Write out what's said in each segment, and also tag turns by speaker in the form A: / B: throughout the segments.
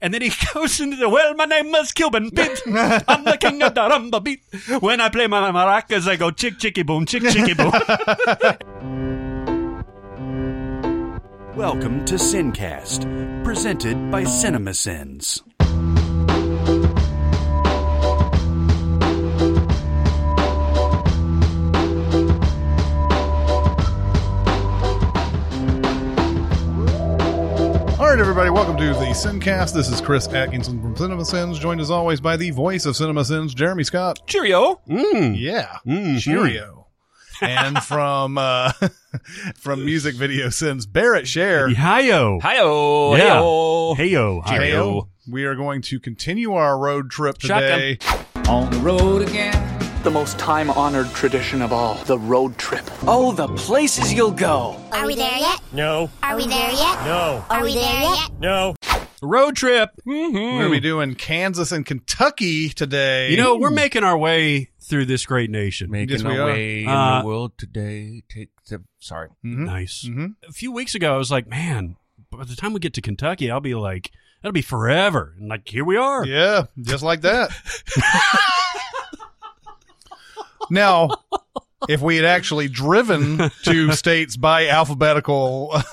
A: And then he goes into the well. My name is Cuban Pete. I'm the king of the rumba beat. When I play my maracas, I go chick chicky boom, chick chicky boom.
B: Welcome to Sincast, presented by CinemaSins.
C: All right, everybody, welcome to the Sincast. This is Chris Atkinson from CinemaSins, joined as always by the voice of CinemaSins, Jeremy Scott.
A: Cheerio.
C: Yeah,
A: Mm-hmm.
C: cheerio. and from uh, from music video sins Barrett Share.
A: Hiyo.
D: Hi-oh,
A: Yeah.
D: hey-oh.
A: Heyo. Hiyo.
C: We are going to continue our road trip
D: Shotgun.
C: today.
D: On the road again.
E: The most time honored tradition of all the road trip. Oh, the places you'll go.
F: Are we there yet?
G: No.
F: Are we there yet?
G: No.
F: Are we there yet?
G: No.
A: Road trip.
C: We're going to be doing Kansas and Kentucky today.
A: You know, we're making our way through this great nation.
C: Yes,
D: Making
C: we
D: our
C: are.
D: way in
A: Uh,
D: the world today. Take the sorry.
B: Mm-hmm.
A: Nice.
C: Mhm.
A: A few weeks ago, I was like, man, by the time we get to Kentucky, I'll be like, that'll be forever. And like, here we are.
C: Yeah, just like that. now, if we had actually driven to states by alphabetical,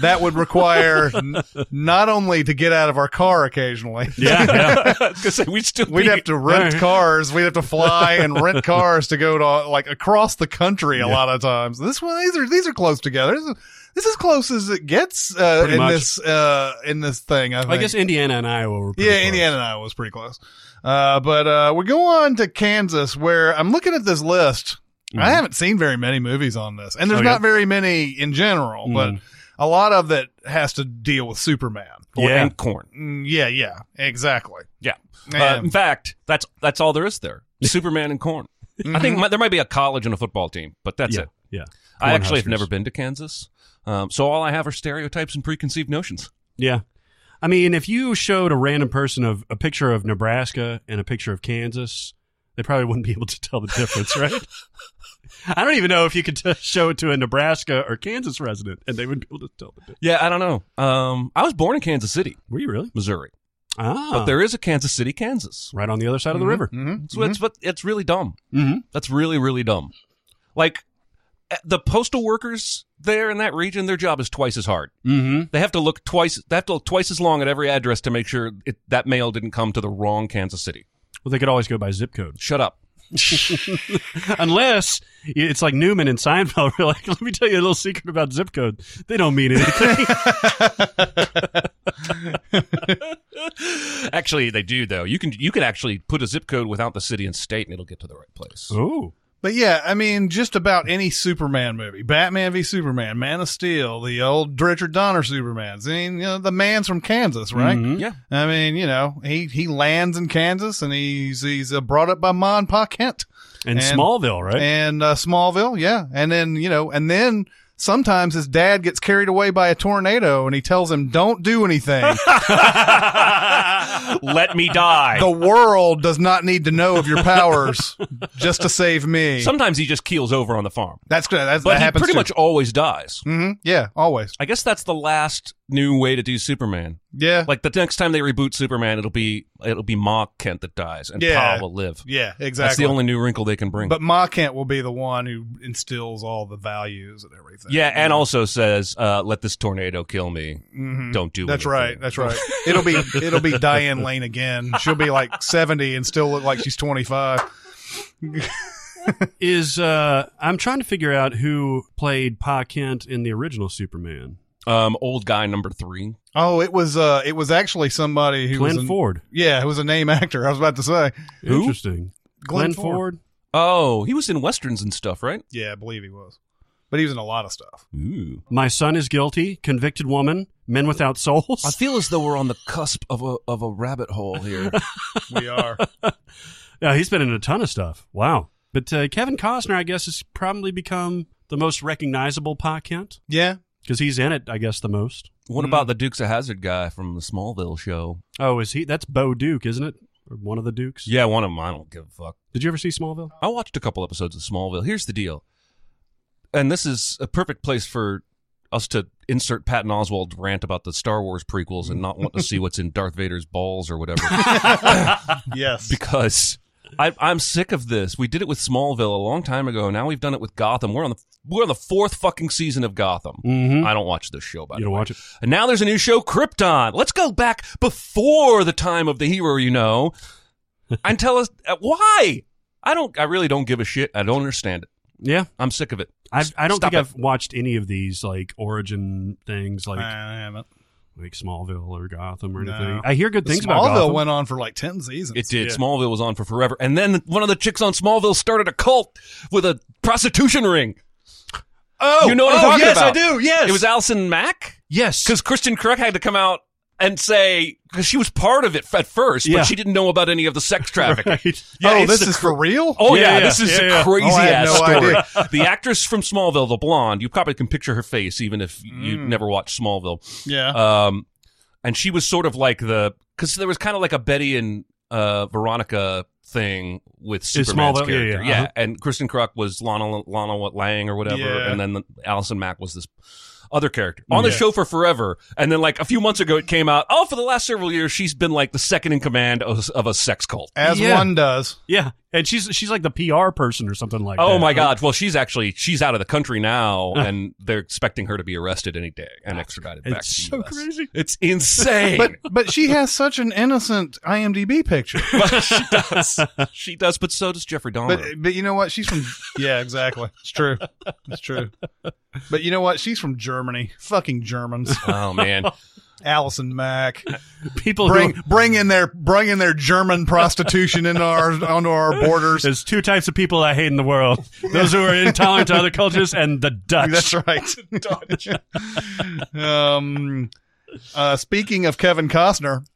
C: that would require n- not only to get out of our car occasionally.
A: Yeah. yeah.
D: Because we still
C: We'd have to rent cars. We'd have to fly and rent cars to go to like across the country a lot of times. This one, these are these are close together. This is, this is close as it gets uh,
A: Pretty
C: in
A: much.
C: this uh, in this thing. I, think.
A: I guess Indiana and Iowa were pretty
C: Yeah,
A: close.
C: Indiana and Iowa was pretty close. Uh, but uh, we go on to Kansas, where I'm looking at this list. I haven't seen very many movies on this, and there's
A: Mm-hmm. Oh, yeah? Mm.
C: not very many in general, but a lot of that has to deal with Superman.
A: Yeah.
D: and corn.
C: Mm, yeah, yeah, exactly.
D: Yeah. Uh,
C: Man.
D: in fact, that's that's all there is there. Superman and corn. I think my, there might be a college and a football team, but that's
A: Yeah.
D: it.
A: Yeah.
D: I
A: Corn
D: actually
A: Huskers.
D: have never been to Kansas, um, so all I have are stereotypes and preconceived notions.
A: Yeah. I mean, if you showed a random person of a picture of Nebraska and a picture of Kansas, they probably wouldn't be able to tell the difference, right? I don't even know if you could t- show it to a Nebraska or Kansas resident, and they would be able to tell the difference.
D: Yeah, I don't know. Um, I was born in Kansas City,
A: Were you really?
D: Missouri,
A: Ah,
D: but there is a Kansas City, Kansas.
A: right on the other side of the river.
C: Mhm.
D: So it's but it's really dumb.
C: Mm-hmm.
A: Mhm.
D: That's really really dumb. Like eh, the postal workers there in that region, their job is twice as hard.
A: Mm-hmm.
D: They have to look twice. They have to look twice as long at every address to make sure it, that mail didn't come to the wrong Kansas City.
A: Well, they could always go by zip code,
D: Shut up.
A: unless it's like Newman and Seinfeld. We're like, let me tell you a little secret about zip code. They don't mean anything.
D: Actually, they do though. You can you can actually put a zip code without the city and state, and it'll get to the right place.
A: oh,
C: But yeah, I mean, just about any Superman movie, Batman v Superman, Man of Steel, the old Richard Donner Supermans, I mean, you know, the man's from Kansas, right?
A: Mm-hmm.
D: Yeah.
C: I mean, you know, he he lands in Kansas and he's he's uh, brought up by Ma and Pa Kent
A: and,
C: And-
A: Smallville, right?
C: and uh, Smallville, yeah. And then you know, and then sometimes his dad gets carried away by a tornado and he tells him, "Don't do anything.
D: Let me die.
C: the world does not need to know of your powers, just to save me."
D: Sometimes he just keels over on the farm,
C: that's good. That's,
D: but
C: that
D: he
C: happens
D: pretty
C: too.
D: much always dies.
C: Mhm. Yeah, always.
D: I guess that's the last new way to do Superman.
C: Yeah,
D: Like the next time they reboot Superman, it'll be it'll be Ma Kent that dies, and
C: Yeah.
D: Pa will live.
C: yeah, exactly.
D: That's the only new wrinkle they can bring.
C: But Ma Kent will be the one who instills all the values and everything.
D: yeah, and also says, uh, "Let this tornado kill me. Don't do."
C: Mm-hmm. That's
D: anything."
C: right. That's right. It'll be it'll be Diane Lane again. She'll be like seventy and still look like she's twenty five.
A: is uh I'm trying to figure out who played Pa Kent in the original Superman.
D: Um, old guy number three.
C: Oh, it was uh, it was actually somebody who was
A: Glenn
C: a-
A: Ford.
C: Yeah, who was a name actor. I was about to say
D: Who?
A: Interesting.
C: Glenn, Ford.
A: Ford.
D: Oh, he was in westerns and stuff, right?
C: Yeah, I believe he was, but he was in a lot of stuff.
D: Ooh.
A: My son is guilty. Convicted woman. Men without souls.
D: I feel as though we're on the cusp of a of a rabbit hole here.
C: We are.
A: yeah, he's been in a ton of stuff. Wow. But uh, Kevin Costner, I guess, has probably become the most recognizable Pa Kent
C: yeah,
A: because he's in it, I guess, the most.
D: what about
C: Mm.
D: the Dukes of Hazard guy from the Smallville show?
A: Oh, is he? That's Bo Duke, isn't it? Or one of the Dukes.
D: Yeah, one of them. I don't give a fuck.
A: Did you ever see Smallville?
D: I watched a couple episodes of Smallville. Here's the deal, and this is a perfect place for us to insert Patton Oswald rant about the Star Wars prequels and not want to see what's in Darth Vader's balls or whatever
C: Yes.
D: because I, I'm sick of this. We did it with Smallville a long time ago. Now we've done it with Gotham. We're on the we're on the fourth fucking season of Gotham.
A: Mhm.
D: I don't watch this show. By
A: You
D: the
A: don't
D: way.
A: watch it?
D: And now there's a new show, Krypton. Let's go back before the time of the hero, you know, and tell us uh, why. I don't. I really don't give a shit. I don't understand it.
A: Yeah,
D: I'm sick of it.
A: I've, I don't
D: Stop
A: think I've watched any of these like origin things, like
C: I haven't.
A: like Smallville or Gotham or
C: No.
A: anything. I hear good things about
C: Smallville
A: Gotham.
C: went on for like ten seasons.
D: It did.
A: Yeah.
D: Smallville was on for forever, and then one of the chicks on Smallville started a cult with a prostitution ring.
C: Oh,
D: you know what
C: oh,
D: I'm talking
C: yes,
D: about?
C: I do. Yes,
D: It was Alison Mack.
A: yes,
D: because Kristen Krug had to come out and say because she was part of it f- at first,
A: Yeah.
D: but she didn't know about any of the sex trafficking.
A: Right.
C: oh,
D: it's
C: this
D: the
C: is for real.
D: Oh yeah,
A: Yeah,
D: this is
A: yeah,
D: a
A: yeah.
D: crazy
C: Oh, I had
D: ass
C: no
D: story.
C: idea.
D: the actress from Smallville, the blonde, you probably can picture her face even if you never watched Smallville.
C: yeah.
D: Um, and she was sort of like the because there was kind of like a Betty and uh, Veronica thing with Superman's
A: Smallville, yeah,
D: character,
A: yeah, uh-huh.
D: And Kristen Krug was Lana Lana Lang or whatever,
C: Yeah.
D: and then the, Allison Mack was this other character on the
A: Yeah.
D: show for forever. And then like a few months ago, it came out. Oh, for the last several years, she's been like the second in command of, of a sex cult.
C: As
A: yeah.
C: one does.
A: yeah, and she's she's like the PR person or something like.
D: Oh
A: that.
D: my God! Well, she's actually she's out of the country now, and they're expecting her to be arrested any day and extradited back.
A: Ah, It's
D: to the
A: so
D: US.
A: crazy.
D: It's insane.
C: But but she has such an innocent IMDb picture.
D: But she does. She does, but so does Jeffrey Dahmer.
C: But but you know what? She's from yeah, exactly. It's true. It's true. But you know what? She's from Germany. Fucking Germans.
D: oh man,
C: Allison Mack.
A: People
C: Bring
A: who
C: bring in their bring in their German prostitution into our onto our borders.
A: there's two types of people I hate in the world: those who are intolerant to other cultures and the Dutch.
C: That's right. um, uh, speaking of Kevin Costner,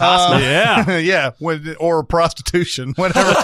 C: uh,
A: Yeah.
C: yeah, when- or prostitution, whatever.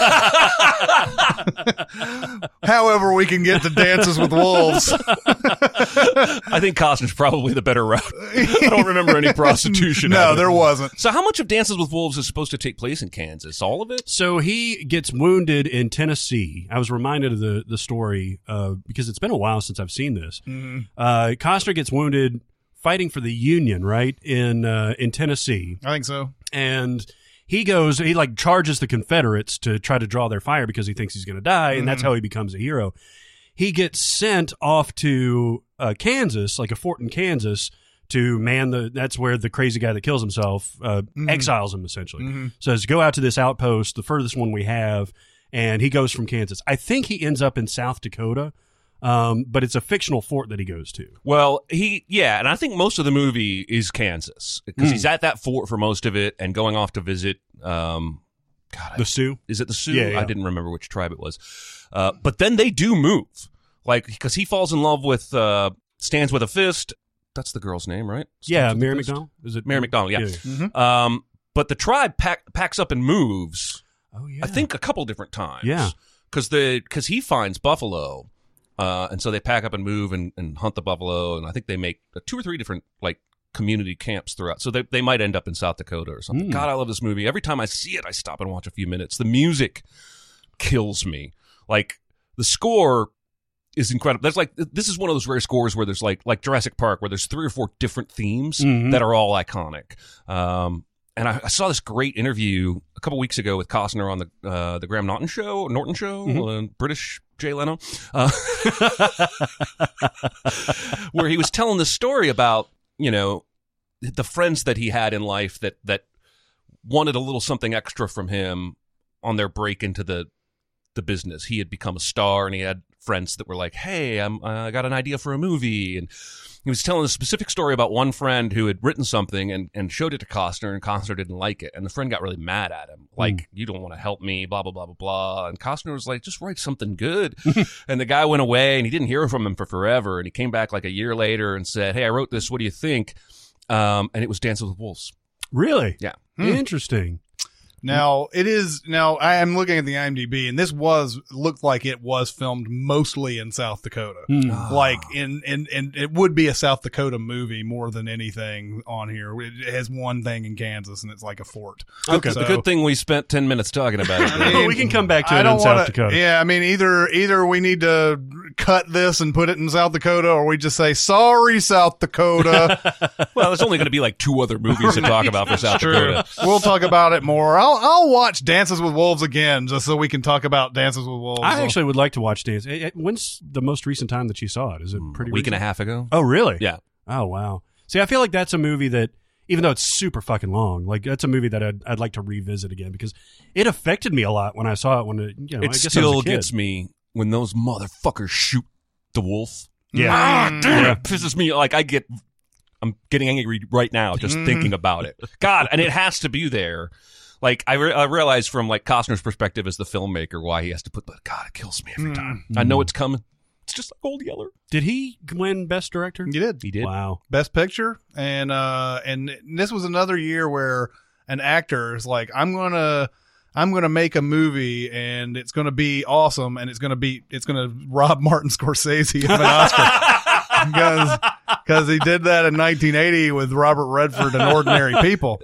C: However, we can get to dances with wolves.
D: I think Costner's probably the better route. I don't remember any prostitution. out
C: no,
D: of it.
C: there wasn't.
D: So how much of Dances with Wolves is supposed to take place in Kansas? All of it?
A: So he gets wounded in Tennessee. I was reminded of the the story uh, because it's been a while since I've seen this. Uh, Costner gets wounded fighting for the Union, right in uh, in Tennessee,
C: I think so.
A: and he goes he like charges the Confederates to try to draw their fire because he thinks he's going to die, and
D: Mm-hmm.
A: that's how he becomes a hero. He gets sent off to uh, Kansas, like a fort in Kansas. To man the that's where the crazy guy that kills himself uh,
D: Mm-hmm.
A: exiles him essentially says go out to this outpost, the furthest one we have, and he goes from Kansas. I think he ends up in South Dakota, um, but it's a fictional fort that he goes to.
D: Well, he yeah, and I think most of the movie is Kansas because he's at that fort for most of it and going off to visit. Um, God, I
A: The Sioux.
D: Is it the Sioux?
A: Yeah, yeah.
D: I didn't remember which tribe it was. Uh, but then they do move, like because he falls in love with uh, stands with a fist. That's the girl's name, right?
A: Yeah,
D: Stands With a
A: Mary
D: Fist?
A: McDonald. Is it
D: Mary McDonald. Yeah.
A: Yeah.
D: Um, but the tribe pack, packs up and moves.
A: Oh yeah.
D: I think a couple different times.
A: Yeah.
D: because the because he finds buffalo, uh, and so they pack up and move and, and hunt the buffalo, and I think they make uh, two or three different like community camps throughout. So they they might end up in South Dakota or
A: Hmm.
D: something. God, I love this movie. Every time I see it, I stop and watch a few minutes. The music kills me. Like the score is incredible. That's like this is one of those rare scores where there's like like Jurassic Park where there's three or four different themes
A: Mhm.
D: that are all iconic. Um, and I, I saw this great interview a couple weeks ago with Costner on the uh, the Graham Norton show, or Norton show, uh, British Jay Leno, uh, where he was telling the story about you know the friends that he had in life that that wanted a little something extra from him on their break into the the business. He had become a star, and he had friends that were like, "Hey, I'm, uh, I got an idea for a movie." And he was telling a specific story about one friend who had written something and, and showed it to Costner, and Costner didn't like it, and the friend got really mad at him, like, "You don't want to help me," blah blah blah blah blah. And Costner was like, "Just write something good." and the guy went away, and he didn't hear from him for forever. And he came back like a year later and said, "Hey, I wrote this. What do you think?" Um, and it was Dances with Wolves.
A: really.
D: Yeah.
A: Interesting.
C: Now it is now I am looking at the IMDb and this was looked like it was filmed mostly in South Dakota.
A: Hmm.
C: Like in in and it would be a South Dakota movie more than anything on here. It has one thing in Kansas and it's like a fort.
A: Okay.
C: So-
D: The good thing we spent 10 minutes talking about it.
C: I mean,
A: we can come back to
C: I
A: it in
C: don't
A: South
C: wanna-
A: Dakota.
C: Yeah, I mean either either we need to cut this and put it in South Dakota or we just say sorry South Dakota.
D: Well, there's only going to be like two other movies to talk about for South Dakota.
C: We'll talk about it more. I'll I'll watch Dances with Wolves again just so we can talk about Dances with Wolves.
A: I actually would like to watch Dance. Eh, eh, When's the most recent time that you saw it? Is it pretty
D: A Hmm, week
A: recent?
D: and a half ago.
A: Oh, really?
D: Yeah.
A: Oh, wow. See, I feel like that's a movie that, even though it's super fucking long, like that's a movie that I'd, I'd like to revisit again because it affected me a lot when I saw it. When it, you know, I
D: it
A: guess I
D: still
A: was a kid.
D: gets me when those motherfuckers shoot the wolf.
A: Yeah.
D: Ah, damn,
A: Yeah.
D: it pisses me. Like I get, I'm getting angry right now just
A: Mm.
D: thinking about it. God, and it has to be there. Like I, re- I realize from like Costner's perspective as the filmmaker why he has to put, but God, it kills me
A: Mm.
D: every time. I know it's coming. It's just like old Yeller.
A: Did he win Best Director?
C: you did.
D: He did.
A: Wow.
C: Best Picture, and uh, and this was another year where an actor is like, I'm gonna, I'm gonna make a movie, and it's gonna be awesome, and it's gonna be, it's gonna rob Martin Scorsese of an Oscar because because he did that in 1980 with Robert Redford and Ordinary People,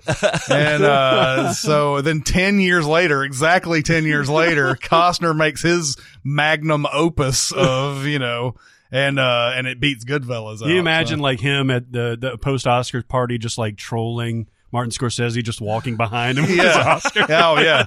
C: and uh, so then ten years later, exactly ten years later, Costner makes his magnum opus of you know. And uh, and it beats Goodfellas.
A: Can you
C: out, so.
A: imagine like him at the, the post Oscars party, just like trolling Martin Scorsese, just walking behind him? with his
C: Yeah.
A: Oscar?
C: Oh yeah.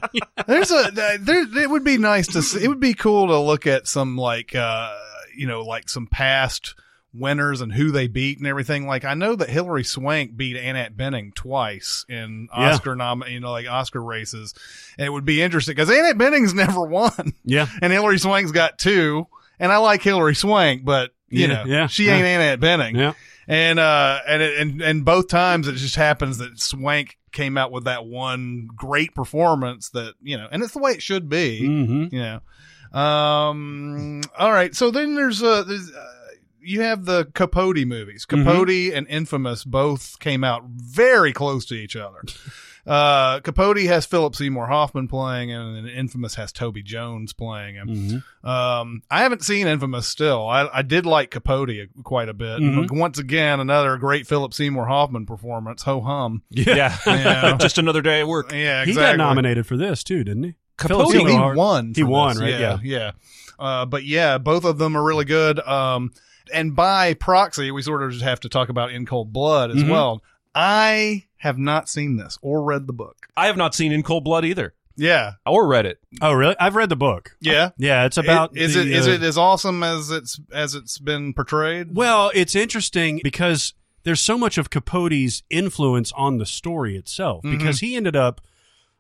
C: There's a there. It would be nice to. See, it would be cool to look at some like uh you know like some past winners and who they beat and everything. Like I know that Hillary Swank beat Annette Benning twice in
A: Yeah.
C: Oscar nom you know like Oscar races. And it would be interesting because Annette Benning's never won
A: Yeah.
C: and Hillary Swank's got two. And I like Hillary Swank, but you
A: Yeah,
C: know
A: yeah,
C: she
A: yeah.
C: ain't Annette Benning
A: Yeah.
C: and uh and it, and and both times it just happens that Swank came out with that one great performance that you know, and it's the way it should be,
A: Mm-hmm.
C: you know. Um, all right, so then there's uh, there's, uh you have the Capote movies.
A: Mm-hmm.
C: Capote and Infamous both came out very close to each other. Uh, Capote has Philip Seymour Hoffman playing, and, and Infamous has Toby Jones playing him.
A: Mm-hmm.
C: Um, I haven't seen Infamous still. I, I did like Capote quite a bit.
A: Mhm.
C: Once again, another great Philip Seymour Hoffman performance. Ho hum.
A: Yeah.
C: Yeah.
D: just another day at work.
C: yeah, exactly.
A: He got nominated for this too, didn't he? Philip
C: Oh,
D: Capote-
C: He, he
A: Seymour Hoffman.
C: won.
A: He
C: for
A: won,
C: this.
A: right?
C: Yeah, yeah. Uh, but yeah, both of them are really good. Um, and by proxy, we sort of just have to talk about In Cold Blood as
A: Mhm.
C: well. I have not seen this or read the book.
D: I have not seen In Cold Blood either,
C: Yeah,
D: or read it.
A: Oh, really? I've read the book.
C: yeah.
A: Yeah, it's about
C: is
A: the,
C: it is
A: uh,
C: it as awesome as it's as it's been portrayed?
A: Well, it's interesting because there's so much of Capote's influence on the story itself
C: Mm-hmm.
A: because he ended up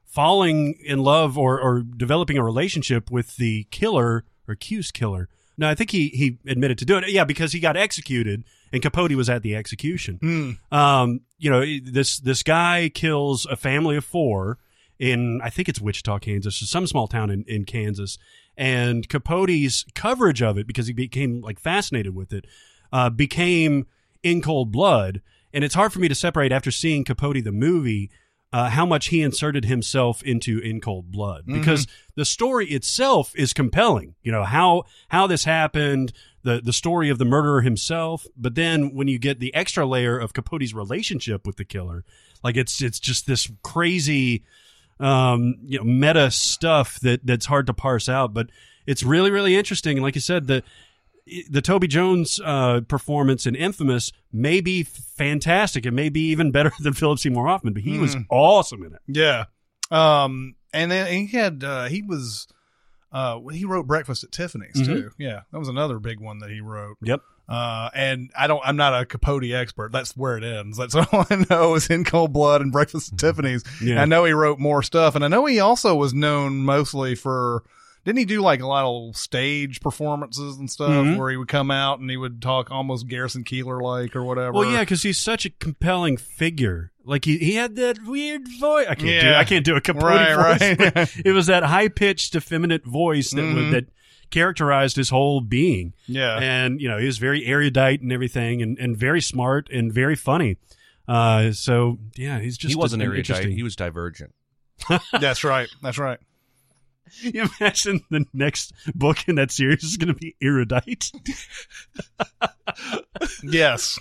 A: falling in love or, or developing a relationship with the killer or Q's killer. No, I think he, he admitted to doing it. Yeah, because he got executed and Capote was at the execution. Um, you know, this this guy kills a family of four in I think it's Wichita, Kansas, or some small town in, in Kansas. And Capote's coverage of it, because he became like fascinated with it, uh, became in cold blood. And it's hard for me to separate after seeing Capote the movie uh, how much he inserted himself into in cold blood because the story itself is compelling you know how how this happened the the story of the murderer himself but then when you get the extra layer of capote's relationship with the killer like it's it's just this crazy um you know meta stuff that that's hard to parse out but it's really really interesting and like you said the the Toby Jones uh, performance in Infamous may be f- fantastic. It may be even better than Philip Seymour Hoffman, but he was
C: Hmm.
A: awesome in it.
C: Yeah. Um, and then he had uh, he was uh, he wrote Breakfast at Tiffany's too. Yeah, that was another big one that he wrote.
A: Yep.
C: Uh, and I don't, I'm not a Capote expert. That's where it ends. That's all I know is in Cold Blood and Breakfast at Tiffany's.
A: Mm-hmm. Yeah.
C: I know he wrote more stuff, and I know he also was known mostly for. Didn't he do like a lot of stage performances and stuff
A: Mm-hmm.
C: where he would come out and he would talk almost Garrison Keeler like or whatever?
A: Well, yeah, because he's such a compelling figure. Like he, he had that weird voice. I can't do
C: Yeah.
A: I can't do a Capote
C: Right,
A: voice.
C: right. Mm-hmm.
A: but it was that high pitched, effeminate voice that would- that characterized his whole being.
C: Yeah.
A: and you know he was very erudite and everything, and, and very smart and very funny. Uh, so yeah, he's just
D: he wasn't
A: an
D: erudite.
A: interesting-
D: He was divergent.
C: That's right. That's right.
A: You imagine the next book in that series is going to be erudite.
C: Yes.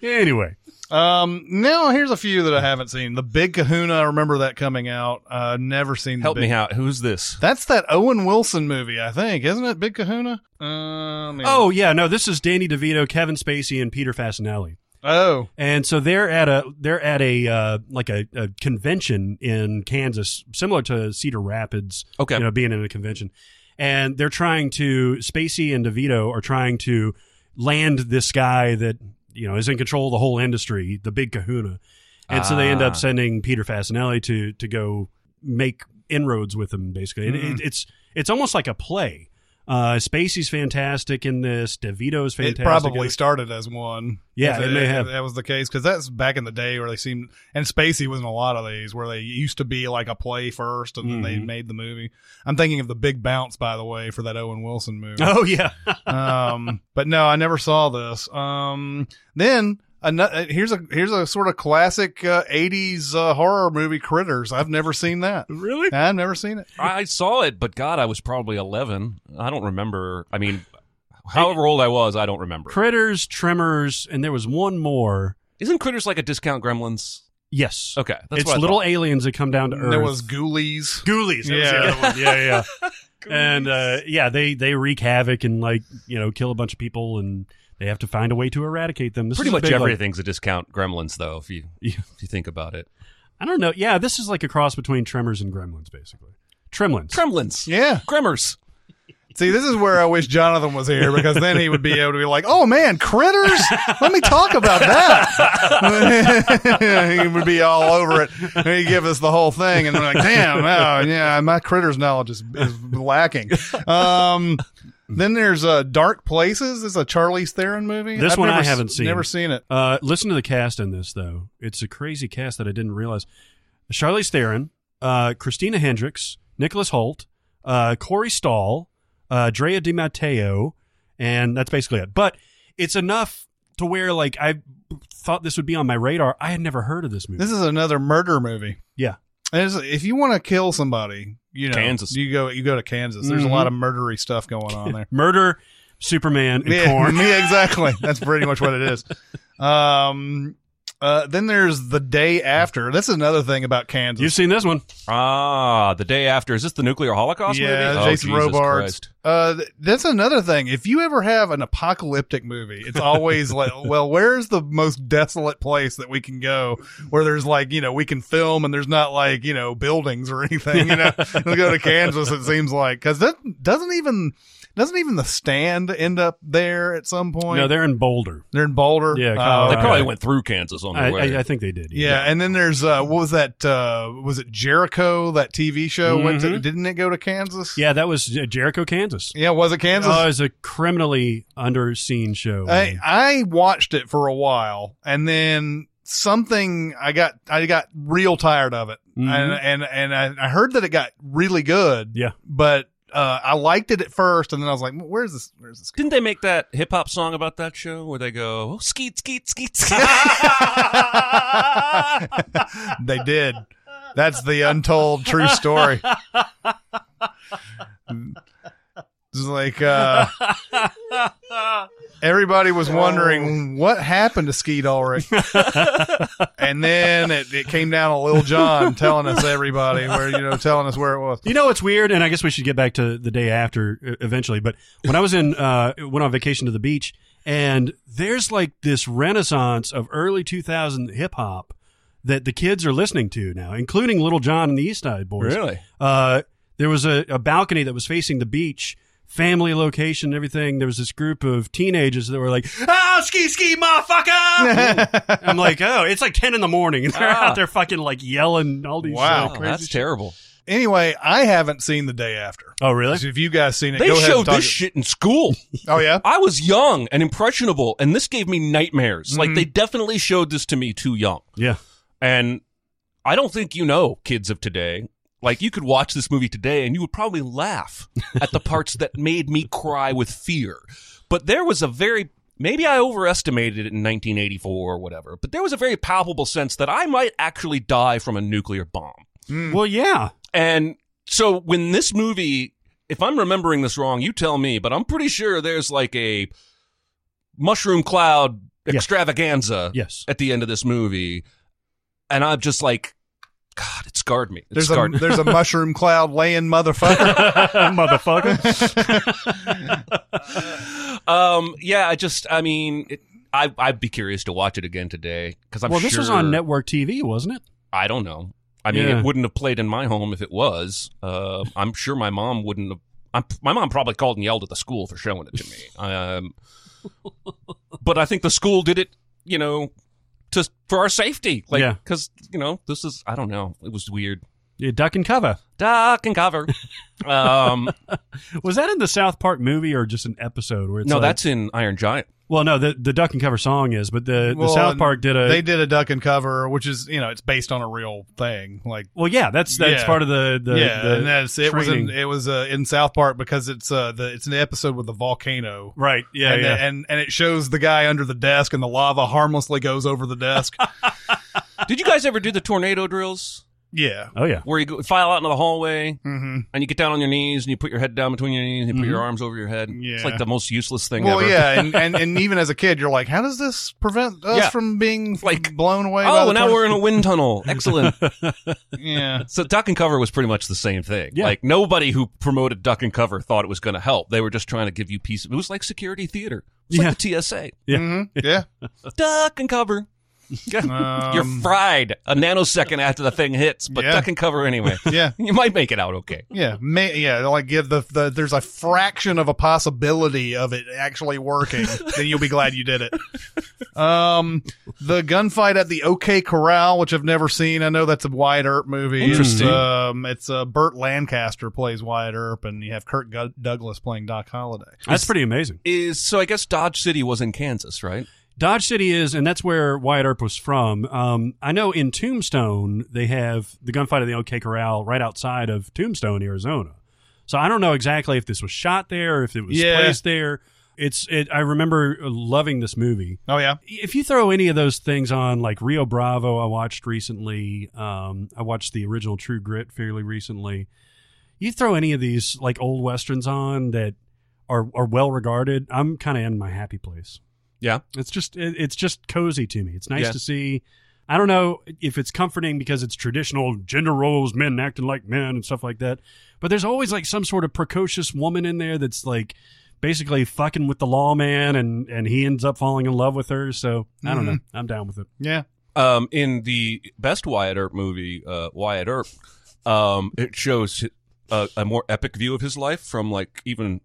A: anyway,
C: Um, now here's a few that I haven't seen. The Big Kahuna. I remember that coming out. Uh, never seen. The
D: Help
C: Big-
D: me out. Who's this?
C: That's that Owen Wilson movie, I think, isn't it? Big Kahuna. Um,
A: oh yeah, no, this is Danny DeVito, Kevin Spacey, and Peter Fasinelli.
C: oh,
A: And so they're at a they're at a uh, like a, a convention in Kansas, similar to Cedar Rapids.
D: Okay.
A: you know, being in a convention, and they're trying to Spacey and DeVito are trying to land this guy that you know is in control of the whole industry, the big Kahuna, and so they end
D: Ah.
A: up sending Peter Fasinelli to to go make inroads with him. Basically, And it, it's it's almost like a play. Uh, Spacey's fantastic in this. DeVito's
C: it
A: fantastic. in
C: probably
A: it.
C: started as one.
A: Yeah,
C: If
A: it may
C: if
A: have.
C: That was the case because that's back in the day where they seemed and Spacey was in a lot of these where they used to be like a play first and then they
A: Mhm.
C: made the movie. I'm thinking of the Big Bounce, by the way, for that Owen Wilson movie.
A: Oh yeah,
C: um, but no, I never saw this. Um, then another, here's a here's a sort of classic uh, '80s uh, horror movie, Critters. I've never seen that.
A: really?
C: I've never seen it.
D: I saw it, but God, I was probably 11. I don't remember. I mean, however old I was, I don't remember.
A: Critters, Tremors, and there was one more.
D: Isn't Critters like a discount Gremlins?
A: Yes.
D: Okay, that's
A: it's
D: what I
A: little
D: thought.
A: aliens that come down to Earth.
C: There was Ghoulies.
A: Ghoulies. That was the
C: Yeah.
A: other one. yeah, yeah. and uh, yeah, they they wreak havoc and like you know kill a bunch of people and they have to find a way to eradicate them. This
D: Pretty
A: is a
D: much
A: big, like-
D: everything's a discount Gremlins, though. If you if you think about it,
A: I don't know. Yeah, this is like a cross between Tremors and Gremlins, basically. Tremlins.
D: Gremlins,
C: Yeah.
D: Gremors.
C: See, this is where I wish Jonathan was here because then he would be able to be like, "Oh man, critters! Let me talk about that." he would be all over it. And he'd give us the whole thing, and we're like, "Damn, oh, yeah, my critters knowledge is, is lacking." Um, then there's uh, Dark Places. This is a Charlize Theron movie.
A: This one I
C: s-
A: haven't seen.
C: Never seen it.
A: Uh, listen to the cast in this though. It's a crazy cast that I didn't realize. Charlize Theron, uh, Christina Hendricks, Nicholas Holt, uh, Corey Stahl, uh, Drea Di Matteo, and that's basically it. But it's enough to where like I thought this would be on my radar. I had never heard of this movie.
C: This is another murder movie.
A: yeah,
C: And it's- if you want to kill somebody, you know,
D: Kansas.
C: you go you go to Kansas. There's
A: Mhm.
C: a lot of murdery stuff going on there.
A: murder, Superman, and
C: yeah,
A: corn.
C: yeah, exactly. That's pretty much what it is. Um, uh, then there's the day after. That's another thing about Kansas.
A: You've seen this one?
D: Ah, the day after. Is this the nuclear Holocaust
C: yeah,
D: movie? Oh,
C: Jason
D: Jesus
C: Robards.
D: Christ.
C: Uh, th- that's another thing. If you ever have an apocalyptic movie, it's always like, well, where's the most desolate place that we can go where there's like, you know, we can film and there's not like, you know, buildings or anything. You know, we go to Kansas. It seems like because that doesn't even doesn't even the stand end up there at some point.
A: No, they're in Boulder.
C: They're in Boulder.
A: Yeah,
C: Oh,
A: Colorado.
D: They
A: Uh,
D: probably went through Kansas on
A: I,
D: their way.
A: I, I think they did.
C: Yeah, and then there's uh what was that uh was it Jericho that TV show went to
A: Mhm.
C: didn't it go to Kansas?
A: yeah, that was uh, Jericho, Kansas.
C: Yeah, was it Kansas?
A: Oh, it's a criminally underseen show.
C: I I watched it for a while and then something I got I got real tired of it.
A: Mhm.
C: And and and I, I heard that it got really good.
A: Yeah.
C: But uh I liked it at first and then I was like, where's this where's this
D: Didn't they make that hip hop song about that show where they go oh, skeet skeet skeet? skeet."
C: they did. That's the untold true story. It's like uh, everybody was wondering what happened to Skeet Ulrich, and then it, it came down to Lil John telling us everybody where you know telling us where it was.
A: You know what's weird, and I guess we should get back to the day after uh, eventually. But when I was in, uh, went on vacation to the beach, and there's like this renaissance of early 2000 hip hop that the kids are listening to now, including Little John and the East Side Boys.
D: Really?
A: Uh, there was a, a balcony that was facing the beach, family location, and everything. There was this group of teenagers that were like, "Ah, ski ski, motherfucker!" I'm like, "Oh, it's like 10 in the morning, and they're
D: Ah.
A: out there fucking like yelling all these
C: Wow.
A: uh,
D: Oh,
A: crazy
D: that's
A: shit.
D: terrible.
C: Anyway, I haven't seen the day after.
A: Oh, really?
C: So if you guys seen it,
D: They
C: go ahead and
D: showed
C: talk
D: this
C: it.
D: shit in school.
C: Oh yeah,
D: I was young and impressionable, and this gave me nightmares. Like they definitely showed this to me too young,
A: Yeah.
D: and I don't think you know kids of today. Like you could watch this movie today, and you would probably laugh at the parts that made me cry with fear. But there was a very Maybe I overestimated it in 1984 or whatever, but there was a very palpable sense that I might actually die from a nuclear bomb.
A: Well, yeah.
D: And so when this movie, if I'm remembering this wrong, you tell me, but I'm pretty sure there's like a mushroom cloud
A: Yes.
D: extravaganza
A: Yes.
D: at the end of this movie. And I'm just like, God, it scarred me. It
C: There's a
D: scarred me.
C: there's a mushroom cloud laying motherfucker.
A: Motherfucker.
D: Um, yeah, I just, I mean, it, I, I'd be curious to watch it again today because I'm
A: well, this
D: sure-
A: was on network TV, wasn't it?
D: I don't know. I mean,
A: Yeah.
D: it wouldn't have played in my home if it was. Uh, I'm sure my mom wouldn't have. I'm, my mom probably called and yelled at the school for showing it to me. Um, but I think the school did it, you know, to for our safety, like
A: Yeah.
D: because you know this is I don't know. It was weird.
A: Yeah, duck and cover.
D: Duck and cover. um,
A: Was that in the South Park movie or just an episode where it's
D: no,
A: like-
D: that's in Iron Giant.
A: well, no, the the duck and cover song is, but the,
C: Well,
A: the South Park did a
C: They did a duck and cover, which is you know it's based on a real thing. Like
A: well, yeah, that's that's
C: Yeah.
A: part of the the
C: yeah,
A: the
C: and that's it was in
A: training.
C: it was uh, in South Park because it's uh the it's an episode with the volcano.
A: right, yeah,
C: and,
A: yeah.
C: and and it shows the guy under the desk and the lava harmlessly goes over the desk.
D: Did you guys ever do the tornado drills
C: yeah.
A: oh yeah,
D: where you go, file out into the hallway
C: hmm
D: and you get down on your knees and you put your head down between your knees and you put your arms over your head? It's
C: Yeah.
D: like the most useless thing
C: Well,
D: ever.
C: yeah, and, and and even as a kid, you're like, how does this prevent us
D: Yeah.
C: from being
D: Like,
C: like blown away? by
D: Oh,
C: the
D: well, now
C: tornado?
D: we're in a wind tunnel. Excellent.
C: yeah.
D: so duck and cover was pretty much the same thing.
A: Yeah.
D: Like nobody who promoted duck and cover thought it was going to help. They were just trying to give you peace. It was like security theater. It's like the TSA.
C: hmm Yeah.
D: Duck and cover. You're
C: Um,
D: fried a nanosecond after the thing hits, but
C: Yeah.
D: duck and cover anyway.
C: Yeah.
D: You might make it out okay.
C: Yeah, may, yeah. Like give the, the there's a fraction of a possibility of it actually working, then you'll be glad you did it. Um, the gunfight at the OK Corral, which I've never seen. I know that's a Wyatt Earp movie.
D: Interesting.
C: It's, um, it's uh, Burt Lancaster plays Wyatt Earp, and you have Kirk Gu- Douglas playing Doc Holliday.
A: that's pretty amazing.
D: Is so I guess Dodge City was in Kansas, right?
A: Dodge City is, and that's where Wyatt Earp was from. Um, I know in Tombstone they have the gunfight at the OK Corral right outside of Tombstone, Arizona. So I don't know exactly if this was shot there, or if it was
C: Yeah.
A: placed there. It's. It, I remember loving this movie.
C: Oh yeah,
A: If you throw any of those things on, like Rio Bravo, I watched recently. Um, I watched the original True Grit fairly recently. You throw any of these like old westerns on that are are well regarded. I'm kind of in my happy place.
D: Yeah.
A: It's just it, it's just cozy to me. It's nice
D: Yeah.
A: to see. I don't know if it's comforting because it's traditional gender roles, men acting like men and stuff like that. But there's always like some sort of precocious woman in there that's like basically fucking with the lawman and and he ends up falling in love with her. So I don't know. I'm down with it.
C: yeah.
D: um, in the best Wyatt Earp movie, uh, Wyatt Earp, um, it shows a, a more epic view of his life from like even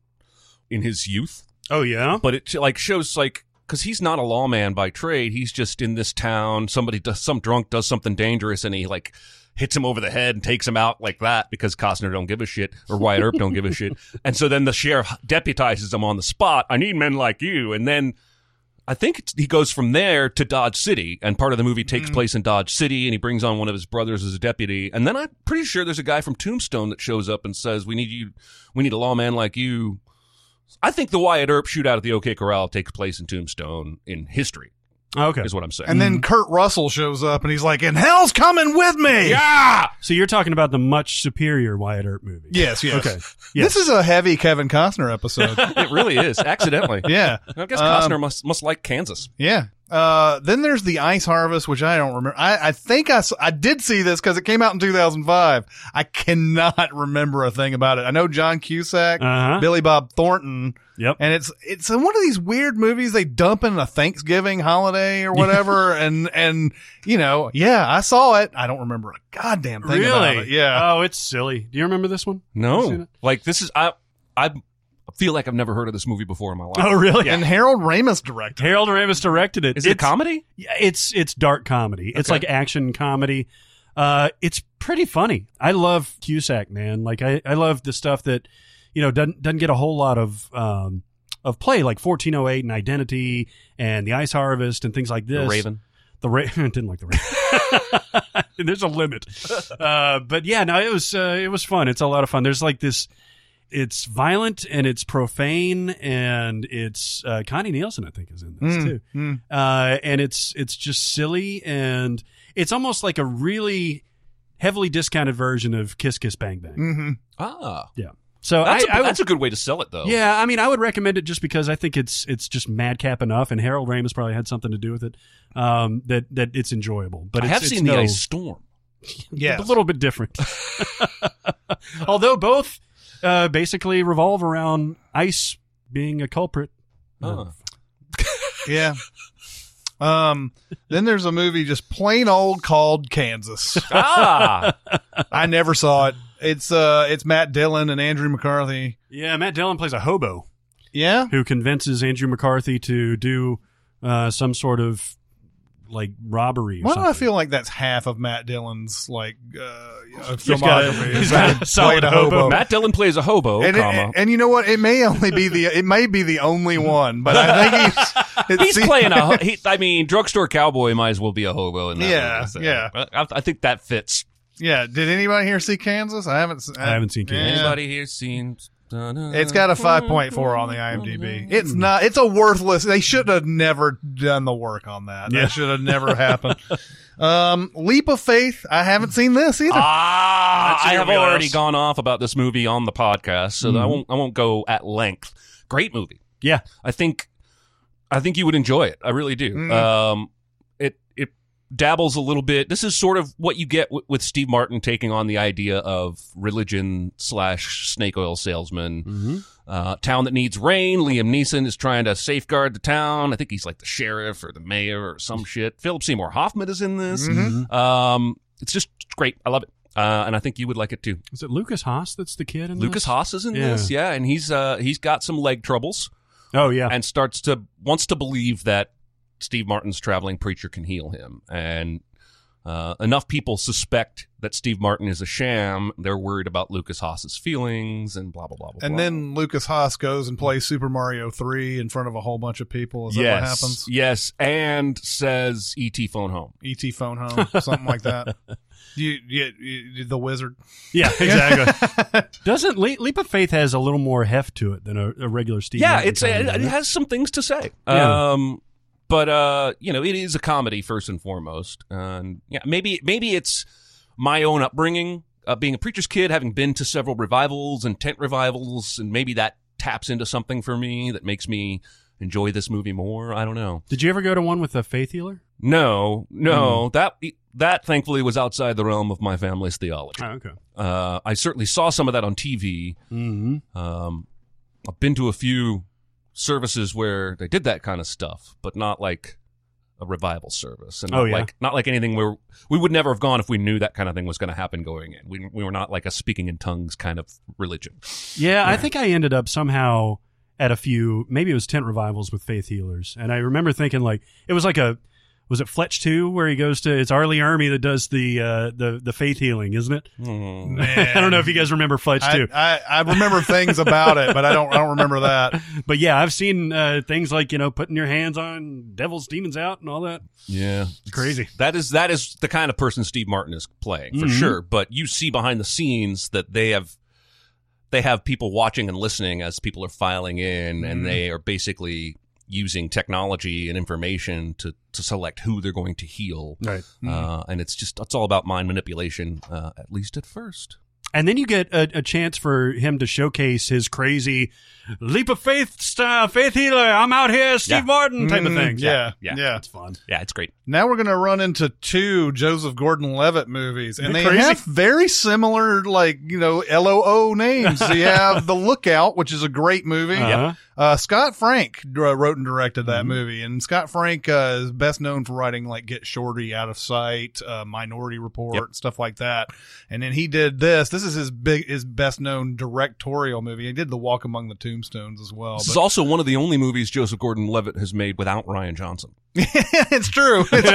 D: in his youth,
A: Oh yeah.
D: but it like shows like because he's not a lawman by trade. He's just in this town. Somebody does some drunk does something dangerous, and he like hits him over the head and takes him out like that because Costner don't give a shit or Wyatt Earp don't give a shit. And so then the sheriff deputizes him on the spot. I need men like you, and then. I think it's, he goes from there to Dodge City, and part of the movie takes place in Dodge City, and he brings on one of his brothers as a deputy. And then I'm pretty sure there's a guy from Tombstone that shows up and says, "We need you, we need a lawman like you." I think the Wyatt Earp shootout at the OK Corral takes place in Tombstone in history,
A: Okay.
D: is what I'm saying.
C: And then Kurt Russell shows up, and he's like, "And hell's coming with me."
D: yeah,
A: So you're talking about the much superior Wyatt Earp movie.
C: Yes. Yes.
A: Okay.
C: This is a heavy Kevin Costner episode.
D: it really is accidentally.
C: yeah.
D: I guess
C: Um,
D: Costner must must like Kansas.
C: Yeah. Uh, then there's the ice harvest, which I don't remember. I, I think I, s- I did see this because it came out in 2005. I cannot remember a thing about it. I know John Cusack,
A: Uh-huh.
C: Billy Bob Thornton,
A: Yep.
C: and it's it's in one of these weird movies they dump in a Thanksgiving holiday or whatever, and and you know, yeah, I saw it. I don't remember a goddamn thing about it. Yeah,
A: Oh, it's silly. Do you remember this one?
D: No, like this is I I feel like I've never heard of this movie before in my life.
A: Oh, really?
C: and Harold Ramis directed.
A: Harold Ramis directed it.
D: Is it a
A: It's-
D: comedy?
A: Yeah, It's it's dark comedy. It's like action comedy. Uh, it's pretty funny. I love Cusack, man. Like I, I love the stuff that you know doesn't doesn't get a whole lot of um of play, like 1408 and Identity and The Ice Harvest and things like this.
D: The Raven.
A: The Ra- didn't like the Raven. There's a limit. Uh, but yeah, no, it was uh, it was fun. It's a lot of fun. There's like this. it's violent and it's profane and it's uh, Connie Nielsen, I think, is in this
D: Hmm,
C: Mm,
A: too.
C: mm.
A: Uh, and it's it's just silly and it's almost like a really heavily discounted version of Kiss Kiss Bang Bang.
C: Mhm.
D: Ah,
A: Yeah. So
D: Hmm. that's,
A: Oh, I, I
D: a,
A: would-
D: that's a good way to sell it, though.
A: yeah, I mean, I would recommend it just because I think it's it's just madcap enough, and Harold Ramis probably had something to do with it. Um, that that it's enjoyable, but
D: I
A: it's,
D: have
A: it's
D: seen the
A: no-
D: Ice Storm.
C: Yes.
A: a little bit different. Although both uh, basically revolve around ice being a culprit.
D: Huh.
C: Yeah. Um, then there's a movie just plain old called Kansas.
D: Ah,
C: I never saw it. It's uh it's Matt Dillon and Andrew McCarthy.
A: Yeah, Matt Dillon plays a hobo
C: Yeah.
A: who convinces Andrew McCarthy to do uh, some sort of like robbery. Or
C: Why do
A: something.
C: I feel like that's half of Matt Dillon's like uh you know,
A: got a-
C: filmography?
A: he's
C: is
A: got
C: that
A: a solid
C: played
A: hobo.
D: Ah. Matt Dillon plays a hobo,
C: And, it-
D: comma.
C: and you know what? It may only be the it may be the only one, but I think he's it
D: He's
C: seems-
D: playing a. ho- He, I mean, drugstore cowboy might as well be a hobo in that.
C: Yeah,
D: movie, so.
C: yeah.
D: I, I think that fits.
C: Yeah. Did anybody here see Kansas? I haven't. se-
A: I haven't seen Kansas.
C: Yeah.
D: Anybody here seen?
C: It's got a 5.4 on the
A: Mm-hmm.
C: IMDb. It's not. It's a worthless. They should have never done the work on that.
A: Yeah.
C: That should have never happened. um, Leap of Faith. I haven't seen this either.
D: Ah,
A: That's
D: I
A: your
D: have
A: wheelhouse.
D: already gone off about this movie on the podcast, so
C: Mm-hmm.
D: I won't. I won't go at length. Great movie.
A: Yeah,
D: I think I think you would enjoy it. I really do.
C: Mm.
D: Um, it it dabbles a little bit. This is sort of what you get w- with Steve Martin taking on the idea of religion slash snake oil salesman.
A: Mm-hmm.
D: Uh, town that needs rain. Liam Neeson is trying to safeguard the town. I think he's like the sheriff or the mayor or some shit. Philip Seymour Hoffman is in this. Um, it's just great. I love it. Uh, and I think you would like it too.
A: is it Lucas Haas that's the kid in
D: Lucas
A: this?
D: Haas is in
A: Yeah.
D: this, yeah, and he's uh he's got some leg troubles
A: Oh yeah,
D: and starts to wants to believe that Steve Martin's traveling preacher can heal him, and uh, enough people suspect that Steve Martin is a sham. They're worried about Lucas Haas's feelings and blah blah blah. blah
C: And
D: blah.
C: then Lucas Haas goes and plays Super Mario 3 in front of a whole bunch of people. Is that
D: yes,
C: what happens?
D: yes, and says ET phone home.
C: E.T. phone home, something like that. You, you, you- the wizard.
A: yeah, exactly. Doesn't Le- Leap of Faith has a little more heft to it than a, a regular Steve?
D: yeah,
A: Martin
D: it's
A: comedy,
D: it, it
A: doesn't it?
D: has some things to say.
A: Yeah.
D: Um, but uh, you know, it is a comedy first and foremost, and yeah, maybe maybe it's my own upbringing, uh, being a preacher's kid, having been to several revivals and tent revivals, and maybe that taps into something for me that makes me enjoy this movie more. I don't know.
A: Did you ever go to one with a faith healer?
D: No, no, that that thankfully was outside the realm of my family's theology.
A: Oh, okay.
D: Uh, I certainly saw some of that on TV.
A: Mm-hmm.
D: Um, I've been to a few services where they did that kind of stuff, but not like a revival service, and not
A: Oh, yeah.
D: like not like anything where we would never have gone if we knew that kind of thing was going to happen going in. We we were not like a speaking in tongues kind of religion.
A: Yeah, I think I ended up somehow at a few, maybe it was tent revivals with faith healers, and I remember thinking like it was like a was it Fletch two where he goes to it's Arlie Ermy that does the uh, the the faith healing, isn't it? I don't know if you guys remember Fletch
C: I,
A: two,
C: I, I remember things about it, but I don't, I don't remember that.
A: but yeah, I've seen uh, things like you know putting your hands on devils, demons out, and all that.
D: Yeah,
A: It's crazy.
D: that is that is the kind of person Steve Martin is playing for
A: Mhm.
D: sure. But you see behind the scenes that they have they have people watching and listening as people are filing in, and they are basically using technology and information to to select who they're going to heal.
A: Right.
D: Uh, and it's just it's all about mind manipulation, uh, at least at first.
A: And then you get a, a chance for him to showcase his crazy leap of faith style, faith healer. I'm out here, Steve
D: Yeah.
A: Martin type of
C: Mhm,
A: thing.
C: Yeah,
D: Yeah.
C: yeah.
A: It's fun.
D: Yeah, it's great.
C: Now we're going to run into two Joseph Gordon-Levitt movies, and they
A: Isn't it crazy?
C: have very similar, like you know, LOO names. So you have The Lookout, which is a great movie.
A: Uh-huh. Mm-hmm.
C: Uh, Scott Frank dr- wrote and directed that movie, and Scott Frank uh, is best known for writing like Get Shorty, Out of Sight, uh, Minority Report, stuff like that. And then he did this. This is his big, his best known directorial movie. He did The Walk Among the Tombstones as well.
D: This
C: but-
D: is also one of the only movies Joseph Gordon-Levitt has made without Ryan Johnson.
C: it's true. It's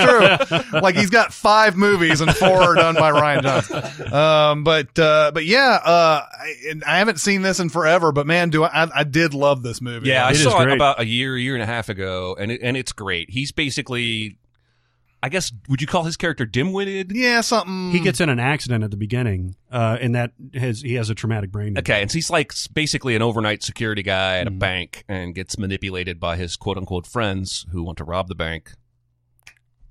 C: true. like he's got five movies and four are done by Ryan Johnson. Um, but uh, but yeah, uh, I, and I haven't seen this in forever. But man, do I? I, I did love this movie.
D: Yeah, I
A: It is
D: saw it
A: great.
D: about a year, year and a half ago, and it, and it's great. He's basically I guess would you call his character dim-witted?
C: Yeah, something.
A: He gets in an accident at the beginning, uh, and that has he has a traumatic brain.
D: Okay, and so he's like s- basically an overnight security guy
C: Mm-hmm.
D: at a bank and gets manipulated by his quote unquote friends who want to rob the bank.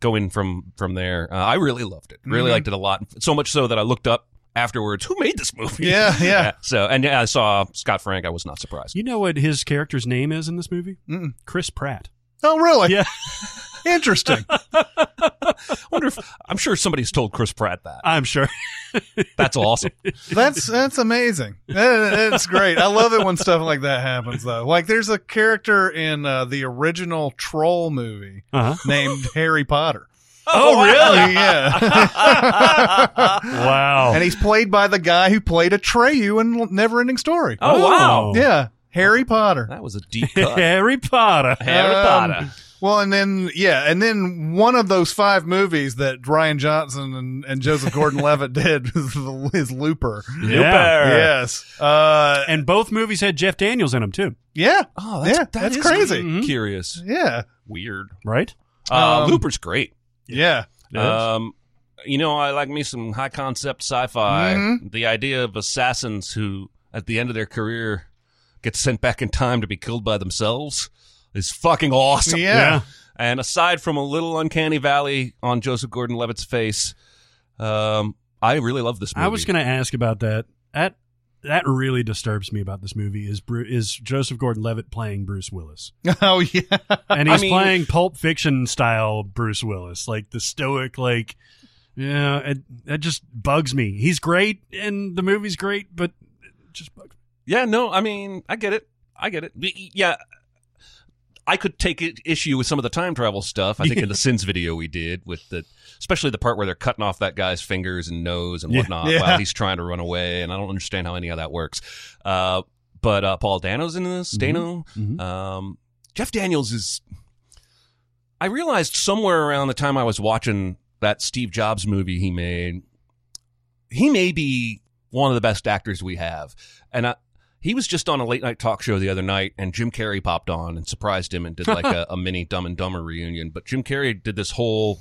D: Going from from there, uh, I really loved it.
C: Mm-hmm.
D: Really liked it a lot. So much so that I looked up afterwards who made this movie.
C: Yeah, yeah.
D: so and yeah, I saw Scott Frank. I was not surprised.
A: You know what his character's name is in this movie? mm Chris Pratt.
C: Oh, really?
A: Yeah.
C: Interesting.
D: I wonder if I'm sure somebody's told Chris Pratt that.
A: I'm sure.
D: That's awesome.
C: That's that's amazing. That- That's great. I love it when stuff like that happens, though. Like, there's a character in uh, the original Troll movie
A: Uh-huh.
C: named Harry Potter.
A: Oh, really?
C: yeah.
A: Wow.
C: and he's played by the guy who played Atreyu in Neverending Story.
D: Oh, wow.
C: Yeah, Harry Potter.
D: That was a deep cut.
A: Harry Potter.
D: Harry
C: Um,
D: Potter.
C: Well, and then yeah, and then one of those five movies that Ryan Johnson and, and Joseph Gordon-Levitt did was the- is Looper.
A: Yeah.
C: Yes. Uh,
A: And both movies had Jeff Daniels in them too,
C: yeah.
D: Oh, that's,
C: Yeah,
D: that
C: that's
D: is
C: crazy.
D: Curious.
C: Yeah.
D: Mm-hmm. Weird.
A: right?
D: Uh,
C: Um,
D: Looper's great.
C: Yeah.
D: Um, you know, I like me some high concept sci-fi.
C: Mhm.
D: The idea of assassins who, at the end of their career, get sent back in time to be killed by themselves is fucking awesome.
C: Yeah.
D: And aside from a little uncanny valley on Joseph Gordon-Levitt's face, um, I really love this movie.
A: I was going to ask about that. That that really disturbs me about this movie is Bru- is Joseph Gordon-Levitt playing Bruce Willis,
C: Oh yeah.
A: and
D: I
A: he's
D: mean-
A: playing Pulp Fiction style Bruce Willis, like the stoic, like yeah. It, that just bugs me. He's great, and the movie's great, but it just bugs. me.
D: Yeah, no, I mean, I get it. I get it. Y- y- Yeah. I could take i- issue with some of the time travel stuff. I think in the Sins video we did with the, especially the part where they're cutting off that guy's fingers and nose and
A: Yeah.
D: whatnot
C: Yeah.
D: while he's trying to run away. And I don't understand how any of that works. Uh, but uh, Paul Dano's in this. Dano.
A: Mhm.
D: Um, Jeff Daniels is. I realized somewhere around the time I was watching that Steve Jobs movie he made, he may be one of the best actors we have. And I, he was just on a late night talk show the other night, and Jim Carrey popped on and surprised him and did like a, a mini Dumb and Dumber reunion. But Jim Carrey did this whole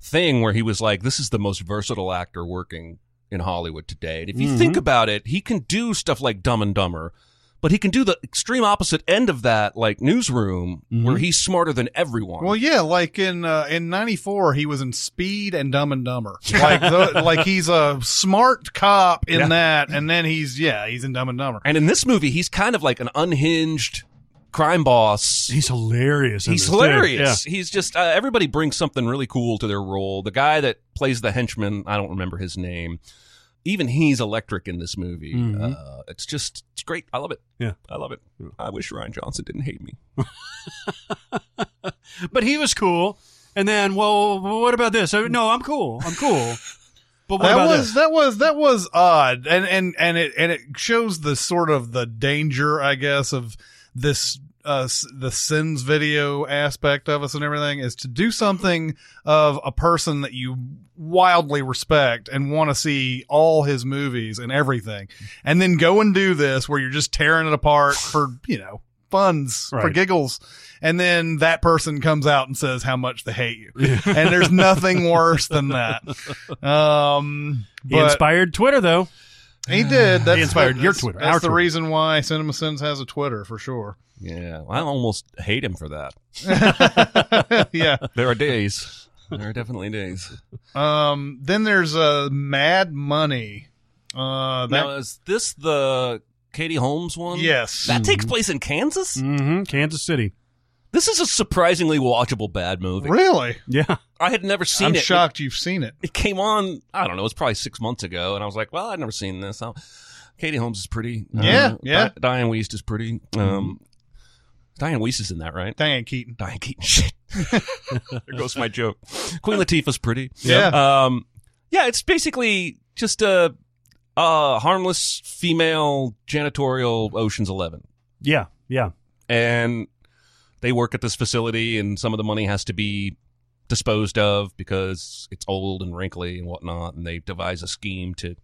D: thing where he was like, "This is the most versatile actor working in Hollywood today." And if you think about it, he can do stuff like Dumb and Dumber, but he can do the extreme opposite end of that, like Newsroom, where he's smarter than everyone.
C: Well, yeah, like in uh, in '94, he was in Speed and Dumb and Dumber. Like, the, like he's a smart cop in
D: Yeah.
C: that, and then he's yeah, he's in Dumb and Dumber.
D: and in this movie, he's kind of like an unhinged crime boss.
A: He's hilarious. in
D: He's
A: this, too.
D: hilarious. He's just uh, everybody brings something really cool to their role. The guy that plays the henchman, I don't remember his name. Even he's electric in this movie.
A: Mhm.
D: Uh, it's just it's great. I love it.
A: Yeah.
D: I love it. I wish Ryan Johnson didn't hate me.
A: Yeah. But he was cool. And then, well, what about this? Uh, No, I'm cool. I'm cool. But what
C: that
A: about
C: was
A: this?
C: that was that was odd, and and and it and it shows the sort of the danger, I guess, of this uh s- the sins video aspect of us and everything is to do something of a person that you wildly respect and want to see all his movies and everything and then go and do this where you're just tearing it apart for you know funds for
A: Right.
C: giggles and then that person comes out and says how much they hate you and there's nothing worse than that um,
A: He
C: but
A: inspired Twitter, though.
C: he did. That's
A: inspired
C: that's-
A: your Twitter,
C: That's
A: our
C: the
A: Twitter.
C: reason why Cinema Sins has a Twitter for sure.
D: Yeah, I almost hate him for that.
C: yeah.
D: There are days. There are definitely days.
C: Um. Then there's uh, Mad Money. Uh. That,
D: now is this the Katie Holmes one?
C: yes.
D: That takes place in Kansas.
A: hmm Kansas City.
D: This is a surprisingly watchable bad movie.
C: really?
A: Yeah.
D: I had never seen
C: I'm
D: it.
C: shocked you've seen it.
D: it came on. I don't know. It was probably six months ago, and I was like, "Well, I've never seen this." i Katie Holmes is pretty. Uh,
C: Yeah, yeah. Mm-hmm.
D: Di- Diane Weist is pretty. Um, Diane Weist is in that, right?
C: Diane Keaton.
D: Diane Keaton. Shit. there goes my joke. Queen Latifah's pretty.
C: Yeah.
D: Um, yeah. It's basically just a, a harmless female janitorial Ocean's Eleven
A: Yeah. Yeah.
D: and they work at this facility and some of the money has to be disposed of because it's old and wrinkly and whatnot and they devise a scheme to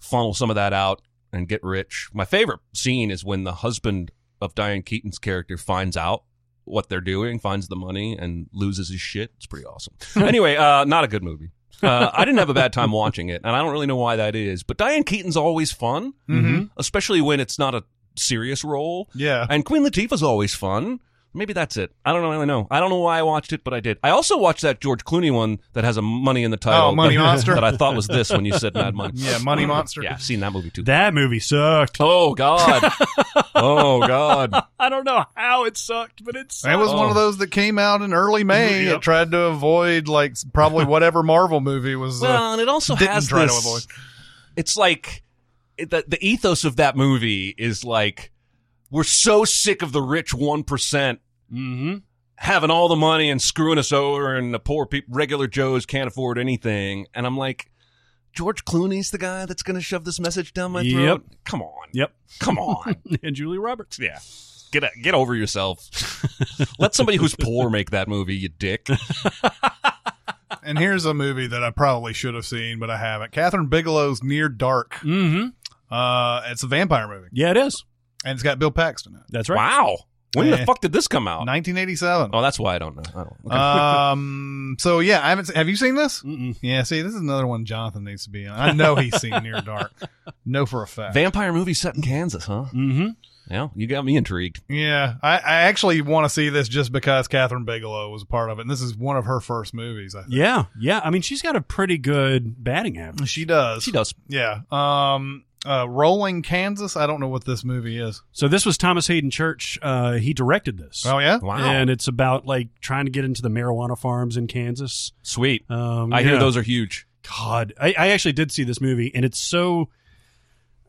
D: funnel some of that out and get rich my favorite scene is when the husband of diane keaton's character finds out what they're doing, finds the money, and loses his shit. It's pretty awesome. anyway, uh, not a good movie. Uh, I didn't have a bad time watching it, and I don't really know why that is. But Diane Keaton's always fun,
C: Mhm.
D: especially when it's not a serious role.
C: Yeah.
D: And Queen Latifah's always fun. Maybe that's it. I don't really know. I don't know why I watched it, but I did. I also watched that George Clooney one that has a money in the title.
C: Oh, Money
D: that-
C: Monster?
D: That I thought was this when you said Mad Money.
C: Yeah, Money Monster.
D: Yeah, I've seen that movie too.
A: That movie sucked.
D: oh God. oh God.
A: I don't know how it sucked, but it sucked.
C: It was one of those that came out in early May.
A: Yep.
C: It tried to avoid like s- probably whatever Marvel movie was. uh,
D: Well, and it also
C: didn't
D: has
C: try to
D: this.
C: avoid.
D: It's like it, the, the ethos of that movie is like we're so sick of the rich one percent
A: Mm-hmm.
D: having all the money and screwing us over, and the poor people, regular Joes, can't afford anything. And I'm like, George Clooney's the guy that's going to shove this message down my throat. Come on,
A: Yep.
D: come on,
A: And Julie Roberts.
D: yeah. Get, a- get over yourself. Let somebody who's poor make that movie, you dick.
C: and here's a movie that I probably should have seen, but I haven't. Catherine Bigelow's Near Dark.
A: Mm-hmm.
C: Uh, it's a vampire movie,
A: Yeah, it is.
C: and it's got Bill Paxton in it.
A: That's right.
D: Wow. When
C: Eh.
D: the fuck did this come out?
C: 1987.
D: Oh, that's why I don't know. I don't. okay.
C: um. So yeah, I haven't. se- Have you seen this?
A: Mm-mm.
C: Yeah. See, this is another one Jonathan needs to be in. I know he's seen Near Dark. No, for a
A: Uh,
C: fact.
D: Vampire movie set in Kansas, huh?
A: Mm-hmm.
D: Yeah, you got me intrigued.
C: yeah, I, I actually want to see this just because Catherine Bigelow was a part of it, and this is one of her first movies. I think.
A: Yeah, yeah. I mean, she's got a pretty good batting average.
C: She does.
D: She does.
C: Yeah. Um. Uh. Rolling Kansas. I don't know what this movie is.
A: So this was Thomas Hayden Church. Uh, he directed this.
C: Oh yeah.
D: Wow,
A: And it's about like trying to get into the marijuana farms in Kansas.
D: sweet.
A: Um,
D: I
A: yeah.
D: hear those are huge.
A: God, I, I actually did see this movie, and it's so.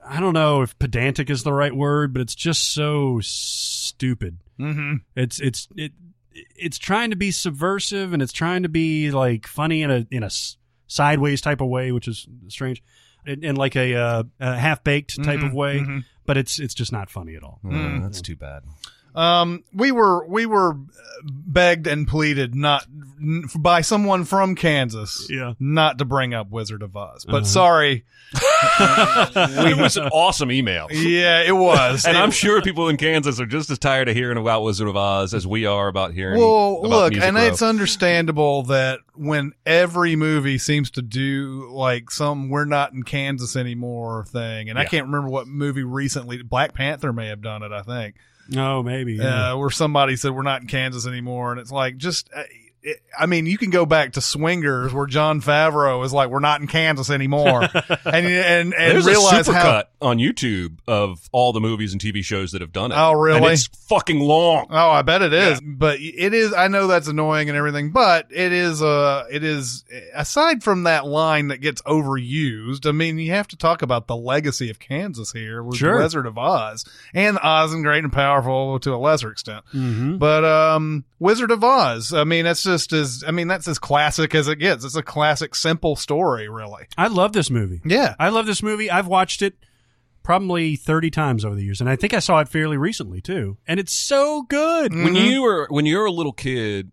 A: I don't know if pedantic is the right word, but it's just so stupid.
C: Mm-hmm.
A: It's it's it it's trying to be subversive, and it's trying to be like funny in a in a s- sideways type of way, which is strange, in, in like a, uh, a half baked type of way. But it's it's just not funny at all.
C: Hmm.
D: Mm, that's too bad.
C: Um. We were we were uh, begged and pleaded not n- by someone from Kansas.
A: Yeah.
C: Not to bring up Wizard of Oz,
D: Uh-huh.
C: but sorry.
D: it was an awesome email,
C: Yeah, it was.
D: and
C: It-
D: I'm sure people in Kansas are just as tired of hearing about Wizard of Oz as we are about hearing.
C: Well,
D: about
C: look,
D: Music
C: and
D: Row.
C: it's understandable that when every movie seems to do like some "we're not in Kansas anymore" thing, and I
D: Yeah.
C: can't remember what movie recently Black Panther may have done it, I think,
A: No, Oh, maybe. yeah.
C: uh, where somebody said we're not in Kansas anymore, and it's like just. Uh, it, I mean, you can go back to Swingers, where John Favreau is like, "We're not in Kansas anymore," and and and
D: there's
C: realize
D: a
C: how
D: supercut on YouTube of all the movies and TV shows that have done it.
C: Oh,
D: And
C: really?
D: it's fucking long.
C: Oh, I bet it is. But it is. I know that's annoying and everything, but it is. Uh, it is. Aside from that line that gets overused, I mean, you have to talk about the legacy of Kansas here with
A: Sure.
C: the Wizard of Oz and Oz and Great and Powerful to a lesser extent.
A: Mm-hmm.
C: But um, Wizard of Oz. I mean, that's just as. I mean, that's as classic as it gets. It's a classic, simple story, really.
A: I love this movie.
C: Yeah.
A: I love this movie. I've watched it probably 30 times over the years, and I think I saw it fairly recently, too. And it's so good.
D: When you were when you were a little kid,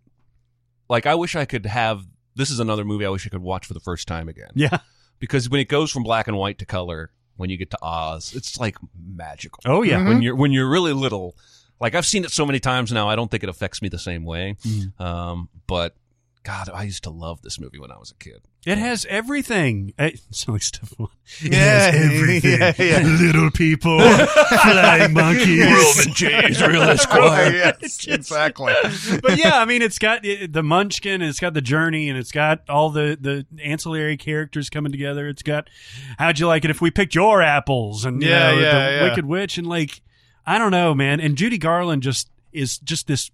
D: like I wish I could have. This is another movie I wish I could watch for the first time again.
A: Yeah.
D: because when it goes from black and white to color when you get to oz it's like magical
A: Oh, yeah.
D: when you're when you're really little like i've seen it so many times now i don't think it affects me the same way
A: Mm-hmm.
D: um, but god i used to love this movie when i was a kid
A: It has everything. Eh, It sounds like stuff. It
C: Yeah,
A: has everything.
C: yeah, yeah.
A: Little people, flying monkeys.
D: jays real
C: Oh, yes, exactly.
A: but yeah, I mean, it's got uh, the Munchkin, and it's got the journey, and it's got all the the ancillary characters coming together. It's got how'd you like it if we picked your apples, and you
C: Yeah,
A: know,
C: yeah,
A: the
C: yeah.
A: Wicked Witch, and like I don't know, man. And Judy Garland just is just this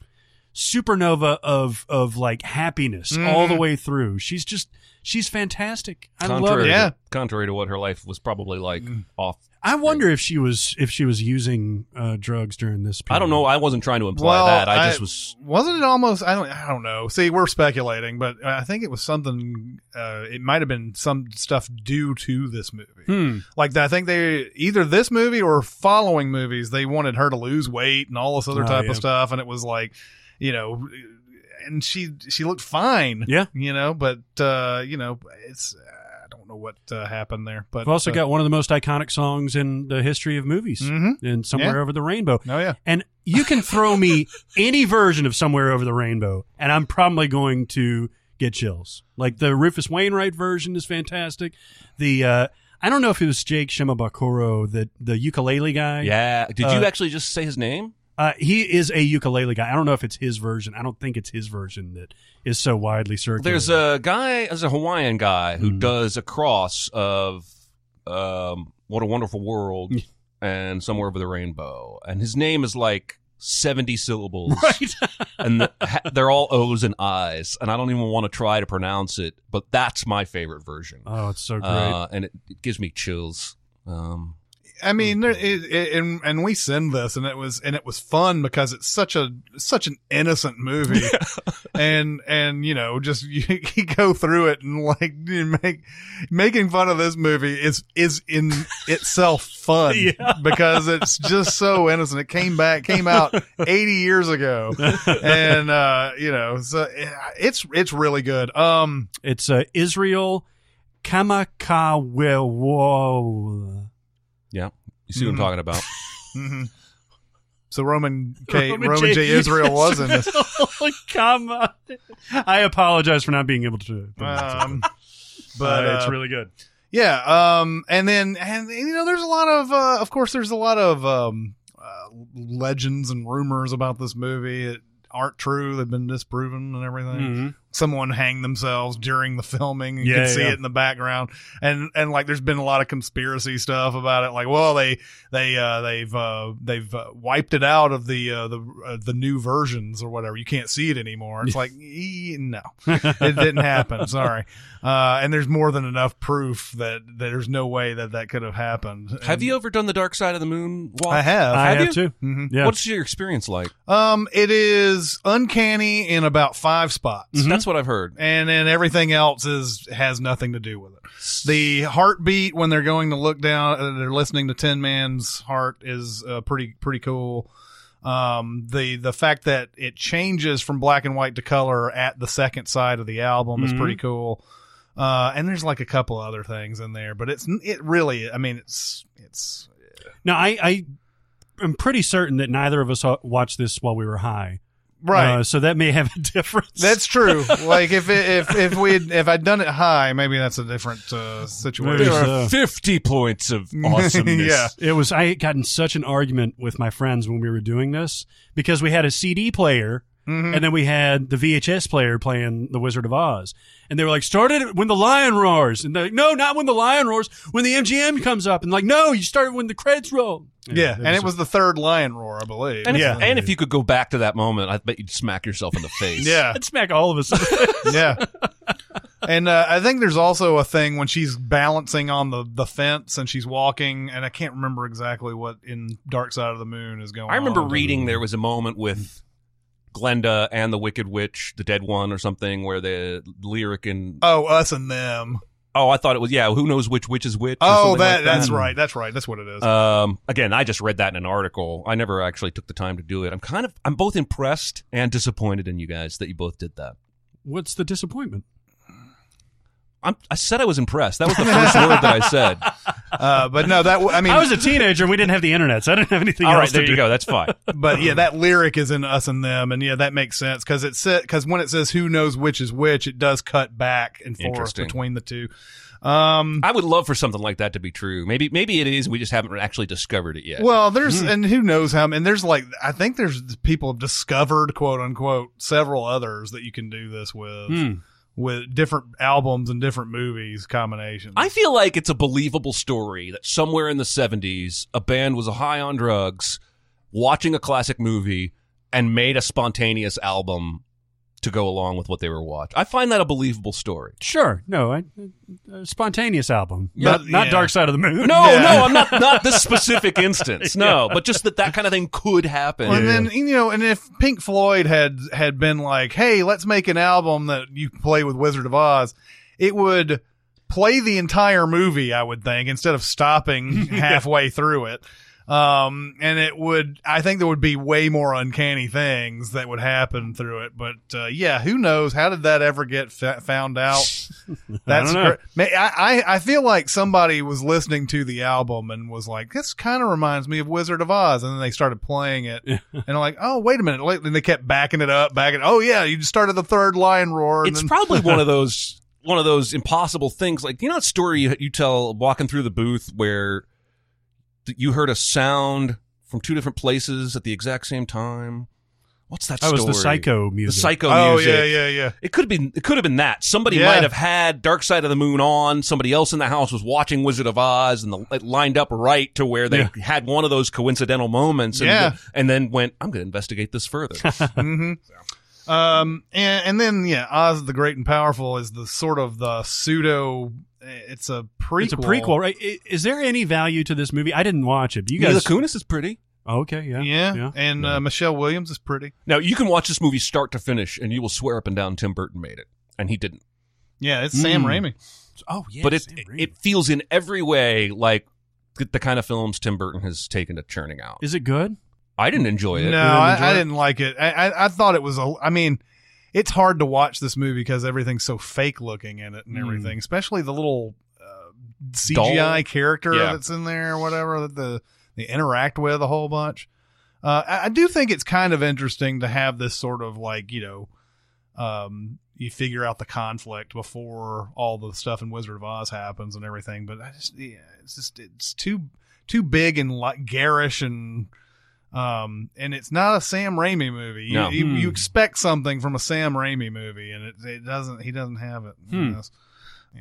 A: supernova of of like happiness all the
C: Mm-hmm.
A: way through. She's just she's fantastic. I love Mm.
D: contrary,
A: it.
C: Yeah.
D: to, contrary to what her life was probably like off
A: I wonder if she was if she was using uh, drugs during this. Period.
D: i don't know i wasn't trying to imply that i just was
C: Wasn't it almost? I don't. I don't know. See, we're speculating, but I think it was something. Uh, it might have been some stuff due to this movie.
A: Hmm.
C: Like I think they either this movie or following movies they wanted her to lose weight and all this other
A: Oh,
C: type
A: yeah.
C: of stuff, and it was like, you know, and she she looked fine.
A: Yeah.
C: you know, but uh, you know, it's. don't know what uh, happened there, but
A: We've also
C: uh,
A: got one of the most iconic songs in the history of movies,
D: Mm-hmm.
C: Mhm.
A: in Somewhere
C: Yeah.
A: Over the Rainbow.
C: Oh yeah,
A: And you can throw me any version of Somewhere Over the Rainbow, and I'm probably going to get chills. Like the Rufus Wainwright version is fantastic. The uh, I don't know if it was Jake Shimabakuro, the the ukulele guy.
D: Yeah. Did you
A: Uh,
D: actually just say his name?
A: Uh, he is a ukulele guy. I don't know if it's his version. I don't think it's his version that is so widely circulated.
D: There's a guy, there's a Hawaiian guy
C: Hmm.
D: who does a cross of um, What a Wonderful World and Somewhere Over the Rainbow. And his name is like 70 syllables.
A: right.
D: and the, ha- they're all O's and I's. And I don't even want to try to pronounce it, but that's my favorite version.
A: oh, it's so great.
D: Uh, and it, it gives me chills. Um,
C: I mean, there, it, it, and and we send this, and it was and it was fun because it's such a such an innocent movie, and and you know just you, you go through it and like you make making fun of this movie is is in itself fun because it's just so innocent. It came back came out eighty years ago, and uh, you know so it, it's it's really good. Um,
A: It's uh, Israel Kamakawewo.
D: you see what
C: Hmm.
D: I'm talking about?
C: mhm. so Roman K
A: Roman
C: Roman,
A: J.
C: J. Israel was in this.
A: Kama. I apologize for not being able to.
C: Um,
A: but
C: but
A: it's
C: uh,
A: really good.
C: yeah um and then and you know there's a lot of uh, of course there's a lot of um uh, legends and rumors about this movie that aren't true they've been disproven and
A: Mm-hmm.
C: everything
D: Mm-hmm.
C: someone hanged themselves during the filming and you
A: Yeah,
C: can see
A: yeah.
C: it in the background and and like there's been a lot of conspiracy stuff about it like well they they uh they've uh they've uh, wiped it out of the uh, the uh, the new versions or whatever you can't see it anymore it's like e- no it didn't happen sorry uh and there's more than enough proof that, that there's no way that that could have happened And
D: Have you ever done the Dark Side of the Moon walk?
C: i have
A: I have
D: you?
A: too.
C: Mhm.
A: Yeah.
D: What's your experience like?
C: um it is uncanny in about five spots
A: Mm-hmm.
D: That's what I've heard.
C: and then everything else is has nothing to do with it. The heartbeat when they're going to look down, uh, they're listening to Tin Man's heart is uh, pretty pretty cool. Um, the the fact that it changes from black and white to color at the second side of the album is pretty cool. Uh, and there's like a couple other things in there, but it's it really, I mean, it's it's
A: Now, I, I am pretty certain that neither of us saw- watched this while we were high.
C: right.
A: Uh, so that may have a difference.
C: that's true. like if it, if if we would if I'd done it high, maybe that's a different uh, situation.
A: There are Yeah.
D: 50 points of
C: Uh. yeah,
A: It was. I had gotten such an argument with my friends when we were doing this because we had a CD player
D: Mm-hmm.
A: and then we had the VHS player playing The Wizard of Oz, and they were like, "Start it when the lion roars," and they're like, "No, not when the lion roars. When the MGM comes up," and like, "No, you start when the credits roll."
C: Yeah, and it was the third lion roar, I believe.
D: And,
A: Yeah.
D: if, and if you could go back to that moment, I bet you'd smack yourself in the face.
C: yeah,
A: I'd smack all of us. I
C: yeah. And uh, I think there's also a thing when she's balancing on the, the fence and she's walking, and I can't remember exactly what in Dark Side of the Moon is going.
D: I remember
C: on.
D: reading there was a moment with Glenda and the Wicked Witch, the dead one or something, where the lyric and
C: Oh, us and them.
D: oh, I thought it was yeah, who knows which witch is which? or
C: Oh,
D: something
C: that,
D: like
C: that's right. That's right. That's what it is.
D: Um, again, I just read that in an article. I never actually took the time to do it. I'm kind of I'm both impressed and disappointed in you guys that you both did that.
A: What's the disappointment?
D: I'm, I said I was impressed. That was the first word that I said.
C: Uh, but no, that w- I mean,
A: I was a teenager and we didn't have the internet, so I didn't have anything
D: All
A: else
D: right,
A: to
D: there you
A: do.
D: go. That's fine.
C: but yeah, that lyric is in us and them, and yeah, that makes sense because it because when it says who knows which is which, it does cut back and forth
D: Interesting.
C: between the two. Um,
D: I would love for something like that to be true. Maybe maybe it is. and We just haven't actually discovered it yet.
C: Well, there's and who knows how and there's like I think there's people have discovered quote unquote several others that you can do this with with different albums and different movies combinations.
D: I feel like it's a believable story that somewhere in the 70s, a band was high on drugs, watching a classic movie, and made a spontaneous album to go along with what they were watching. I find that a believable story.
A: Sure. No, I, a spontaneous album.
C: Yeah.
A: Not, not
C: Yeah.
A: Dark Side of the Moon.
D: No,
C: Yeah.
D: no, I'm not not this specific instance. No, but just that that kind of thing could happen.
C: Well, and then you know, and if Pink Floyd had had been like, "Hey, let's make an album that you play with Wizard of Oz," it would play the entire movie, I would think, instead of stopping halfway through it. Um, and it would, I think there would be way more uncanny things that would happen through it. But uh, yeah, who knows? How did that ever get fa- found out? That's
A: don't know.
C: great. Ma- I, I I feel like somebody was listening to the album and was like, "This kind of reminds me of Wizard of Oz," and then they started playing it, and they're like, "Oh, wait a minute!" Like, And they kept backing it up, backing. Oh yeah, you just started the third lion roar. And
D: it's
C: then,
D: probably one of those one of those impossible things. Like you know that story you, you tell walking through the booth where th- you heard a sound from two different places at the exact same time. What's that?
A: That was
D: story?
A: the psycho
D: The
A: music.
D: psycho
C: oh
D: music.
C: yeah, yeah, yeah.
D: It could have been. It could have been that somebody
C: Yeah.
D: might have had Dark Side of the Moon on. Somebody else in the house was watching Wizard of Oz, and the, it lined up right to where they had one of those coincidental moments. And,
C: Yeah.
D: and then went, "I'm going to investigate this further."
C: Um, and, and then yeah, Oz the Great and Powerful is the sort of the pseudo. eh, It's a prequel.
A: It's a prequel, right? I- Is there any value to this movie? I didn't watch it. but You
D: Mila
A: guys,
D: Kunis is pretty.
A: Oh, okay, yeah,
C: Yeah, and Uh, Michelle Williams is pretty.
D: Now you can watch this movie start to finish, and you will swear up and down Tim Burton made it, and he didn't.
C: Yeah, it's Sam Raimi.
A: oh yeah,
D: but it
A: Sam Raimi.
D: it feels in every way like th- the kind of films Tim Burton has taken to churning out.
A: is it good?
D: I didn't enjoy it.
C: No,
A: didn't
C: I,
A: enjoy
C: I
A: it?
C: didn't like it. I, I, I thought it was a. I mean, it's hard to watch this movie because everything's so fake looking in it and everything, especially the little uh, CGI
D: Hmm. Doll.
C: character
D: Yeah.
C: that's in there or whatever that the they interact with a whole bunch. Uh, I, I do think it's kind of interesting to have this sort of like you know. Um, you figure out the conflict before all the stuff in Wizard of Oz happens and everything, but I just, yeah, it's just it's too too big and like garish and um, and it's not a Sam Raimi movie. You,
D: No.
C: you,
A: Hmm.
C: you expect something from a Sam Raimi movie, and it, it doesn't. He doesn't have it.
A: Hmm.
C: Yes.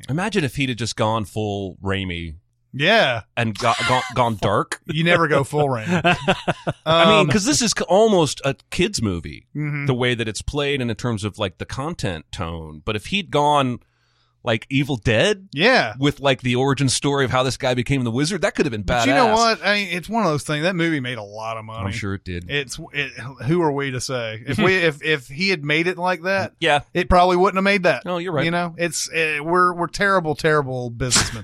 D: Imagine if he'd have just gone full Raimi
C: Yeah,
D: and got, gone, gone dark.
C: you never go full Raimi.
D: I mean,
C: Um,
D: because this is c- almost a kids' movie,
C: mhm.
D: the way that it's played and in terms of like the content tone. But if he'd gone like Evil Dead
C: yeah.
D: with like the origin story of how this guy became the wizard, that could have been badass.
C: But you know what? I mean, it's one of those things. That movie made a lot of money.
D: I'm Oh, sure it did.
C: It's it, who are we to say if we if if he had made it like that,
D: yeah,
C: it probably wouldn't have made that.
D: No, Oh, you're right.
C: You know, it's uh, we're we're terrible, terrible businessmen.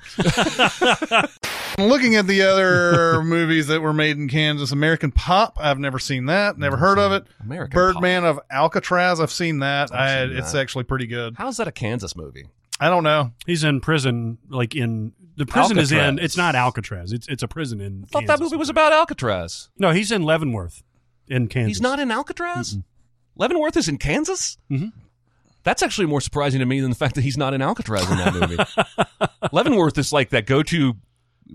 C: Looking at the other movies that were made in Kansas, American Pop, I've never seen that, never heard of it.
D: American
C: Birdman of Alcatraz, I've seen that. I,
D: I've seen
C: It's
D: that.
C: actually pretty good.
D: How's that a Kansas movie?
C: I don't know.
A: He's in prison, like in the prison is in.
D: Alcatraz.
A: It's not Alcatraz. It's it's a prison in.
D: I thought that
A: Kansas.
D: movie was about Alcatraz.
A: No, he's in Leavenworth, in Kansas.
D: He's not in Alcatraz? Leavenworth is in Kansas?
A: Mm-hmm.
D: That's actually more surprising to me than the fact that he's not in Alcatraz in that movie. Leavenworth is like that go to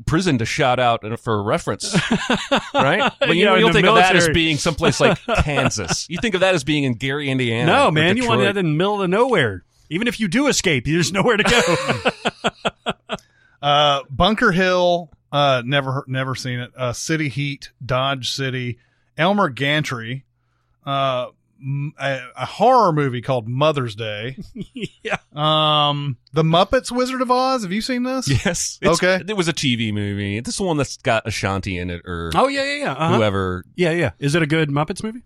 D: prison to shout out for a reference, right? But you
A: Yeah, in
D: you'll
A: the
D: think of that as
A: military.
D: being someplace like Kansas. You think of that as being in Gary, Indiana.
A: No,
D: or
A: man, you want
D: Detroit.
A: that in the middle of nowhere. Even if you do escape, there's nowhere to go.
C: Uh, Bunker Hill, uh, never heard- never seen it. Uh, City Heat, Dodge City, Elmer Gantry, uh, m- a, a horror movie called Mother's Day.
A: Yeah.
C: Um, The Muppets Wizard of Oz. Have you seen this?
D: Yes. It's-
C: Okay.
D: It was a TV movie. This is the one that's got Ashanti in it or
A: oh yeah, yeah, yeah. Uh-huh.
D: whoever.
A: Yeah, yeah. Is it a good Muppets movie?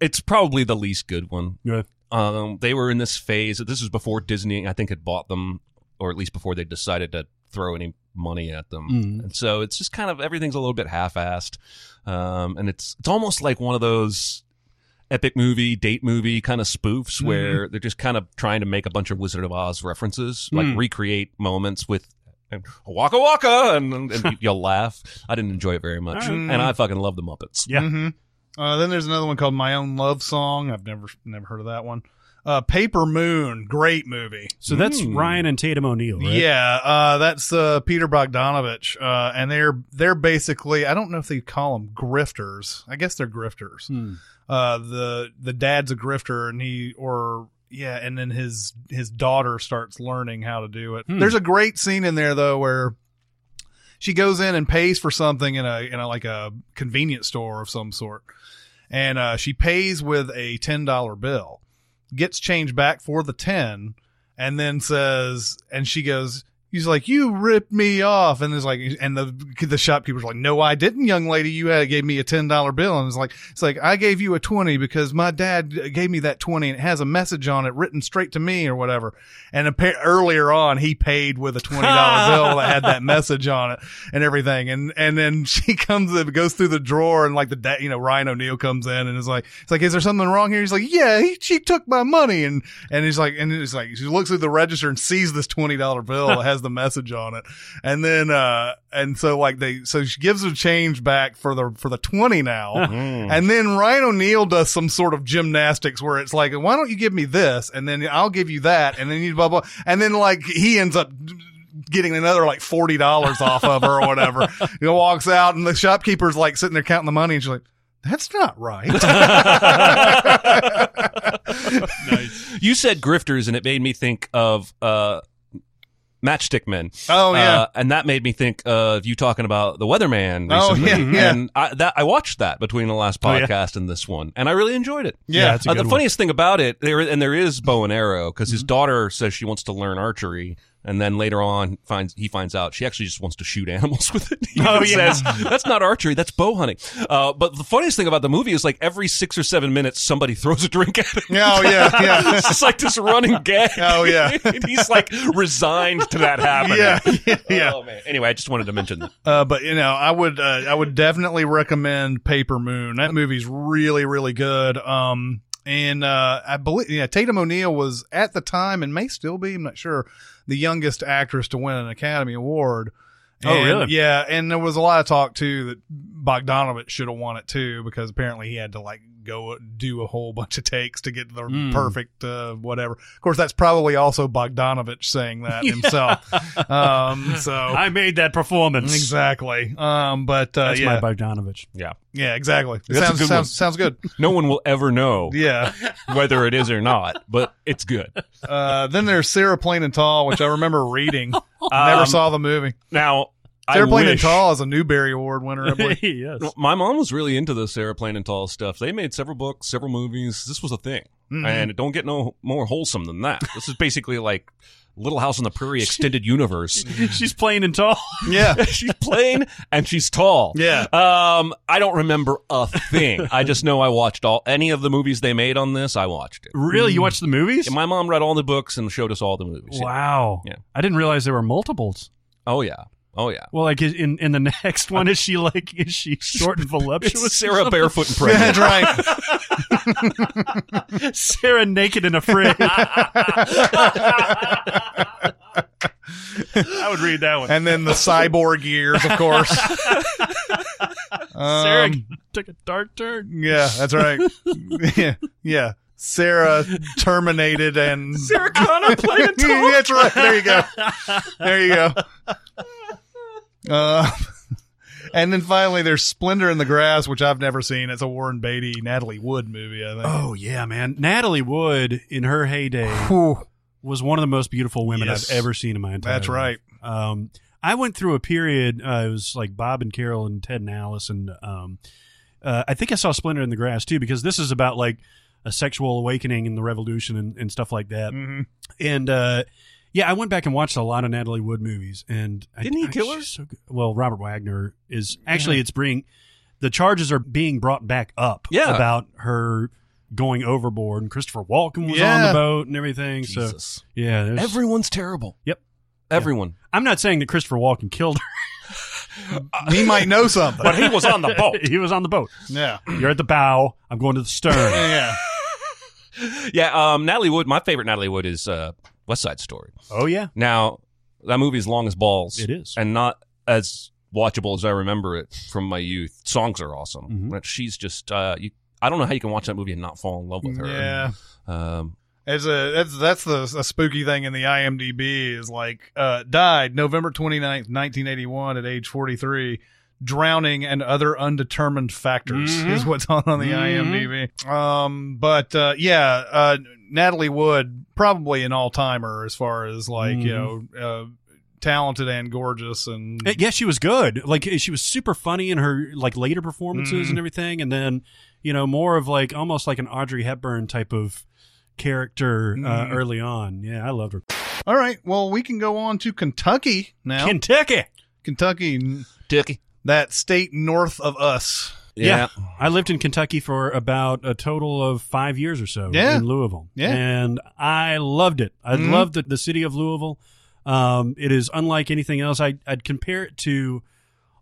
D: It's probably the least good one.
A: Yeah.
D: um, they were in this phase. This was before Disney, I think, had bought them, or at least before they decided to throw any money at them.
A: Mm.
D: And so it's just kind of everything's a little bit half-assed, um, and it's it's almost like one of those epic movie, date movie kind of spoofs where they're just kind of trying to make a bunch of Wizard of Oz references, like recreate moments with. And waka waka, and, and you- you'll laugh. I didn't enjoy it very much, and I fucking love the Muppets.
A: Yeah.
C: hmm Uh, then there's another one called My Own Love Song. I've never never heard of that one. Uh, Paper Moon, great movie.
A: So that's
D: Mm.
A: Ryan and Tatum O'Neill, right?
C: Yeah, uh, that's uh, Peter Bogdanovich, uh, and they're they're basically I don't know if they call them grifters. I guess they're grifters.
A: Hmm.
C: Uh, the the dad's a grifter, and he or yeah, and then his his daughter starts learning how to do it.
A: Hmm.
C: There's a great scene in there though where she goes in and pays for something in a in a like a convenience store of some sort, and uh, she pays with a ten dollar bill, gets change back for the ten, and then says, and she goes, He's like, "You ripped me off," and it's like, and the the shopkeeper's like, "No, I didn't, young lady. You had gave me a ten dollar bill," and it's like, it's like I gave you a twenty because my dad gave me that twenty, and it has a message on it written straight to me or whatever. And appa- earlier on, he paid with a twenty dollar bill that had that message on it and everything. And and then she comes and goes through the drawer, and like the da- you know Ryan O'Neal comes in and is like, it's like, "Is there something wrong here?" He's like, "Yeah, he, she took my money," and and he's like, and it's like she looks through the register and sees this twenty dollar bill that has the message on it, and then uh and so like they so she gives her change back for the for the twenty now, and then Ryan O'Neal does some sort of gymnastics where it's like, why don't you give me this, and then I'll give you that, and then you blah blah, and then like he ends up getting another like forty dollars off of her or whatever. He walks out, and the shopkeeper's like sitting there counting the money, and she's like. That's not right. Oh,
D: You said grifters, and it made me think of uh, matchstick men.
C: Oh, yeah.
D: Uh, and that made me think of you talking about the Weatherman.
C: Oh,
D: Recently.
C: yeah, yeah.
D: And I, that I watched that between the last
A: Oh, yeah.
D: podcast and this one, and I really enjoyed it.
C: yeah,
A: that's a
D: Uh,
A: good
D: the
A: one.
D: funniest thing about it, there and there is bow and arrow because his daughter says she wants to learn archery, and then later on finds he finds out she actually just wants to shoot animals with it. He
A: Oh,
D: even
A: yeah.
D: says, that's not archery, that's bow hunting. Uh, but the funniest thing about the movie is like every six or seven minutes somebody throws a drink at him.
C: Yeah, oh, yeah, yeah.
D: it's just like this running gag.
C: Oh, yeah.
D: and he's like resigned to that happening.
C: yeah, yeah, yeah.
D: Oh man. Anyway, I just wanted to mention that.
C: Uh, but you know, I would uh, I would definitely recommend Paper Moon. That movie's really really good. Um, and uh, I believe yeah, Tatum O'Neill was at the time and may still be. I'm not sure the youngest actress to win an Academy Award.
A: Oh,
C: And-
A: really?
C: Yeah, and there was a lot of talk too that Bogdanovich should have won it too because apparently he had to like go do a whole bunch of takes to get the
A: Hmm.
C: perfect uh, whatever. Of course, that's probably also Bogdanovich saying that himself. um, so
A: I made that performance.
C: Exactly. Um, but uh,
A: That's
C: yeah,
A: my Bogdanovich.
D: Yeah.
C: yeah, exactly. It
D: That's a
C: sounds
D: good
C: sounds sounds good.
D: No one will ever know
C: Yeah.
D: whether it is or not, but it's good.
C: Uh, then there's Sarah Plain and Tall, which I remember reading. Never
D: Um,
C: saw the movie.
D: Now
C: Sarah
D: I
C: Plain and
D: wish,
C: Tall is a Newbery Award winner. I believe.
A: yes.
D: My mom was really into the Sarah Plain and Tall stuff. They made several books, several movies. This was a thing,
C: Mhm.
D: and it don't get no more wholesome than that. This is basically like Little House on the Prairie extended universe.
A: She's plain and tall.
C: yeah.
D: she's plain and she's tall.
C: Yeah.
D: Um, I don't remember a thing. I just know I watched all any of the movies they made on this. I watched it.
A: Really?
C: Mm.
A: You watch the movies?
D: And my mom read all the books and showed us all the movies. Yeah.
A: Wow.
D: Yeah.
A: I didn't realize there were multiples.
D: Oh yeah. Oh yeah.
A: Well, like is- in in the next one, is she like is she short and
D: It's
A: voluptuous?
D: Sarah barefoot and pregnant.
C: That's right.
A: Sarah naked in a fridge. I would read that one.
C: And then the cyborg years, of course.
A: Sarah
C: Um,
A: took a dark turn.
C: yeah, that's right. yeah, yeah. Sarah terminated and
A: Sarah Connor playing
C: Yeah, That's right. There you go. There you go. Uh, and then finally, there's Splendor in the Grass, which I've never seen. It's a Warren Beatty, Natalie Wood movie, I think.
A: Oh yeah, man. Natalie Wood in her heyday
C: Whew.
A: was one of the most beautiful women
C: Yes.
A: I've ever seen in my entire.
C: That's
A: life.
C: right.
A: Um, I went through a period. Uh, it was like Bob and Carol and Ted and Alice, and um, uh, I think I saw Splendor in the Grass too, because this is about like a sexual awakening and the revolution and, and stuff like
D: Mm.
A: that.
C: Mhm.
A: And uh, yeah, I went back and watched a lot of Natalie Wood movies, and I-
D: Didn't he
A: I-
D: kill her?
A: she's so good. well, Robert Wagner is actually it's bringing the charges are being brought back up
D: Yeah.
A: about her going overboard, and Christopher Walken was on
C: Yeah.
A: the boat and everything. So
D: Jesus.
A: yeah, there's-
D: Everyone's terrible.
A: Yep.
D: Everyone.
A: I'm not saying that Christopher Walken killed her.
C: He might know something.
D: But he was on the boat.
A: he was on the boat.
C: yeah.
A: You're at the bow. I'm going to the stern.
C: Yeah.
D: yeah. Um, Natalie Wood. My favorite Natalie Wood is uh, West Side Story.
A: oh yeah,
D: Now that movie's long as balls.
A: It is.
D: and not as watchable as I remember it from my youth. Songs are awesome.
A: Mhm.
D: But she's just. Uh, you, I don't know how you can watch that movie and not fall in love with her.
C: Yeah.
D: Um,
C: It's a, that's, that's the a spooky thing in the IMDb is like, uh, died November 29th, 1981 at age 43. Drowning and other undetermined factors is what's on on the IMDb. Um, but uh, yeah, uh, Natalie Wood probably an all timer as far as like you know, uh, talented and gorgeous and
A: Uh, yeah, she was good. Like she was super funny in her like later performances and everything, and then you know more of like Mm. almost like an Audrey Hepburn type of character uh, early on. Yeah, I loved her.
C: All right. Well, we can go on to Kentucky now.
A: Kentucky.
C: Kentucky, n-
D: Dicky.
C: that state north of us.
A: Yeah. I lived in Kentucky for about a total of five years or so
C: Yeah.
A: in Louisville.
C: Yeah.
A: And I loved it. I
C: Mhm.
A: loved the, the city of Louisville. Um, it is unlike anything else. I, I'd compare it to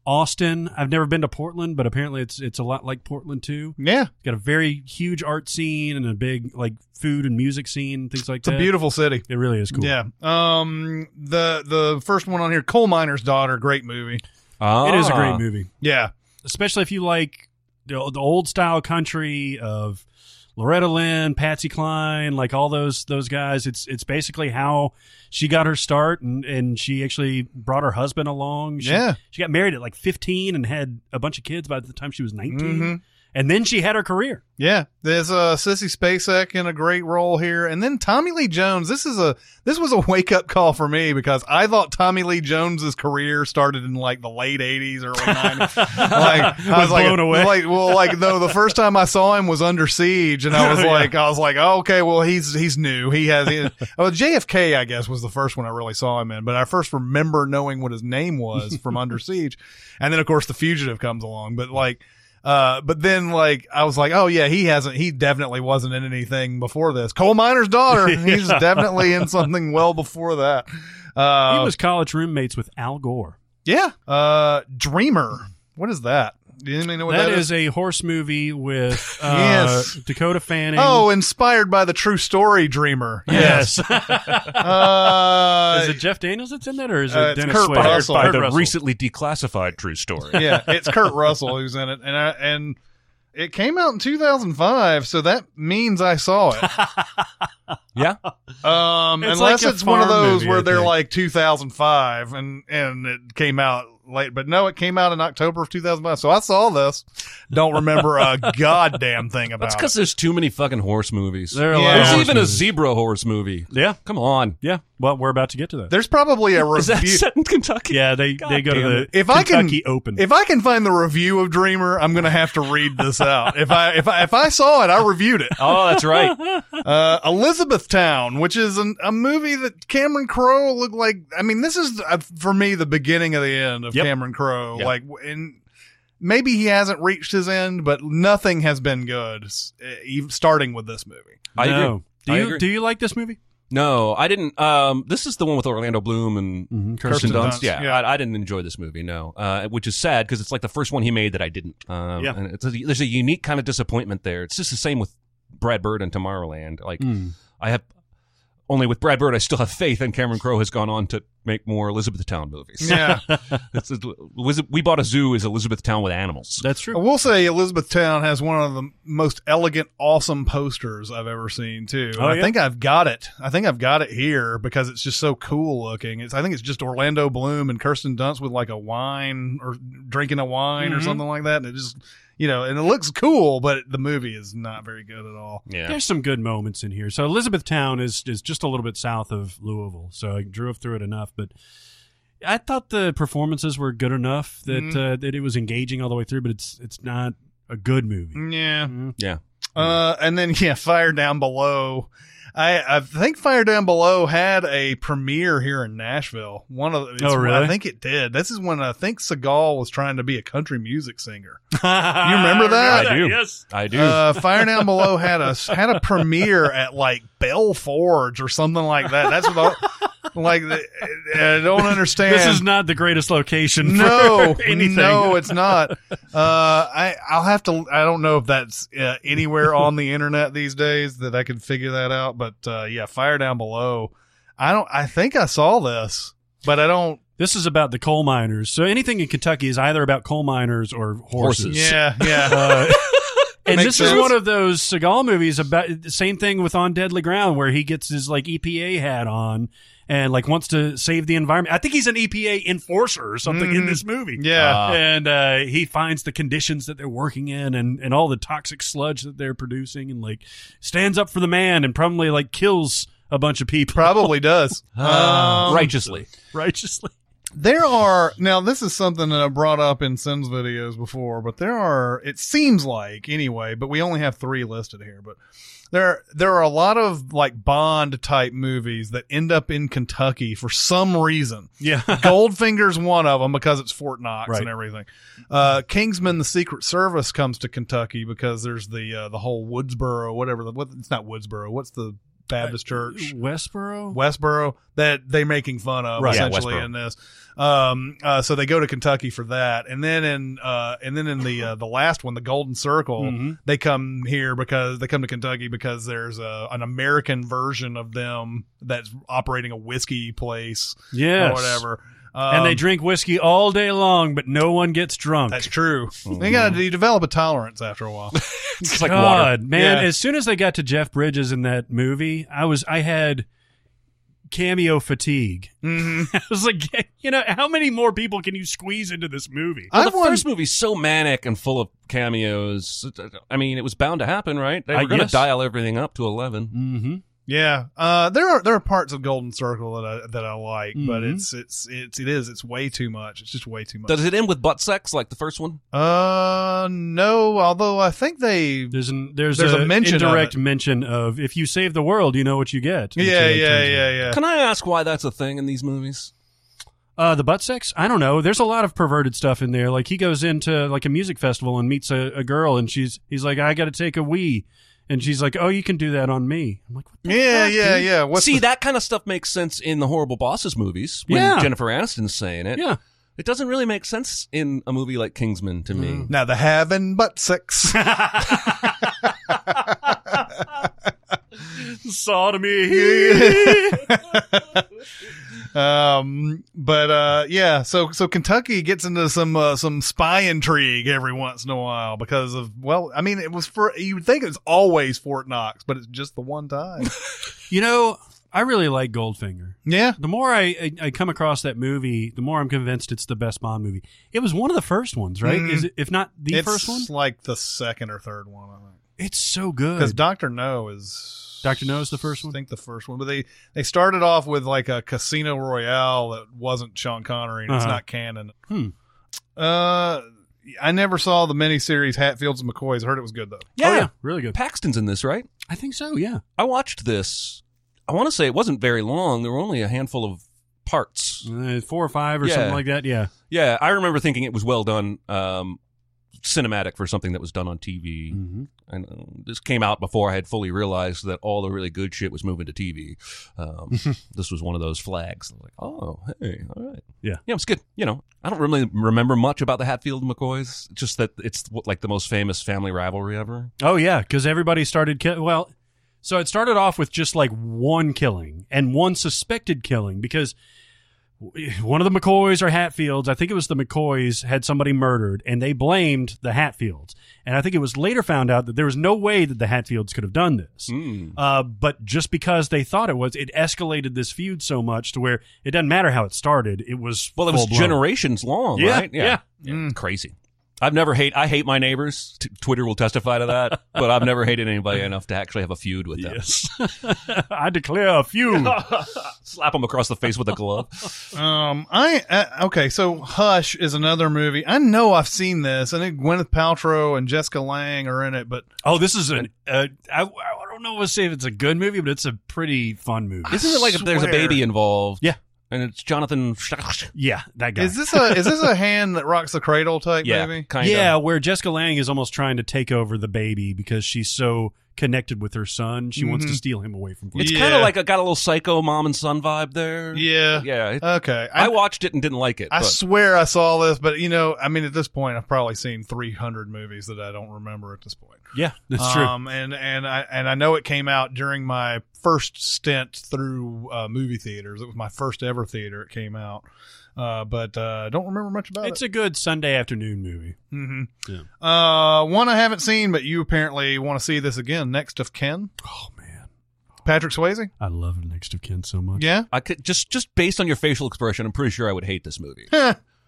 A: Austin. I've never been to Portland, but apparently it's it's a lot like Portland too.
C: Yeah.
A: It's got a very huge art scene and a big like food and music scene, things like
C: It's
A: that.
C: a beautiful city.
A: It really is cool.
C: Yeah. Um the the first one on here, Coal Miner's Daughter, great movie.
A: It is a
D: Ah,
C: Ah.
A: great movie.
C: Yeah.
A: especially if you like the, the old style country of Loretta Lynn, Patsy Cline, like all those those guys. It's it's basically how she got her start, and and she actually brought her husband along. She,
C: Yeah.
A: she got married at like fifteen and had a bunch of kids by the time she was 19
C: Mhm.
A: and then she had her career.
C: Yeah. There's uh Sissy Spacek in a great role here. And then Tommy Lee Jones. This is a this was a wake up call for me because I thought Tommy Lee Jones's career started in like the late eighties, early nineties. like I
A: Was
C: was like,
A: blown away.
C: like well like no, the first time I saw him was under siege and I was
A: Yeah.
C: like I was like, oh, okay, well he's he's new. He has he, oh JFK I guess was the first one I really saw him in, but I first remember knowing what his name was from Under Siege. And then of course the fugitive comes along. But like uh, but then like I was like, oh yeah, he hasn't. He definitely wasn't in anything before this. Coal miner's daughter. He's definitely in something well before that. Uh,
A: he was college roommates with Al Gore.
C: yeah. Uh, Dreamer. What is that? Do you even know what
A: that is, a horse movie with uh,
C: Yes.
A: Dakota Fanning.
C: Oh, inspired by the true story, Dreamer.
A: yes.
C: Uh,
A: is it Jeff Daniels that's in that, or is it
C: uh, it's
A: Dennis
C: Kurt
A: Quaid?
C: Russell.
D: By
C: Kurt
D: the
C: Russell.
D: recently declassified true story.
C: yeah, it's Kurt Russell who's in it, and I, and it came out in 2005, so that means I saw it.
D: yeah.
C: Um,
A: It's
C: unless
A: like a
C: it's one
A: farm
C: of those
A: movie, I
C: where they're
A: think.
C: like 2005 and and it came out late, but no, it came out in October of 2005. So I saw this, don't remember a goddamn thing
D: That's
C: about
D: because
C: it.
D: there's too many fucking horse movies.
A: There are a
C: Yeah.
A: lot of
D: There's
A: horse
D: even a
A: movies.
D: zebra horse movie.
A: Yeah.
D: Come on.
A: Yeah. Well, we're about to get to that.
C: There's probably a
D: Is that
C: review.
D: set in Kentucky?
A: yeah, they
D: God
A: they go to
D: damn
A: the
D: it.
C: If I can-
A: Kentucky Open.
C: If I can find the review of Dreamer, I'm gonna have to read this out. if I if I if I saw it, I reviewed it.
D: Oh, that's right.
C: Uh, Elizabethtown, which is an, a movie that Cameron Crowe looked like. I mean, this is uh, for me the beginning of the end of
A: Yep.
C: Cameron Crowe.
D: Yep.
C: Like, w- and maybe he hasn't reached his end, but nothing has been good, s- uh, even starting with this movie.
D: I
A: no.
D: agree.
A: Do
D: I
A: you
D: agree.
A: do you like this movie?
D: No, I didn't. Um, this is the one with Orlando Bloom and
A: Mhm,
D: Kirsten,
A: Kirsten
D: Dunst.
C: Dunst,
D: Yeah,
C: yeah.
D: I, I didn't enjoy this movie. No, uh, which is sad because it's like the first one he made that I didn't. Um,
A: Yeah.
D: and it's a, there's a unique kind of disappointment there. It's just the same with Brad Bird and Tomorrowland. Like I have only with Brad Bird, I still have faith, and Cameron Crowe has gone on to make more Elizabethtown movies.
C: Yeah,
D: It's- it's- Eliz- we bought a zoo is Elizabethtown with animals.
A: That's
C: I
A: true.
C: will say Elizabethtown has one of the most elegant, awesome posters I've ever seen too. And
A: Oh,
C: I
A: yeah?
C: think I've got it. I think I've got it here because it's just so cool looking. It's I think it's just Orlando Bloom and Kirsten Dunst with like a wine or drinking a wine
A: Mm-hmm.
C: or something like that. And it just you know, and it looks cool, but the movie is not very good at all.
D: Yeah,
A: There's some good moments in here. So Elizabethtown is is just a little bit south of Louisville. So I drove through it enough, but I thought the performances were good enough that
D: Mm-hmm.
A: uh, that it was engaging all the way through. But it's it's not a good movie.
C: Yeah.
A: Mm-hmm.
D: yeah.
C: Uh, and then yeah, Fire Down Below. I I think Fire Down Below had a premiere here in Nashville. One of the, it's-
A: Oh, really?
C: I think it did. This is when I think Seagal was trying to be a country music singer. You remember that?
D: I do.
A: Yes.
D: I do.
C: Uh, Fire Down Below had a had a premiere at like Bell Forge or something like that. That's what I, like the, I don't understand.
A: This is not the greatest location.
C: no,
A: for anything.
C: no, it's not. Uh, I I'll have to. I don't know if that's uh, anywhere on the internet these days that I can figure that out. But uh, yeah, fire down below. I don't. I think I saw this, but I don't.
A: This is about the coal miners. So anything in Kentucky is either about coal miners or horses.
D: Horses.
C: Yeah, yeah.
A: Uh, and
C: Makes
A: this is
C: sense.
A: one of those Seagal movies about the same thing with On Deadly Ground where he gets his like EPA hat on and like wants to save the environment. I think he's an EPA enforcer or something in
C: Mhm.
A: this movie.
C: Yeah.
D: Ah.
A: and uh, he finds the conditions that they're working in and, and all the toxic sludge that they're producing and like stands up for the man and probably like kills a bunch of people
C: Probably does. Um,
D: Righteously.
A: righteously.
C: There are now. This is something that I brought up in Sims videos before, but there are. It seems like anyway, but we only have three listed here. But there, there are a lot of like Bond type movies that end up in Kentucky for some reason.
A: Yeah.
C: Goldfinger's one of them because it's Fort Knox
A: Right.
C: and everything. Uh, Kingsman: The Secret Service comes to Kentucky because there's the uh, the whole Woodsboro, whatever. The, what, it's not Woodsboro. What's the Baptist church?
A: Westboro?
C: Westboro that they're making fun of
A: Right. Yeah,
C: essentially
D: Westboro.
C: in this. Um, uh, so they go to Kentucky for that, and then in uh, and then in the uh, the last one, the Golden Circle,
A: Mhm.
C: they come here because they come to Kentucky because there's a, an American version of them that's operating a whiskey place
A: Yes.
C: or whatever.
A: and they
C: Um,
A: drink whiskey all day long, but no one gets drunk.
C: That's true.
A: Mm-hmm.
C: They gotta you develop a tolerance after a while.
D: It's like water.
A: God, man!
C: Yeah.
A: As soon as they got to Jeff Bridges in that movie, I was I had cameo fatigue.
C: Mhm.
A: I was like, you know, how many more people can you squeeze into this movie?
D: Well,
C: I
D: the
C: won-
D: first movie's so manic and full of cameos. I mean, it was bound to happen, right? They
A: I
D: were going to
A: guess.
D: dial everything up to eleven.
A: Mm-hmm.
C: Yeah, uh, there are there are parts of Golden Circle that I that I like, but
A: Mhm.
C: it's it's it's it is it's way too much. It's just way too much.
D: Does it end with butt sex like the first one?
C: Uh, no. Although I think they.
A: There's an there's,
C: There's a mention of
A: indirect
C: it.
A: mention of if you save the world, you know what you get. And
C: Yeah,
A: so it
C: yeah,
A: turns out-
C: yeah, yeah.
D: Can I ask why that's a thing in these movies?
A: Uh, the butt sex? I don't know. There's a lot of perverted stuff in there. Like he goes into like a music festival and meets a, a girl, and she's he's like, I got to take a wee, and she's like, Oh, you can do that on me. I'm like, what the
C: Yeah,
A: fuck,
C: yeah,
A: dude?
C: yeah. What's
D: See,
C: the-
D: that kind of stuff makes sense in the Horrible Bosses movies when
A: Yeah.
D: Jennifer Aniston's saying it.
A: yeah.
D: It doesn't really make sense in a movie like Kingsman to me.
C: now the having butt sex.
A: Sodomy.
C: um, but uh, yeah. So so Kentucky gets into some uh, some spy intrigue every once in a while because of well, I mean, it was for you would think it was always Fort Knox, but it's just the one time.
A: you know, I really like Goldfinger.
C: yeah.
A: The more I, I, I come across that movie, the more I'm convinced it's the best Bond movie. It was one of the first ones, right?
C: Mhm.
A: Is it, if not the
C: it's
A: first one,
C: like the second or third one, I think.
A: it's so
C: Because
A: good.
C: Doctor No is
A: Dr. No is the first one?
C: I think the first one, but they they started off with like a Casino Royale that wasn't Sean Connery and it's
A: Uh-huh.
C: not canon.
A: Hmm.
C: Uh, I never saw the miniseries Hatfields and McCoys. I heard it was good though.
A: Oh, yeah, really good.
D: Paxton's in this, right?
A: I think so. Yeah.
D: I watched this. I want to say it wasn't very long. There were only a handful of parts.
A: Uh, four or five or
D: Yeah.
A: something like that. Yeah.
D: Yeah, I remember thinking it was well done, um, cinematic for something that was done on TV.
A: Mm-hmm.
D: And uh, this came out before I had fully realized that all the really good shit was moving to TV. Um, this was one of those flags. Like, oh, hey, all right,
A: Yeah.
D: yeah, it's good. You know, I don't really remember much about the Hatfield McCoys. Just that it's what, like the most famous family rivalry ever.
A: Oh yeah, because everybody started ki- well. So it started off with just like one killing and one suspected killing because w- one of the McCoys or Hatfields, I think it was the McCoys, had somebody murdered and they blamed the Hatfields. And I think it was later found out that there was no way that the Hatfields could have done this.
D: Hmm.
A: Uh, but just because they thought it was, it escalated this feud so much to where it doesn't matter how it started. It was
D: Well, it was
A: full-blown.
D: generations long,
A: Yeah,
D: right?
A: yeah. Hmm.
D: Crazy. I've never hate. I hate my neighbors. T- Twitter will testify to that. but I've never hated anybody enough to actually have a feud with them.
A: Yes, I declare a feud.
D: Slap them across the face with a glove.
C: Um, I uh, okay. So Hush is another movie. I know I've seen this. I think Gwyneth Paltrow and Jessica Lange are in it, but
A: Oh, this is an. Uh, I, I don't know. Say if it's a good movie, but it's a pretty fun movie.
D: Isn't it like if there's a
C: swear.
D: baby involved?
A: Yeah.
D: And it's Jonathan.
A: yeah, that guy.
C: is this a is this a hand that rocks the cradle type
D: Yeah,
C: movie?
D: kind of.
A: yeah, where Jessica Lange is almost trying to take over the baby because she's so connected with her son, she wants
C: Mm-hmm.
A: to steal him away from. her.
D: It's kind
C: Yeah.
D: of like I got a little psycho mom and son vibe there.
C: Yeah.
D: Yeah. it-
C: Okay.
D: I, watched it and didn't like it.
C: I
D: but-
C: swear I saw this, but you know, I mean, at this point, I've probably seen 300 movies that I don't remember at this point.
A: yeah, that's
C: Um, and and I and I know it came out during my first stint through uh, movie theaters. It was my first ever theater. It came out, uh, but uh, I don't remember much about
A: true. It's
C: it.
A: a good Sunday afternoon movie.
C: Mhm.
A: Yeah.
C: Uh, one I haven't seen, but you apparently want to see this again. Next of Ken,
A: Oh man,
C: Patrick Swayze.
A: I love Next of Kin so much.
C: Yeah,
D: I could just just based on your facial expression, I'm pretty sure I would hate this movie.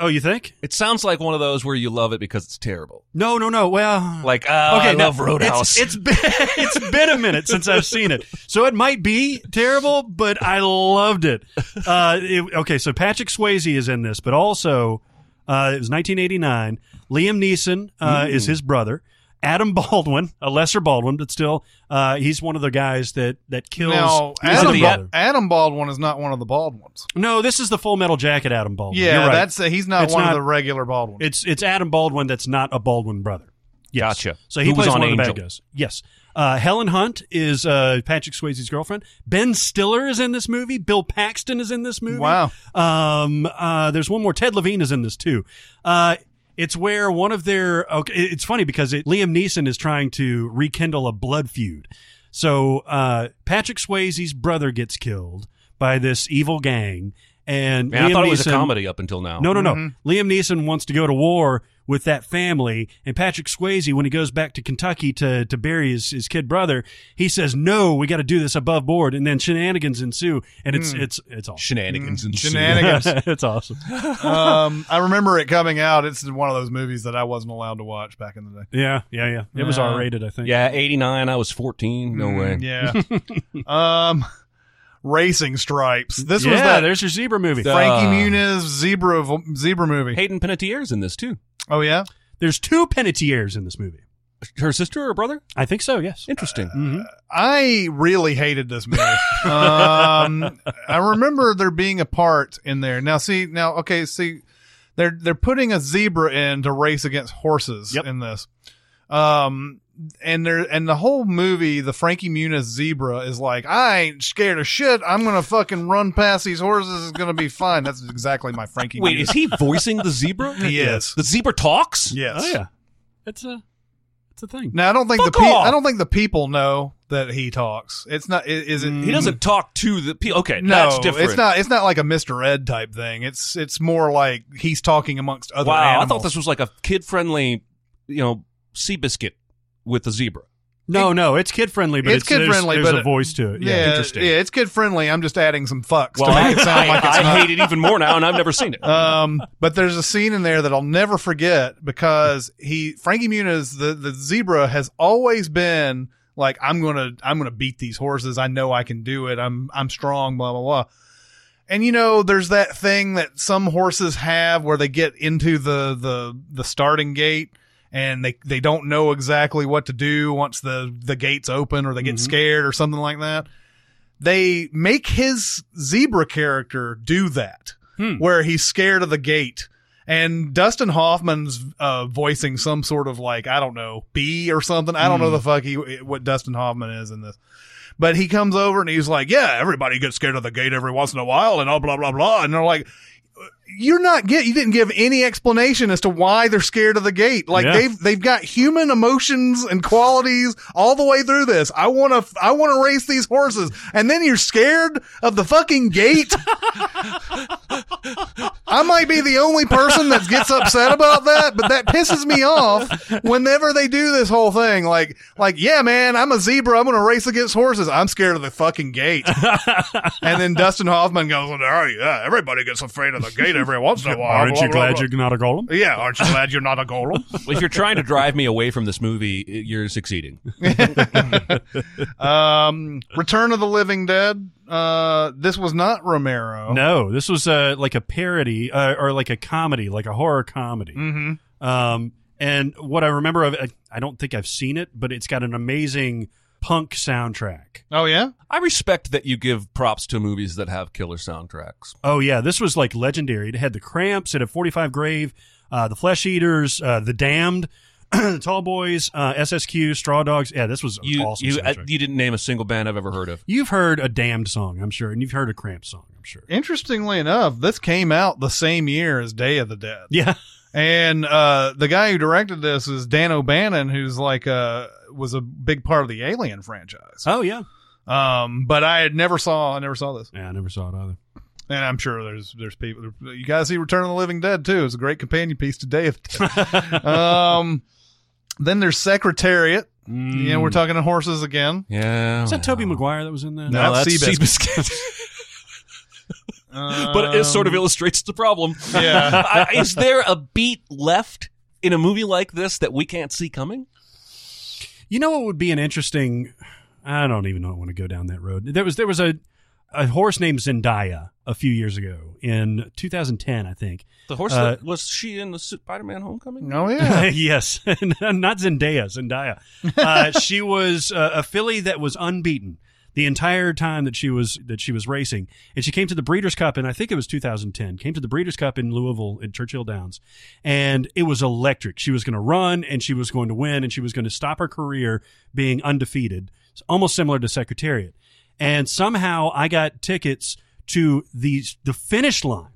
A: Oh, you think?
D: It sounds like one of those where you love it because it's terrible.
A: No, no, no. Well,
D: Like, oh, I
A: now,
D: love Roadhouse.
A: It's, it's been it's been a minute since I've seen it, so it might be terrible, but I loved it. Uh, it- okay, so Patrick Swayze is in this, but also uh, it was 1989. Liam Neeson
D: Mm.
A: uh, is his brother. Adam Baldwin, a lesser Baldwin, but still, uh, he's one of the guys that that kills.
C: Now,
A: Neeson's
C: Adam,
A: brother.
C: Bald, Adam Baldwin is not one of the bald ones.
A: no, this is the Full Metal Jacket Adam Baldwin.
C: Yeah,
A: You're right.
C: that's he's not
A: It's
C: one
A: not-
C: of the regular bald ones.
A: It's it's Adam Baldwin that's not a Baldwin brother. Yes.
D: Gotcha.
A: So he
D: Who was
A: plays
D: on
A: one of the bad
D: Angel?
A: guys. Yes. Uh, Helen Hunt is uh, Patrick Swayze's girlfriend. Ben Stiller is in this movie. Bill Paxton is in this movie.
C: Wow.
A: Um, uh, there's one more. Ted Levine is in this too. Uh, it's where one of their. Okay, it- it's funny because it, Liam Neeson is trying to rekindle a blood feud. So uh, Patrick Swayze's brother gets killed by this evil gang, and
D: Man,
A: Liam
D: I thought it was a
A: Neeson-
D: comedy up until now.
A: no, no, no. Liam Neeson wants to go to war with that family, and Patrick Swayze, when he goes back to Kentucky to to bury his, his kid brother, he says, "No, we got to do this above board," and then shenanigans ensue, and it's it's it's awesome.
D: Shenanigans and
C: Mm, Shenanigans.
A: it's awesome.
C: um, I remember it coming out. It's one of those movies that I wasn't allowed to watch back in the day.
A: Yeah, yeah, yeah. It was
C: Yeah.
A: R rated, I think.
D: Yeah, 89. I was 14. No way.
C: Mm, Yeah. um, Racing Stripes. This
A: yeah.
C: was that
A: there's your zebra movie.
C: Frankie
D: Uh,
C: Muniz zebra v- zebra movie.
D: Hayden Panettiere's in this too.
C: Oh yeah,
A: there's two Penetiers in this movie.
D: Her sister or brother?
A: I think so. Yes.
D: Interesting.
C: I really hated this movie. um, I remember there being a part in there. Now see, now okay, see, they're they're putting a zebra in to race against horses
A: Yep.
C: in this. Um, and there and the whole movie, the Frankie Muniz zebra is like, I ain't scared of shit. I'm gonna fucking run past these horses. It's gonna be fine. That's exactly my Frankie.
D: Wait,
C: Muniz.
D: is he voicing the zebra?
C: He is.
D: The zebra talks?
C: yes.
A: Oh yeah. It's a it's a thing.
C: Now I don't think
D: Fuck
C: the pe-
D: off.
C: I don't think the people know that he talks. It's not. i- Is it?
D: Mm. He doesn't talk to the people. Okay,
C: No,
D: that's different.
C: it's not. It's not like a Mr. Ed type thing. It's it's more like he's talking amongst other.
D: Wow,
C: animals.
D: I thought this was like a kid-friendly, you know, sea biscuit with a zebra.
A: No, no, it's kid friendly, but it's,
C: It's kid-friendly,
A: There's,
C: but
A: there's a
C: it-
A: voice to it. Yeah,
C: yeah,
A: interesting.
C: yeah, it's kid friendly. I'm just adding some fucks to
D: I,
C: make it sound like it's
D: I- I
C: not.
D: hate it even more now, and I've never seen it.
C: Um, but there's a scene in there that I'll never forget because he Frankie Muniz, the the zebra, has always been like, I'm gonna I'm gonna beat these horses. I know I can do it. I'm I'm strong. Blah blah blah. And you know, there's that thing that some horses have where they get into the the the starting gate and they they don't know exactly what to do once the the gates open or they get scared or something like that. They make his zebra character do that where he's scared of the gate. And Dustin Hoffman's uh, voicing some sort of like I don't know bee or something. I don't know the fuck he what Dustin Hoffman is in this, but he comes over and he's like, "Yeah, everybody gets scared of the gate every once in a while," and all blah blah blah. And they're like, "You're not get you didn't give any explanation as to why they're scared of the gate. Like
A: Yeah.
C: they've they've got human emotions and qualities all the way through this. I want to I want to race these horses, and then you're scared of the fucking gate." I might be the only person that gets upset about that, but that pisses me off whenever they do this whole thing. Like, like, yeah, man, I'm a zebra. I'm going to race against horses. I'm scared of the fucking gate. and then Dustin Hoffman goes, oh, yeah, everybody gets afraid of the gate every once in a while.
A: Aren't
C: Blah,
A: you
C: blah,
A: glad
C: blah.
A: you're not a golem?
C: Yeah, aren't you glad you're not a golem?
D: if you're trying to drive me away from this movie, you're succeeding.
C: um, Return of the Living Dead. Uh, this was not Romero.
A: No, this was uh, like a parody uh, or like a comedy, like a horror comedy. Mm-hmm. Um, and what I remember of it, I don't think I've seen it, but it's got an amazing punk soundtrack.
C: Oh yeah.
D: I respect that you give props to movies that have killer soundtracks.
A: Oh yeah, this was like legendary. It had the Cramps, it had Forty Five Grave, uh, the Flesh Eaters, uh, the Damned, Tall Boys, uh, SSQ, Straw Dogs. Yeah, this was an
D: You
A: awesome.
D: you uh,
A: soundtrack.
D: you didn't name a single band I've ever heard of.
A: You've heard a Damned song, I'm sure, and you've heard a Cramp song, I'm sure.
C: Interestingly enough, this came out the same year as Day of the Dead.
A: Yeah,
C: And uh, the guy who directed this is Dan O'Bannon, who's like uh was a big part of the Alien franchise.
A: oh yeah.
C: Um, but I had never saw I never saw this,
A: Yeah, I never saw it either.
C: and I'm sure there's there's people you guys see Return of the Living Dead too. It's a great companion piece today. um, then there's Secretariat.
D: Mm.
C: You know, we're talking to horses again.
D: Yeah.
A: Is that Toby Maguire that was in that?
C: No, that's
D: that's
C: Seabiscuit.
D: Seabiscuit. but it
A: Um,
D: sort of illustrates the problem.
C: Yeah.
D: I- Is there a beat left in a movie like this that we can't see coming?
A: You know what would be an interesting? I don't even know. I want to go down that road. There was there was a a horse named Zendaya a few years ago in 2010, I think.
D: The horse
A: Uh,
D: that- was she in the Spider-Man Homecoming?
C: Oh yeah.
A: yes, not Zendaya. Zendaya. Uh, she was uh, a filly that was unbeaten the entire time that she was that she was racing, and she came to the Breeders' Cup, and I think it was 2010. Came to the Breeders' Cup in Louisville at Churchill Downs, and it was electric. She was going to run, and she was going to win, and she was going to stop her career being undefeated. It's almost similar to Secretariat, and somehow I got tickets to the the finish line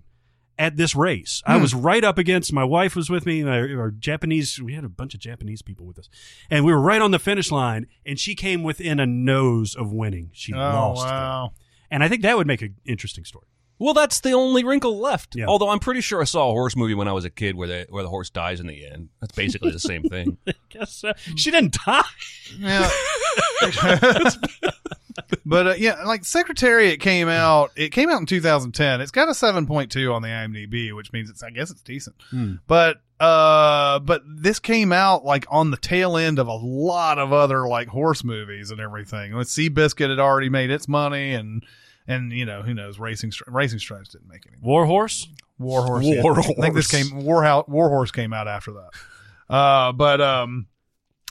A: at this race.
C: Hmm.
A: I was right up against my wife was with me, our, our Japanese we had a bunch of Japanese people with us. And we were right on the finish line and she came within a nose of winning. She
C: Oh
A: lost.
C: wow.
A: And I think that would make an interesting story.
D: Well, that's the only wrinkle left.
A: Yeah.
D: Although I'm pretty sure I saw a horse movie when I was a kid where the where the horse dies in the end. That's basically the same thing.
A: Guess uh,
C: Hmm.
A: she didn't die.
C: Yeah. but uh, yeah, like Secretariat came out. It came out in 2010. It's got a 7.2 on the IMDb, which means it's I guess it's decent. But uh, but this came out like on the tail end of a lot of other like horse movies and everything. With Seabiscuit had already made its money and. And you know who knows? Racing Stri- Racing Stripes didn't make any
A: Warhorse?
C: Warhorse. yeah. I think this came Warhouse Warhorse came out after that. Uh but um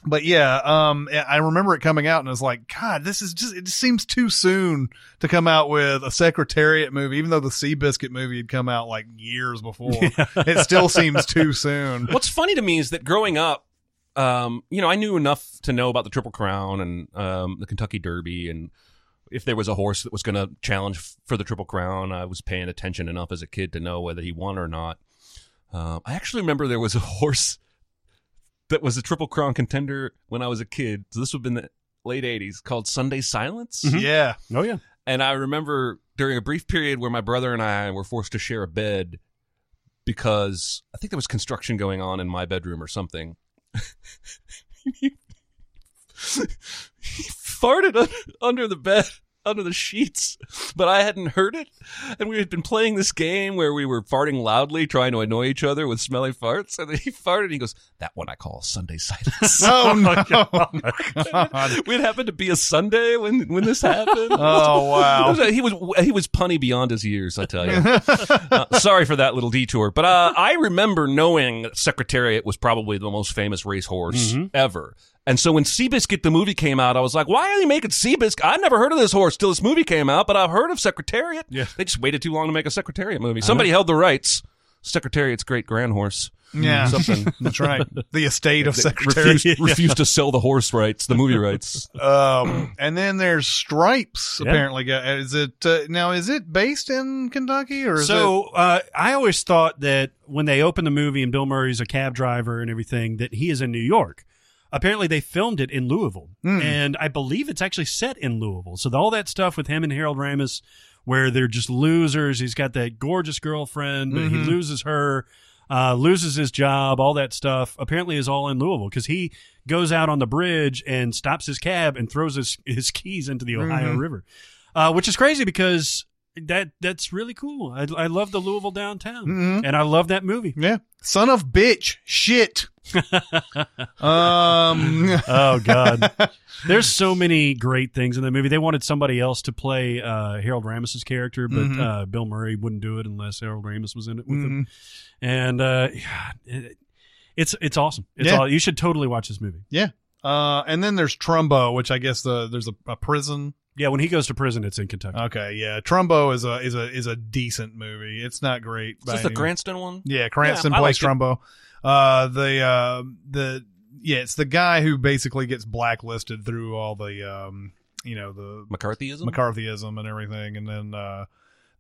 C: but yeah, um I remember it coming out and I was like, God, this is just it just seems too soon to come out with a Secretariat movie, even though the Seabiscuit movie had come out like years before. It still seems too soon.
D: What's funny to me is that growing up, um, you know, I knew enough to know about the Triple Crown and um, the Kentucky Derby, and if there was a horse that was going to challenge f- for the Triple Crown, I was paying attention enough as a kid to know whether he won or not. Um, I actually remember there was a horse that was a Triple Crown contender when I was a kid. So this would have been the late '80s, called Sunday
C: Mm-hmm.
D: Silence.
C: Yeah.
A: Oh yeah.
D: And I remember during a brief period where my brother and I were forced to share a bed because I think there was construction going on in my bedroom or something. he farted un- under the bed, under the sheets, but I hadn't heard it. And we had been playing this game where we were farting loudly, trying to annoy each other with smelly farts. And then he farted and he goes, That one I call Sunday silence.
C: Oh no. God.
D: it happened to be a Sunday when, when this happened.
C: Oh wow.
D: It was a- he was he was punny beyond his years, I tell you. Uh, sorry for that little detour, but uh, I remember knowing that Secretariat was probably the most famous racehorse ever. And so when Seabiscuit the movie came out, I was like, "Why are they making Seabiscuit? I never heard of this horse till this movie came out, but I've heard of Secretariat.
A: Yeah.
D: They just waited too long to make a Secretariat movie. Somebody held the rights. Secretariat's great grand horse
C: Yeah.
D: Something.
C: That's right. The estate of Secretariat.
D: refused, refused to sell the horse rights, the movie rights.
C: Um, and then there's Stripes.
A: Yeah.
C: Apparently, go- is it uh, now? Is it based in Kentucky or is it?
A: So uh, I always thought that when they opened the movie and Bill Murray's a cab driver and everything, that he is in New York. Apparently, they filmed it in Louisville,
C: Hmm.
A: and I believe it's actually set in Louisville. So all that stuff with him and Harold Ramis, where they're just losers. He's got that gorgeous girlfriend, but
C: Mm-hmm.
A: he loses her, uh, loses his job, all that stuff. Apparently, is all in Louisville because he goes out on the bridge and stops his cab and throws his his keys into the Ohio River, uh, which is crazy because that that's really cool. I, I love the Louisville downtown, and I love that movie.
C: Yeah, son of bitch, shit. um,
A: Oh God, there's so many great things in that movie. They wanted somebody else to play uh, Harold Ramis's character, but uh, Bill Murray wouldn't do it unless Harold Ramis was in it with him. And uh, yeah, it- it's it's awesome. It's
C: Yeah.
A: all, you should totally watch this movie.
C: yeah. Uh, and then there's Trumbo, which I guess the there's a, a prison.
A: Yeah, when he goes to prison, it's in Kentucky.
C: Okay, yeah, Trumbo is a is a is a decent movie. It's not great.
D: Is
C: by
D: this the
C: any-
D: Cranston one?
C: Yeah, Cranston
D: Yeah, I
C: plays
D: liked
C: Trumbo. Uh, the uh, the yeah, it's the guy who basically gets blacklisted through all the um, you know the
D: McCarthyism.
C: McCarthyism and everything, and then uh,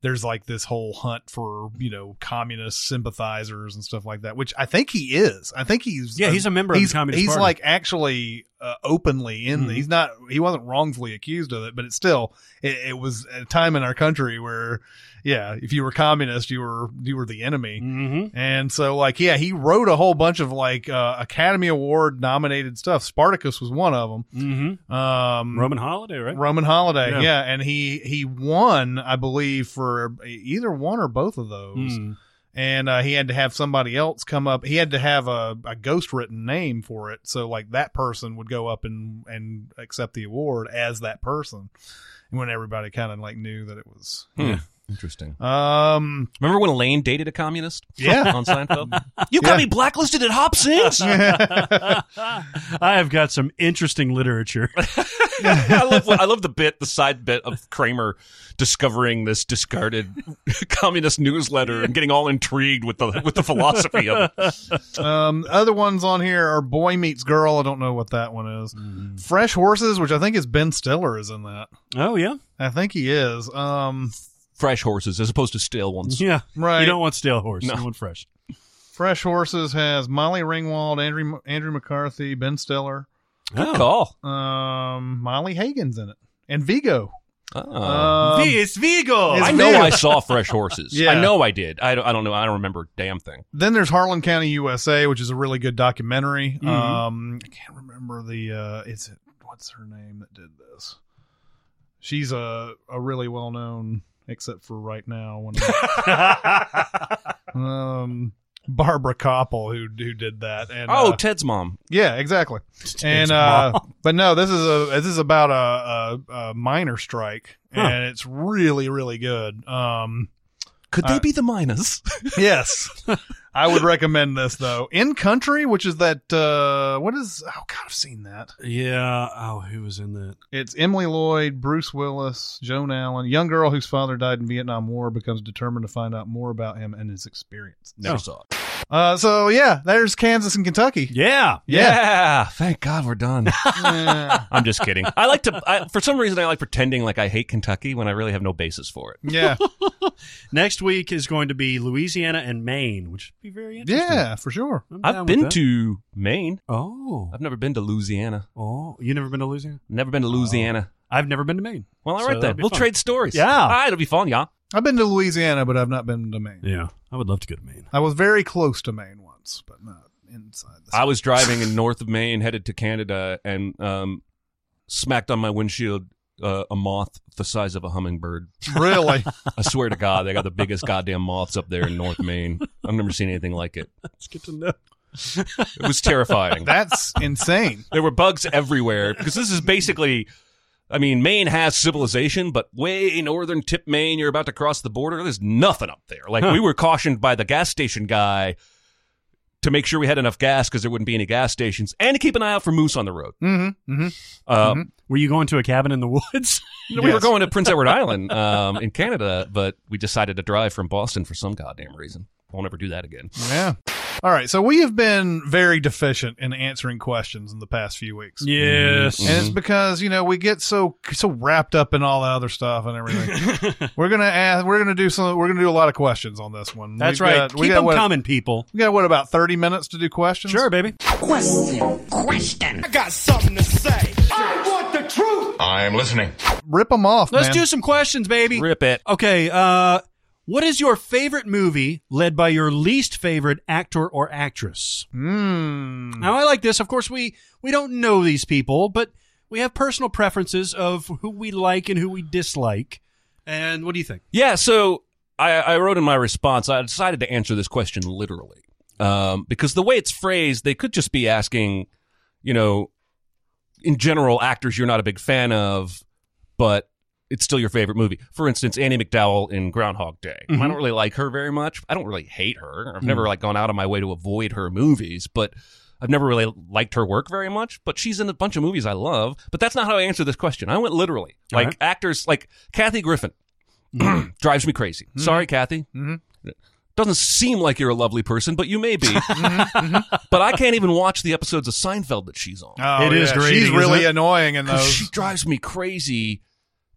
C: there's like this whole hunt for you know communist sympathizers and stuff like that, which I think he is. I think he's
A: Yeah, he's a member of the
C: he's-
A: Communist
C: He's
A: Party.
C: like actually uh, openly in the,
A: Mhm.
C: he's not he wasn't wrongfully accused of it, but it's still it, it was a time in our country where yeah, if you were communist, you were you were the enemy.
A: Mm-hmm.
C: And so, like, yeah, he wrote a whole bunch of like uh, Academy Award nominated stuff. Spartacus was one of
A: Mm-hmm.
C: them. Um,
A: Roman holiday, right?
C: Roman Holiday,
A: Yeah.
C: yeah. and he he won, I believe, for either one or both of those.
A: Mm.
C: And uh, he had to have somebody else come up. He had to have a, a ghost written name for it, so like that person would go up and and accept the award as that person. When everybody kind of like knew that it was,
D: Hmm. Interesting.
C: um,
D: Remember when Elaine dated a communist?
C: Yeah.
D: on Seinfeld. You got me blacklisted at Hop Six.
A: I have got some interesting literature.
D: I love I love the bit, the side bit of Kramer discovering this discarded communist newsletter and getting all intrigued with the with the philosophy of it.
C: Um, other ones on here are Boy Meets Girl. I don't know what that one is.
A: Hmm.
C: Fresh Horses, which I think is Ben Stiller is in that.
A: oh yeah,
C: I think he is. Um,
D: Fresh horses as opposed to stale ones.
A: yeah.
C: Right.
A: You don't want stale horse.
D: No.
A: You want fresh.
C: Fresh Horses has Molly Ringwald, Andrew Andrew McCarthy, Ben Stiller,
D: Good call.
C: um, Molly Hagen's in it, and Vigo.
D: Ah.
C: Um,
A: it's Vigo.
C: it's
D: I know I saw fresh horses.
C: Yeah.
D: I know I did. I don't, I don't know. I don't remember a damn thing.
C: then there's Harlan County, USA, which is a really good documentary. Um, I can't remember the. Uh, it's what's her name that did this? She's a a really well known, except for right now. One of the- um, Barbara Koppel who who did that. And
D: oh,
C: uh,
D: Ted's mom.
C: yeah, exactly. And uh, but no, this is a this is about a a, a minor strike, and it's really really good. Um,
D: Could they be the miners?
C: Yes. I would recommend this though. In Country, which is that uh what is oh god, I've seen that.
A: yeah. Oh, who was in that?
C: It's Emily Lloyd, Bruce Willis, Joan Allen, a young girl whose father died in Vietnam War becomes determined to find out more about him and his experience.
D: Never
A: Oh.
D: saw it.
C: Uh so yeah, there's Kansas and Kentucky.
A: Yeah.
D: yeah. Thank God we're done.
C: Yeah.
D: I'm just kidding. I like to, I, for some reason, I like pretending like I hate Kentucky when I really have no basis for it.
C: yeah.
A: Next week is going to be Louisiana and Maine, which would be very interesting.
C: Yeah, for sure.
A: I'm down
D: I've
A: with
D: been
A: that.
D: to Maine.
A: Oh.
D: I've never been to Louisiana.
A: Oh, you never been to Louisiana?
D: Never been to Louisiana.
A: I've never been to Maine.
D: well, all
A: So
D: right
A: that'll
D: then.
A: be
D: We'll
A: fun.
D: trade stories.
A: Yeah.
D: All right, it'll be fun, y'all.
C: I've been to Louisiana, but I've not been to Maine.
A: Yeah. I would love to go to Maine.
C: I was very close to Maine once, but not inside the
D: I was driving in north of Maine, headed to Canada, and um, smacked on my windshield uh, a moth the size of a hummingbird.
C: Really?
D: I swear to God, they got the biggest goddamn moths up there in North Maine. I've never seen anything like it.
A: It's good to know.
D: It was terrifying.
C: That's insane.
D: there were bugs everywhere because this is basically i mean maine has civilization but way northern tip maine you're about to cross the border there's nothing up there like
A: Huh.
D: we were cautioned by the gas station guy to make sure we had enough gas because there wouldn't be any gas stations and to keep an eye out for moose on the road
C: Mm-hmm. Mm-hmm.
D: uh,
A: Were you going to a cabin in the woods?
D: we were going to prince edward island um, in canada but we decided to drive from boston for some goddamn reason won't ever do that again
C: Yeah. All right. So we have been very deficient in answering questions in the past few weeks.
A: yes.
C: And it's because you know we get so so wrapped up in all the other stuff and everything. we're gonna ask. We're gonna do some. We're gonna do a lot of questions on this one.
A: That's
C: We've
A: right.
C: got-
A: Keep
C: we got
A: them
C: what,
A: coming, people.
C: We got what about thirty minutes to do questions?
A: Sure, baby.
G: I'm listening.
C: Rip them off.
A: Let's
C: man.
A: do some questions, baby.
D: rip it
A: Okay. Uh, what is your favorite movie led by your least favorite actor or actress?
C: Mm.
A: Now, I like this. Of course, we we don't know these people, but we have personal preferences of who we like and who we dislike. And what do you think?
D: Yeah, so I, I wrote in my response, I decided to answer this question literally. Um, because the way it's phrased, they could just be asking, you know, in general, actors you're not a big fan of, but it's still your favorite movie. For instance, Annie McDowell in Groundhog Day.
A: Mm-hmm.
D: I don't really like her very much. I don't really hate her.
A: Mm.
D: I've never like gone out of my way to avoid her movies, but I've never really liked her work very much. But she's in a bunch of movies I love. But that's not how I answered this question. I went literally.
A: All
D: Like
A: right. Mm-hmm.
D: actors like Kathy Griffin drives me crazy. Sorry, Kathy. Doesn't seem like you're a lovely person, but you may be.
A: Mm-hmm.
D: But I can't even watch the episodes of Seinfeld that she's on.
C: Oh,
A: It is
C: yeah.
A: grating,
C: She's
A: isn't
C: really
A: it?
C: annoying in
D: 'Cause
C: those.
D: she drives me crazy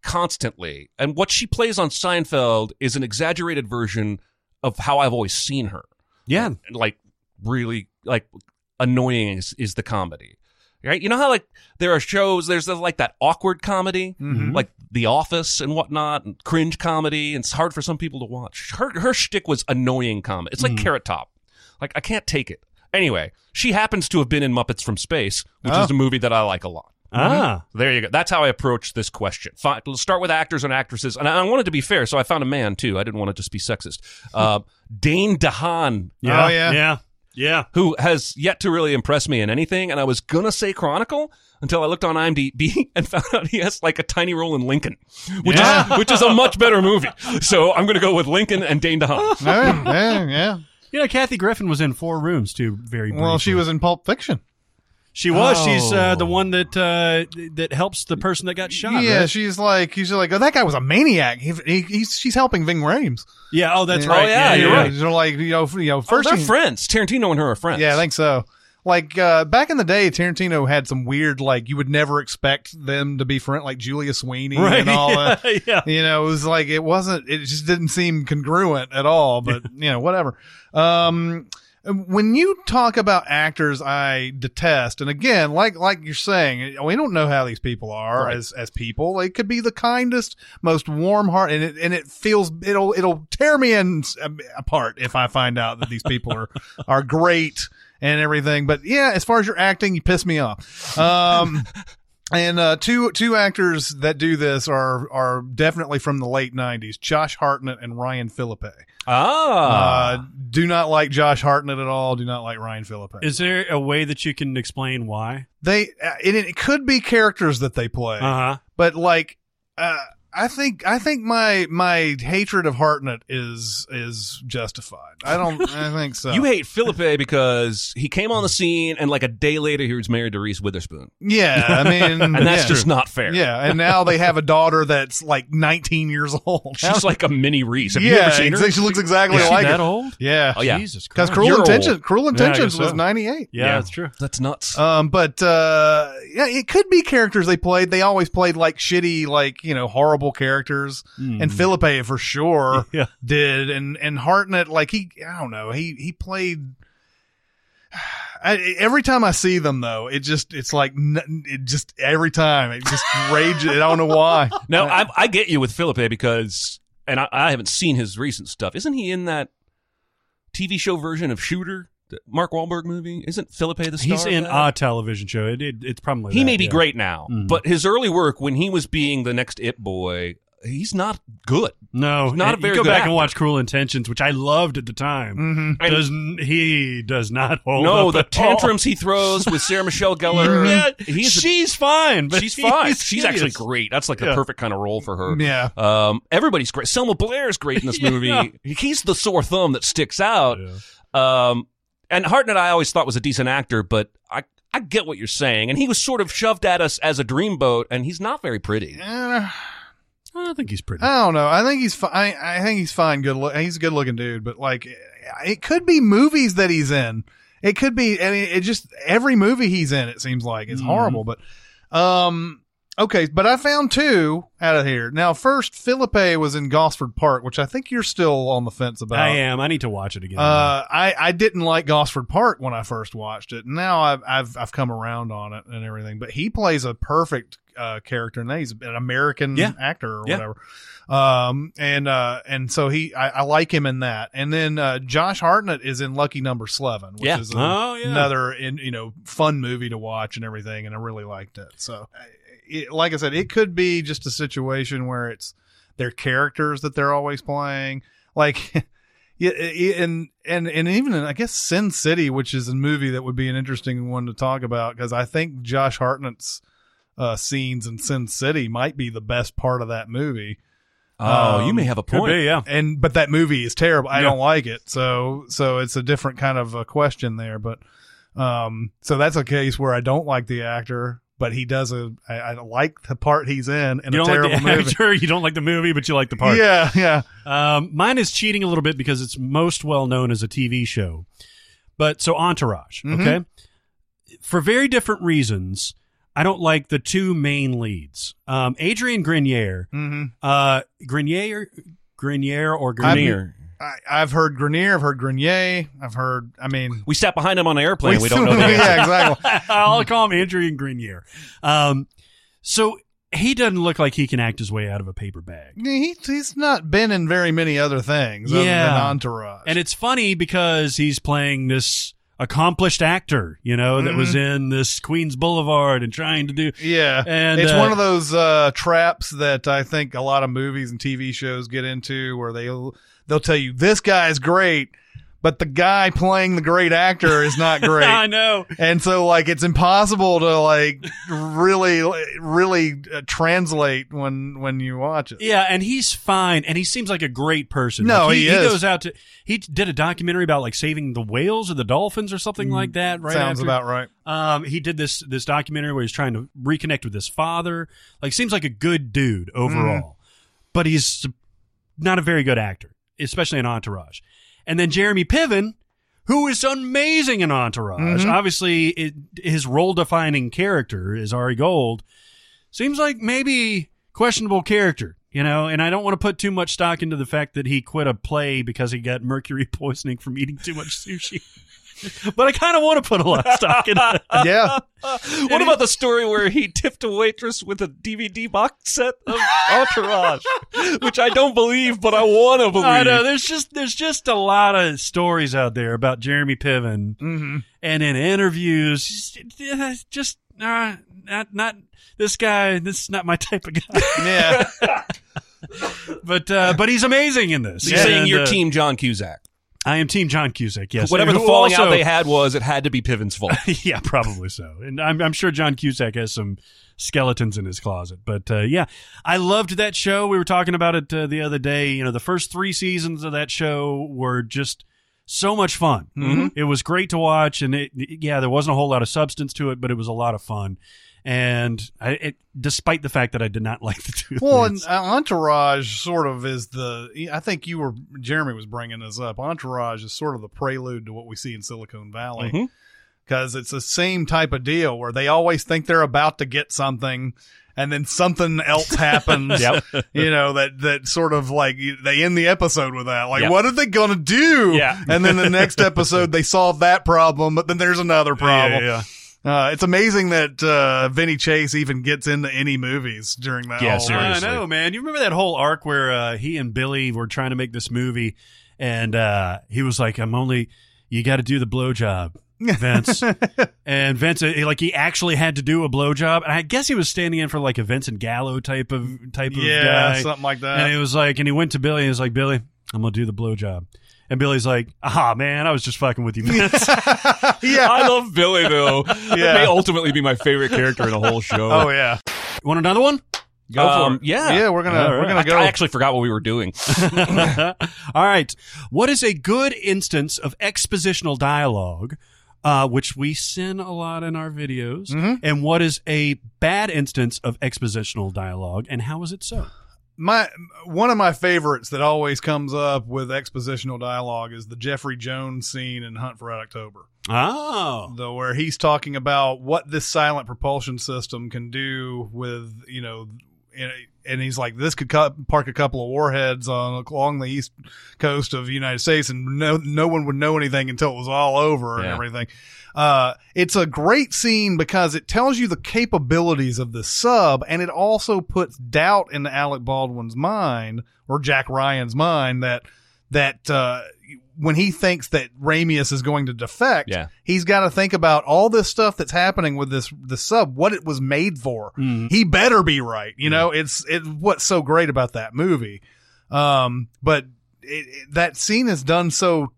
D: constantly. And what she plays on Seinfeld is an exaggerated version of how I've always seen her.
A: Yeah.
D: Like, really, like, annoying is, is the comedy. right? You know how like there are shows, there's like that awkward comedy,
C: Mm-hmm.
D: like The Office and whatnot, and cringe comedy, and it's hard for some people to watch. Her her shtick was annoying comedy.
C: Mm.
D: It's like Carrot Top. Like I can't take it. Anyway, she happens to have been in Muppets from Space, which
C: Oh.
D: is a movie that I like a lot.
A: Ah,
D: There you go. That's how I approached this question. Fine. Let's start with actors and actresses. And I I wanted to be fair, so I found a man too. I didn't want to just be sexist. Uh, Dane DeHaan,
A: yeah,
C: Oh, yeah.
A: yeah, yeah.
D: who has yet to really impress me in anything. And I was gonna say Chronicle until I looked on IMDb and found out he has like a tiny role in Lincoln, which
C: Yeah.
D: is which is a much better movie. So I'm gonna go with Lincoln and Dane
C: Oh,
D: DeHaan.
C: yeah, yeah, yeah.
A: You know, Kathy Griffin was in Four Rooms too. Very briefly.
C: Well, she was in Pulp Fiction.
A: She was.
D: Oh.
A: She's uh, the one that uh, that helps the person that got
D: Ah,
A: shot.
C: yeah,
A: right?
C: she's like, she's like, oh, that guy was a maniac. He, he, he's, she's helping Ving Rhames.
A: yeah. Oh, that's
C: Yeah.
A: right.
D: Oh, yeah, you're right.
C: They're like, you know, you know,
D: First,
C: first
D: they're
C: he-
D: friends. Tarantino and her are friends.
C: Yeah, I think so. Like uh, back in the day, Tarantino had some weird, like you would never expect them to be friends, like Julia Sweeney
A: Right.
C: and all that.
A: yeah, yeah.
C: You know, it was like it wasn't. It just didn't seem congruent at all. But you know, whatever. Um, when you talk about actors, I detest. And again, like like you're saying, we don't know how these people are as as people. They could be the kindest, most warm heart, and it and it feels it'll it'll tear me in um, apart if I find out that these people are are great and everything. But yeah, as far as your acting, you piss me off. Um. And uh, two two actors that do this are are definitely from the late '90s: Josh Hartnett and Ryan Philippe.
D: Ah.
C: Uh, do not like Josh Hartnett at all. Do not like Ryan Philippe.
A: Is there a way that you can explain why?
C: they uh, it, it could be characters that they play,
D: Ah.
A: Uh huh.
C: but like uh, I think I think my my hatred of Hartnett is is justified. I don't. I think so.
D: You hate Philippe because he came on the scene and like a day later he was married to Reese Witherspoon.
C: yeah, I mean,
D: And
C: Mm,
D: that's
C: yeah.
D: just not fair.
C: Yeah, and now they have a daughter that's like 19 years old.
D: She's like a mini Reese. Have
C: yeah,
D: you ever seen her?
C: exa- she looks exactly
A: Is she
C: like
A: that
C: it.
A: old?
C: Yeah.
D: Oh, yeah.
A: Jesus
C: Because
A: Christ.
C: Cruel
D: You're
C: Intentions,
D: old.
C: Cruel
A: guess
C: Intentions was
A: so.
C: ninety eight.
A: Yeah,
D: Yeah.
A: that's true.
D: That's nuts.
C: Um, but uh, yeah, it could be characters they played. They always played like shitty, like you know, horrible characters. And Philippe for sure
A: Hmm. Yeah.
C: did, and and Hartnett like he, I don't know, he he played. I, every time I see them though, it just it's like n- it just every time it just rages. I don't know why.
D: No, I, I get you with Philippe because, and I, I haven't seen his recent stuff. Isn't he in that TV show version of Shooter, the Mark Wahlberg movie? Isn't Philippe the star?
A: He's
D: of
A: in
D: that?
A: a television show. It, it, it's probably
D: He
A: that,
D: may be
A: yeah.
D: great now,
A: Mm.
D: but his early work when he was being the next It Boy, he's not good.
A: No,
D: He's not a
A: you
D: very
A: go
D: good
A: back
D: actor. Mm.
A: and watch Cruel Intentions, which I loved at the time.
C: hmm
D: And-
A: Does he does not hold
D: no,
A: up
D: the
A: at all.
D: tantrums he throws with Sarah Michelle Gellar.
A: oh. Yeah,
D: he's a-
A: she's fine. But
D: she's fine.
A: he's
D: She's actually
A: hideous.
D: great. That's like the
A: Yeah.
D: perfect kind of role for her.
C: Yeah.
D: Um, everybody's great. Selma Blair's great in this
A: Yeah.
D: movie. He's the sore thumb that sticks out. Um, and Hartnett, I always thought was a decent actor, but I I get what you're saying. And he was sort of shoved at us as a dreamboat, and he's not very pretty.
C: Eh,
A: I
D: Uh,
A: don't think he's pretty.
C: I don't know. I think he's fine. I think he's fine. Good look. He's a good looking dude, but like, it could be movies that he's in. It could be. I mean, it just every movie he's in. It seems like
A: Mm-hmm.
C: it's horrible. But, um, okay. But I found two out of here. Now, first, Philippe was in Gosford Park, which I think you're still on the fence about.
A: I am. I need to watch it again.
C: Uh, I, I didn't like Gosford Park when I first watched it. Now I've I've I've come around on it and everything. But he plays a perfect uh, character, and he's an American
A: Yeah.
C: actor or
A: Yeah.
C: whatever. Um, and uh, and so he I, I like him in that. And then uh, Josh Hartnett is in Lucky Number Eleven, which
D: Yeah.
C: is
A: Oh, yeah.
C: another in, you know fun movie to watch and everything. And I really liked it. So, I- it, like I said, it could be just a situation where it's their characters that they're always playing, like. Yeah, i- i- and and and even in, I guess Sin City, which is a movie that would be an interesting one to talk about because I think Josh Hartnett's uh, scenes in Sin City might be the best part of that movie.
D: Oh, you may have a
A: Um, Could
D: point.
A: be, yeah.
C: And but that movie is terrible. I
A: Yeah.
C: don't like it. So so it's a different kind of a question there. But um, so that's a case where I don't like the actor, but he does a I, I like the part he's in in
A: You
C: a
A: don't
C: terrible
A: like the
C: movie.
A: actor, you don't like the movie, but you like the part.
C: Yeah, yeah.
A: Um, mine is cheating a little bit because it's most well known as a TV show. But so Entourage,
C: Mhm.
A: okay? For very different reasons, I don't like the two main leads. Um, Adrian Grenier,
C: Mm-hmm.
A: uh, Grenier, Grenier or
C: I'm-
A: Grenier.
C: I, I've heard Grenier, I've heard Grenier, I've heard. I mean,
D: We sat behind him on an airplane. We, don't know the answer.
C: yeah, exactly.
A: I'll call him Andrew and Grenier. Um, so he doesn't look like he can act his way out of a paper bag.
C: He, he's not been in very many other things other than
A: Yeah.
C: Entourage.
A: And it's funny because he's playing this accomplished actor, you know, that was in this Queens Boulevard and trying to do.
C: Mm-hmm. yeah,
A: and,
C: it's
A: uh,
C: one of those uh, traps that I think a lot of movies and TV shows get into, where they they'll tell you this guy's great, but the guy playing the great actor is not
A: I
C: great,
A: know.
C: and so like it's impossible to like really really uh, translate when when you watch it.
A: Yeah, and he's fine, and he seems like a great person.
C: No,
A: Like,
C: he is.
A: goes out to. He did a documentary about like saving the whales or the dolphins or something like that. Right?
C: Mm, Sounds
A: after-
C: about right.
A: Um, he did this this documentary where he's trying to reconnect with his father. Like, seems like a good dude overall, but he's not a very good actor, especially in Entourage. And then Jeremy Piven, who is amazing in Entourage. Obviously, it, his role defining character is Ari Gold. Seems like maybe questionable character, you know. And I don't want to put too much stock into the fact that he quit a play because he got mercury poisoning from eating too much sushi. but I kind of want to put a lot of stock into that.
C: Yeah.
D: What about the story where he tipped a waitress with a DVD box set of Entourage, which I don't believe, but I want to believe.
A: I know there's just there's just a lot of stories out there about Jeremy Piven
D: Mm-hmm.
A: and in interviews, just, just uh, not not this guy. This is not my type of guy.
C: Yeah.
A: but uh, but he's amazing in this.
D: So you're saying
A: And,
D: your
A: uh,
D: team, John Cusack.
A: I am Team John Cusack. Yes,
D: Whatever the
A: Who
D: falling out
A: also-
D: they had was, it had to be Piven's fault.
A: yeah, probably so. And I'm, I'm sure John Cusack has some skeletons in his closet. But uh, yeah, I loved that show. We were talking about it uh, the other day. You know, the first three seasons of that show were just so much fun.
C: Mm-hmm.
A: It was great to watch, and it yeah, there wasn't a whole lot of substance to it, but it was a lot of fun. And I, it, despite the fact that I did not like the two,
C: Well, and
A: leads.
C: uh, Entourage sort of is the. I think you were Jeremy was bringing this up. Entourage is sort of the prelude to what we see in Silicon Valley because it's the same type of deal where they always think they're about to get something. And then something else happens,
A: Yep.
C: you know that that sort of like you- they end the episode with that. Like,
D: Yep.
C: what are they gonna do?
D: Yeah.
C: And then the next episode they solve that problem, but then there's another problem.
A: yeah,
C: Uh, it's amazing that uh, Vinny Chase even gets into any movies during that.
D: Yeah,
C: whole
D: seriously.
A: I know, Oh, man. You remember that whole arc where uh, he and Billy were trying to make this movie, and uh, he was like, "I'm only, you got to do the blowjob, Vince." and Vince, uh, like, he actually had to do a blowjob, and I guess he was standing in for like a Vincent Gallo type of type of
C: Yeah,
A: guy.
C: something like that.
A: and he was like, and he went to Billy and he was like, "Billy, I'm gonna do the blowjob," and Billy's like, "Ah, man, I was just fucking with you, Vince."
C: yeah.
D: I love Billy though. That
C: Yeah.
D: may ultimately be my favorite character in the whole show.
C: Oh yeah.
A: Want another one?
D: Go for it. Yeah.
C: Yeah, we're gonna
A: All
C: we're
A: right.
C: gonna go.
D: I actually forgot what we were doing.
A: All right. What is a good instance of expositional dialogue, uh, which we sin a lot in our videos? And what is a bad instance of expositional dialogue, and how is it so?
C: my one of my favorites that always comes up with expositional dialogue is the Jeffrey Jones scene in Hunt for Red October,
A: Oh.
C: though, where he's talking about what this silent propulsion system can do with you know, and, and he's like, this could cu- park a couple of warheads on along the east coast of the United States, and no no one would know anything until it was all over and
D: Yeah.
C: everything. Uh, it's a great scene because it tells you the capabilities of the sub, and it also puts doubt in Alec Baldwin's mind or Jack Ryan's mind that that uh, when he thinks that Ramius is going to defect,
D: Yeah.
C: he's got to think about all this stuff that's happening with this the sub, what it was made for. He better be right. You know, it's it's what's so great about that movie. Um, but it, it- that scene is done so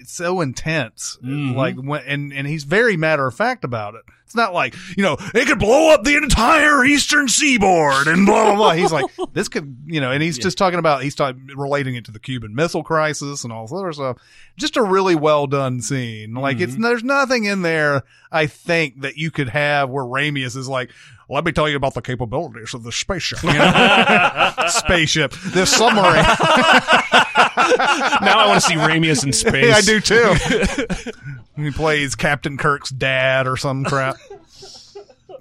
C: it's so intense like when and and he's very matter of fact about it it's not like you know it could blow up the entire eastern seaboard and blah blah blah he's like this could you know and he's just talking about he's talking relating it to the cuban missile crisis and all this other stuff just a really well done scene like it's there's nothing in there i think that you could have where ramius is like let me tell you about the capabilities of the spaceship you know? spaceship this submarine
D: now I want to see Ramius in space.
C: Yeah, I do too. he plays Captain Kirk's dad or some crap.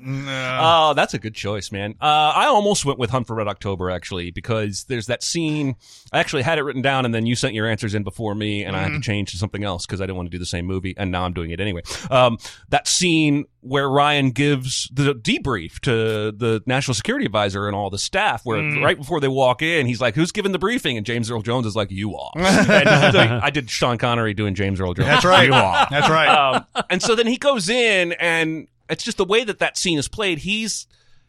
C: No.
D: Oh, that's a good choice, man. Uh, I almost went with Hunt for Red October actually because there's that scene. I actually had it written down, and then you sent your answers in before me, and I had to change to something else because I didn't want to do the same movie, and now I'm doing it anyway. Um, that scene where Ryan gives the debrief to the national security advisor and all the staff, where right before they walk in, he's like, "Who's giving the briefing?" And James Earl Jones is like, "You are." And uh, I did Sean Connery doing James Earl Jones.
C: That's right. That's right.
D: Um, and so then he goes in, and it's just the way that that scene is played. He's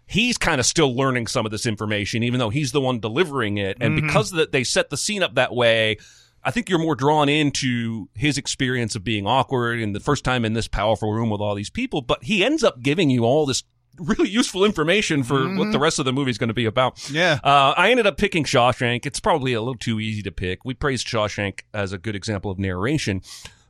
D: he's kind of still learning some of this information, even though he's the one delivering it. And because that they set the scene up that way, I think you're more drawn into his experience of being awkward and the first time in this powerful room with all these people. But he ends up giving you all this really useful information for what the rest of the movie is going to be about.
C: yeah.
D: Uh, I ended up picking Shawshank. It's probably a little too easy to pick. We praised Shawshank as a good example of narration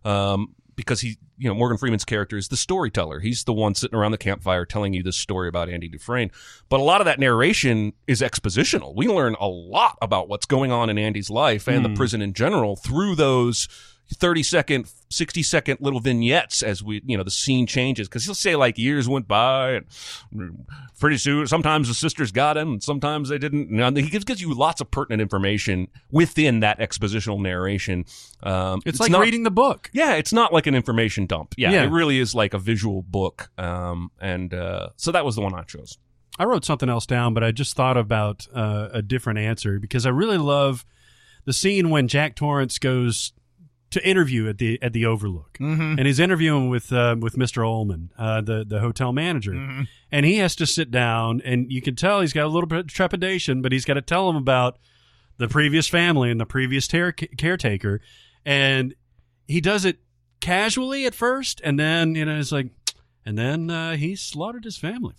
D: um, because he, you know, Morgan Freeman's character is the storyteller. He's the one sitting around the campfire telling you this story about Andy Dufresne. But a lot of that narration is expositional. We learn a lot about what's going on in Andy's life and
A: Hmm.
D: the prison in general through those. 30 second 60 second little vignettes as we you know the scene changes because he'll say like years went by and pretty soon sometimes the sisters got him and sometimes they didn't you know, he gives, gives you lots of pertinent information within that expositional narration um,
A: It's, like
D: not-
A: reading the book.
D: yeah, it's not like an information dump. Yeah,
A: Yeah.
D: it really is like a visual book. Um, and uh, so that was the one I chose.
A: I wrote something else down, but I just thought about uh, a different answer because I really love the scene when Jack Torrance goes to interview at the at the Overlook,
C: Mhm.
A: and he's interviewing with uh, with Mr. Ullman, uh, the the hotel manager, and he has to sit down, and you can tell he's got a little bit of trepidation, but he's got to tell him about the previous family and the previous ter- caretaker, and he does it casually at first, and then you know it's like, and then uh, he slaughtered his family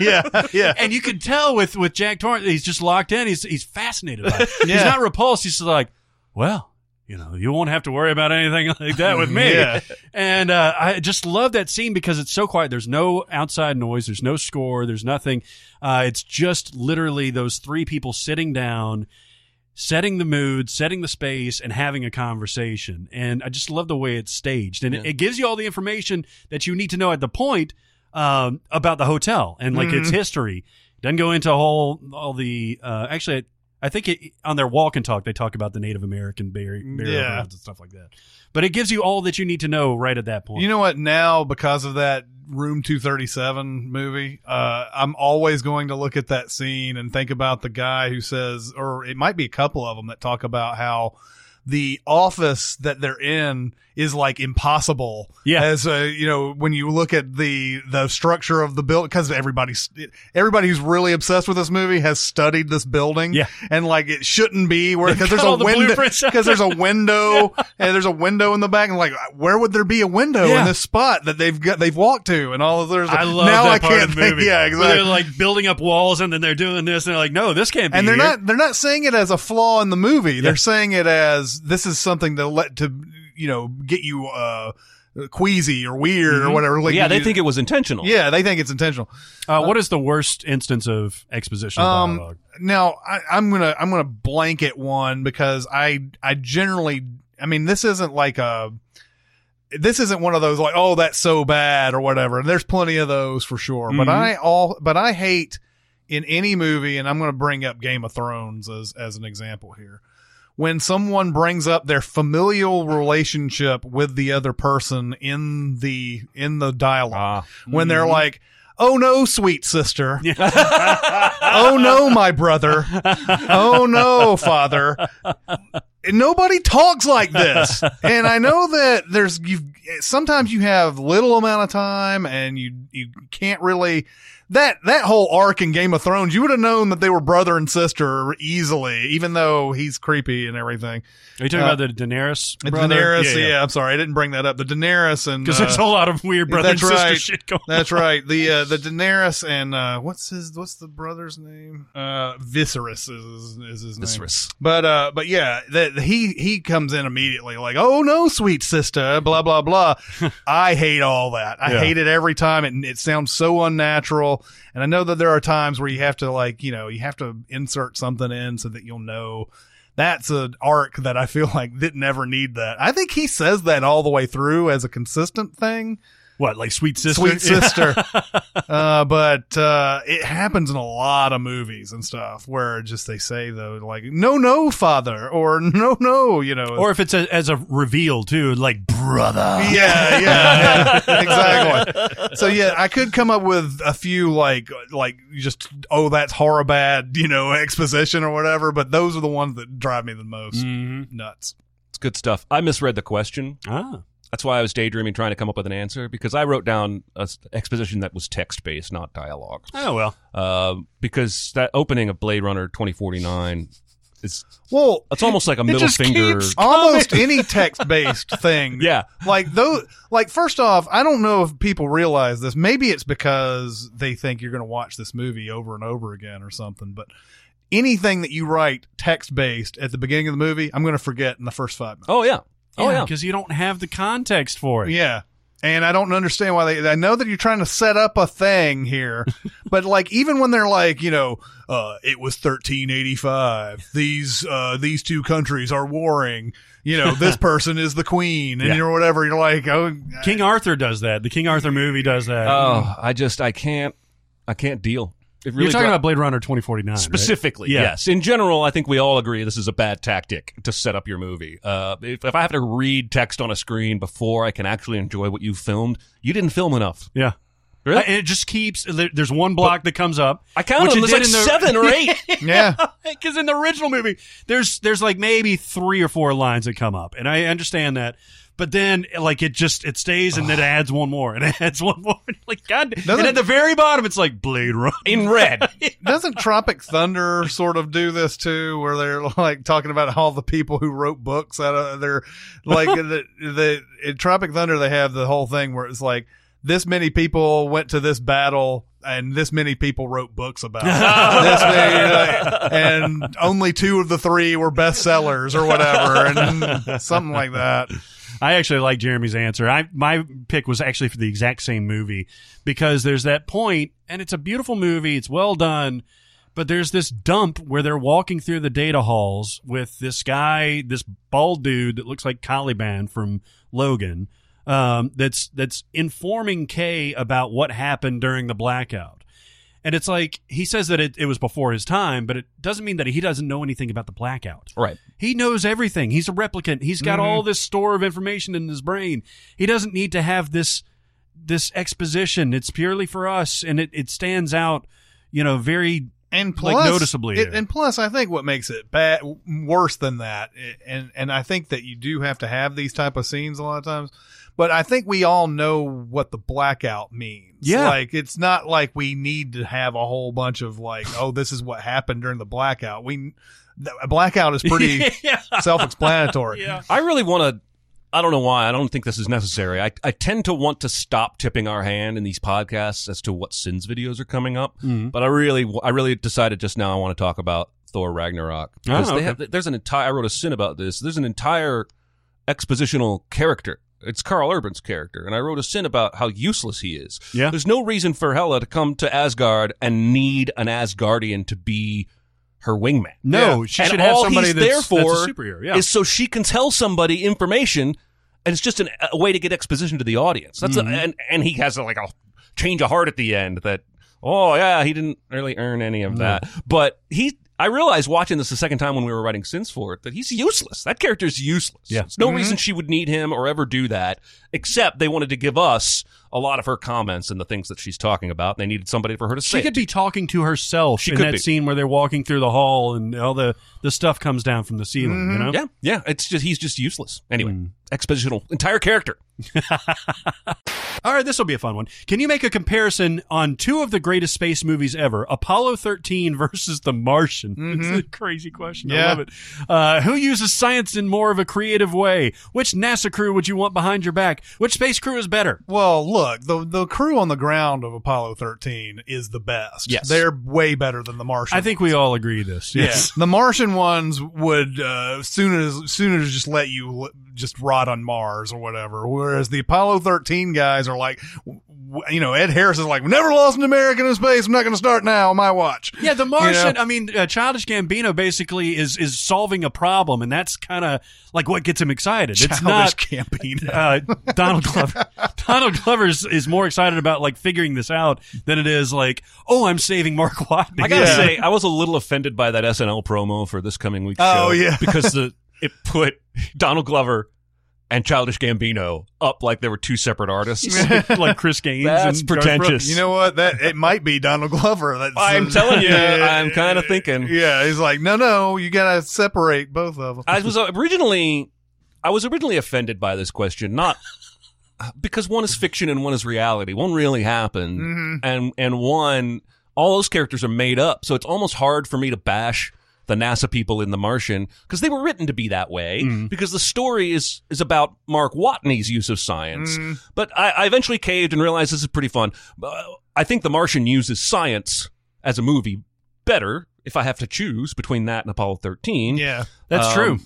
C: yeah. Yeah.
A: and you can tell with with Jack Torrance, he's just locked in. He's he's fascinated by it.
C: Yeah.
A: He's not repulsed. He's just like, well, you know, you won't have to worry about anything like that with me.
C: Yeah.
A: And uh, I just love that scene because it's so quiet. There's no outside noise. There's no score. There's nothing. Uh, it's just literally those three people sitting down. Setting the mood, setting the space, and having a conversation, and I just love the way it's staged, and it, it gives you all the information that you need to know at the point, um, about the hotel and like
C: Mm-hmm.
A: its history. Doesn't go into whole all the uh, actually. I think it, on their walk and talk they talk about the Native American burial burial
C: Mm, Yeah.
A: grounds and stuff like that. But it gives you all that you need to know right at that point.
C: You know what? Now, because of that Room 237 movie, uh, I'm always going to look at that scene and think about the guy who says, or it might be a couple of them that talk about how the office that they're in is like impossible.
A: Yeah.
C: As a, you know, when you look at the, the structure of the building, cause everybody's, everybody who's really obsessed with this movie has studied this building.
A: Yeah.
C: And like it shouldn't be where, cause there's
A: cut
C: a
A: all the
C: window,
A: blueprints out
C: cause there's a window and there's a window in the back and like where would there be a window
A: Yeah.
C: in this spot that they've got they've walked to and all of there's
A: I love
C: now
A: that
C: I
A: part
C: can't
A: of the movie.
C: think yeah
A: where They're
C: exactly
A: like building up walls, and then they're doing this, and they're like, "No, this can't be."
C: and they're
A: here.
C: not they're not saying it as a flaw in the movie they're saying it as this is something to let to you know get you uh queasy or weird
A: Mm-hmm.
C: or whatever like
D: yeah, they
C: you-
D: think it was intentional.
C: yeah they think it's intentional
A: Uh, what is the worst instance of exposition
C: Um,
A: dialogue?
C: now I, I'm gonna I'm gonna blanket one because I I generally I mean this isn't like a this isn't one of those like oh that's so bad or whatever. There's plenty of those for sure. But I all but I hate in any movie, and I'm gonna bring up Game of Thrones as as an example here. When someone brings up their familial relationship with the other person in the in the dialogue,
D: Ah.
C: when they're like, "Oh no, sweet sister," oh no, my brother. Oh no, father. Nobody talks like this. And I know that there's you sometimes you have little amount of time and you you can't really that that whole arc in Game of Thrones, you would have known that they were brother and sister easily, even though he's creepy and everything.
A: Are you talking
C: uh,
A: about the Daenerys?
C: The
A: brother?
C: Daenerys, yeah, I'm sorry, I didn't bring that up. The Daenerys and
A: because
C: uh,
A: there's a lot of weird brother
C: that's
A: and sister
C: right.
A: shit going. on.
C: that's right. The uh, the Daenerys and uh, what's his what's the brother's name? Uh, Viserys is, is his name.
D: Viscerous.
C: But uh, but yeah, that he he comes in immediately like, oh no, sweet sister, blah blah blah. I hate all that. I
A: Yeah.
C: hate it every time. It it sounds so unnatural. And I know that there are times where you have to like you know you have to insert something in so that you'll know. That's an arc that I feel like didn't ever need that. I think he says that all the way through as a consistent thing.
A: What, like Sweet Sister?
C: Sweet
A: Yeah.
C: Sister. uh, but uh, it happens in a lot of movies and stuff where just they say though like no no father or no no you know
A: Or if it's a, as a reveal, too, like, brother.
C: yeah, yeah, yeah, exactly. So yeah, I could come up with a few like like just oh that's horror bad you know exposition or whatever, but those are the ones that drive me the most
A: Mm.
C: nuts.
D: It's good stuff. I misread the question.
A: Ah.
D: That's why I was daydreaming trying to come up with an answer because I wrote down a s- exposition that was text based, not dialogue.
A: Oh, well.
D: Um, because that opening of Blade Runner 2049 is
C: Well,
D: it's almost like a middle
A: just
D: finger.
A: keeps-
C: almost any text-based thing.
D: Yeah.
C: Like though like first off, I don't know if people realize this. Maybe it's because they think you're going to watch this movie over and over again or something, but anything that you write text-based at the beginning of the movie, I'm going to forget in the first 5 minutes.
D: Oh yeah. Oh yeah.
A: Because you don't have the context for it.
C: Yeah. And I don't understand why they. I know that you're trying to set up a thing here, but like even when they're like, you know, uh, it was 1385. These uh, these two countries are warring. You know, this person is the queen, and
A: Yeah.
C: you're whatever. You're like, oh,
A: King Arthur does that. The King Arthur movie does that.
D: Oh, I just I can't I can't deal. It really
A: You're talking
D: dri-
A: about Blade Runner 2049. right?
D: specifically.
A: Yeah.
D: Yes. In general, I think we all agree this is a bad tactic to set up your movie. Uh, if, if I have to read text on a screen before I can actually enjoy what you filmed, you didn't film enough.
A: Yeah.
D: Really?
A: And it just keeps. there- There's one block that comes up.
D: I counted
A: which
D: them.
A: it
D: There's
A: did in
D: like
A: the-
D: seven or eight.
C: yeah,
A: Because in the original movie, there's there's like maybe three or four lines that come up, and I understand that. But then, like it just it stays, and then it adds one more, and it adds one more. like God,
C: Doesn't-
A: and at the very bottom, it's like Blade Runner.
D: in red.
C: doesn't Tropic Thunder sort of do this too, where they're like talking about all the people who wrote books out of their like the, the in Tropic Thunder they have the whole thing where it's like this many people went to this battle and this many people wrote books about it. this many, and only two of the three were bestsellers or whatever and something like that.
A: I actually like Jeremy's answer. I my pick was actually for the exact same movie because there's that point, and it's a beautiful movie. It's well done, but there's this dump where they're walking through the data halls with this guy, this bald dude that looks like Caliban from Logan. Um, that's that's informing Kay about what happened during the blackout. And it's like he says that it, it was before his time, but it doesn't mean that he doesn't know anything about the blackout.
D: Right.
A: He knows everything. He's a replicant. He's got
D: Mm-hmm.
A: all this store of information in his brain. He doesn't need to have this this exposition. It's purely for us, and it, it stands out, you know, very
C: and
A: like,
C: plus
A: noticeably
C: it-
A: there.
C: and plus i think what makes it bad worse than that and and i think that you do have to have these type of scenes a lot of times but i think we all know what the blackout means
A: Yeah.
C: like it's not like we need to have a whole bunch of like oh this is what happened during the blackout we the, a blackout is pretty self-explanatory yeah.
D: I really want to. I don't know why. I don't think this is necessary. I, I tend to want to stop tipping our hand in these podcasts as to what sins videos are coming up.
A: Hmm.
D: But I really, I really decided just now I want to talk about Thor Ragnarok because
A: Oh,
D: they
A: okay.
D: have, there's an entire. I wrote a sin about this. There's an entire expositional character. It's Carl Urban's character, and I wrote a sin about how useless he is.
A: Yeah.
D: There's no reason for Hela to come to Asgard and need an Asgardian to be her wingman
A: no. She
D: and
A: should have
D: all
A: somebody
D: he's
A: that's,
D: there for
A: that's a superhero. Yeah,
D: is so she can tell somebody information, and it's just an, a way to get exposition to the audience. That's
A: Mm-hmm.
D: a, and and he has a, like a change of heart at the end that oh yeah he didn't really earn any
A: Mm-hmm.
D: of that, but he. I realized watching this the second time when we were writing sins for it that he's useless. That character's useless.
A: Yeah. Mm-hmm.
D: There's no reason she would need him or ever do that, except they wanted to give us a lot of her comments and the things that she's talking about. And they needed somebody for her to
A: she
D: say. it
A: could be talking to herself
D: She
A: in
D: could
A: that
D: be.
A: scene where they're walking through the hall and all the the stuff comes down from the ceiling. You know.
D: Yeah, yeah. It's just he's just useless. Anyway,
A: Mm.
D: expositional entire character.
A: All right, this will be a fun one. Can you make a comparison on two of the greatest space movies ever, Apollo 13 versus The Martian? It's a crazy question. I
C: Mm-hmm. Yeah.
A: love it. Uh, who uses science in more of a creative way? Which NASA crew would you want behind your back? Which space crew is better?
C: Well, look, the the crew on the ground of Apollo 13 is the best.
D: Yes.
C: They're way better than the Martian.
A: I think we all agree this. Yes.
C: Yeah. The Martian ones would uh, soon as soon as just let you l- just rot on Mars or whatever. Whereas the Apollo 13 guys are like, w- w- you know, Ed Harris is like, "We never lost an American in space. I'm not going to start now on my watch.
A: Yeah, The Martian.
C: Yeah.
A: I mean, uh, Childish Gambino basically is is solving a problem, and that's kind of like what gets him excited. It's
C: Childish
A: not
C: Gambino.
A: uh, Donald Glover. Donald Glover is, is more excited about like figuring this out than it is like, oh, I'm saving Mark Watney.
D: I gotta say, I was a little offended by that SNL promo for this coming week's show.
C: Oh, yeah.
D: because the it put Donald Glover and Childish Gambino up like they were two separate artists.
A: like Chris Gaines.
D: That's
A: and
D: pretentious.
C: You know what? That it might be Donald Glover. That's,
D: I'm telling you, I'm kind of thinking.
C: Yeah, he's like, no, no, you gotta separate both of them.
D: I was originally, I was originally offended by this question, not because one is fiction and one is reality. One really happened, and and one all those characters are made up. So it's almost hard for me to bash the NASA people in The Martian because they were written to be that way. Because the story is is about Mark Watney's use of science. But I, I eventually caved and realized this is pretty fun. Uh, I think The Martian uses science as a movie better. If I have to choose between that and Apollo 13,
C: Yeah.
A: That's
D: Um,
A: true.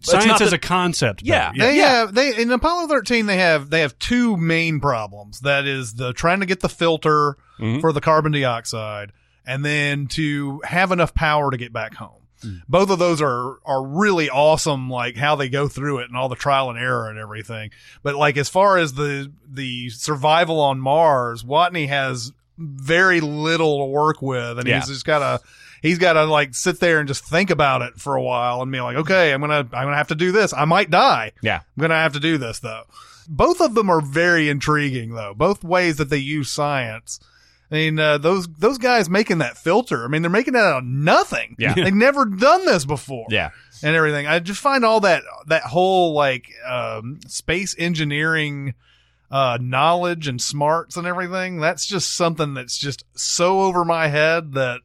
D: it's
A: Science
D: not
A: as
D: that-
A: a concept.
D: Yeah.
A: better.
C: They have they in Apollo 13 they have they have two main problems. That is the trying to get the filter
D: Mhm.
C: for the carbon dioxide and then to have enough power to get back home.
D: Mm.
C: Both of those are are really awesome like how they go through it and all the trial and error and everything. But like as far as the the survival on Mars, Watney has very little to work with and
D: Yeah.
C: he's just got to he's got to like sit there and just think about it for a while and be like, okay, I'm gonna I'm gonna have to do this. I might die.
D: Yeah.
C: I'm gonna have to do this though. Both of them are very intriguing though. Both ways that they use science. I mean, uh, those those guys making that filter. I mean, they're making that out of nothing.
D: Yeah.
C: they've never done this before.
D: Yeah.
C: and everything. I just find all that that whole like um, space engineering uh, knowledge and smarts and everything. That's just something that's just so over my head that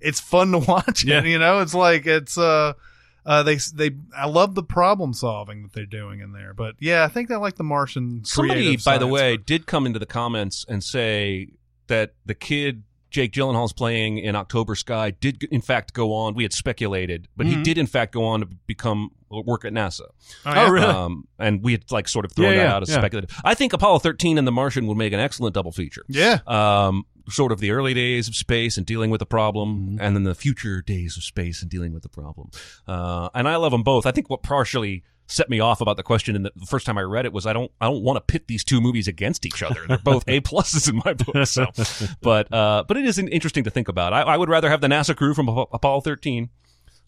C: it's fun to watch.
A: Yeah.
C: It, you know, it's like it's uh, uh, they they. I love the problem solving that they're doing in there. But yeah, I think I like the Martian.
D: Somebody,
C: creative
D: by the
C: science.
D: way, did come into the comments and say that the kid Jake Gyllenhaal's playing in October Sky did, in fact, go on. We had speculated, but
A: Mm-hmm.
D: he did, in fact, go on to become uh, work at NASA.
C: Oh,
A: Oh,
C: yeah.
A: really?
D: Um, and we had like sort of thrown
A: Yeah,
D: that
A: yeah,
D: out as
A: yeah.
D: speculative. I think Apollo 13 and The Martian would make an excellent double feature.
C: Yeah.
D: Um, sort of the early days of space and dealing with the problem, and then the future days of space and dealing with the problem. Uh, and I love them both. I think what partially set me off about the question and the the first time I read it was I don't I don't want to pit these two movies against each other. They're both A pluses in my book. So, but uh, but it is interesting to think about. I, I would rather have the NASA crew from Apo- Apollo 13.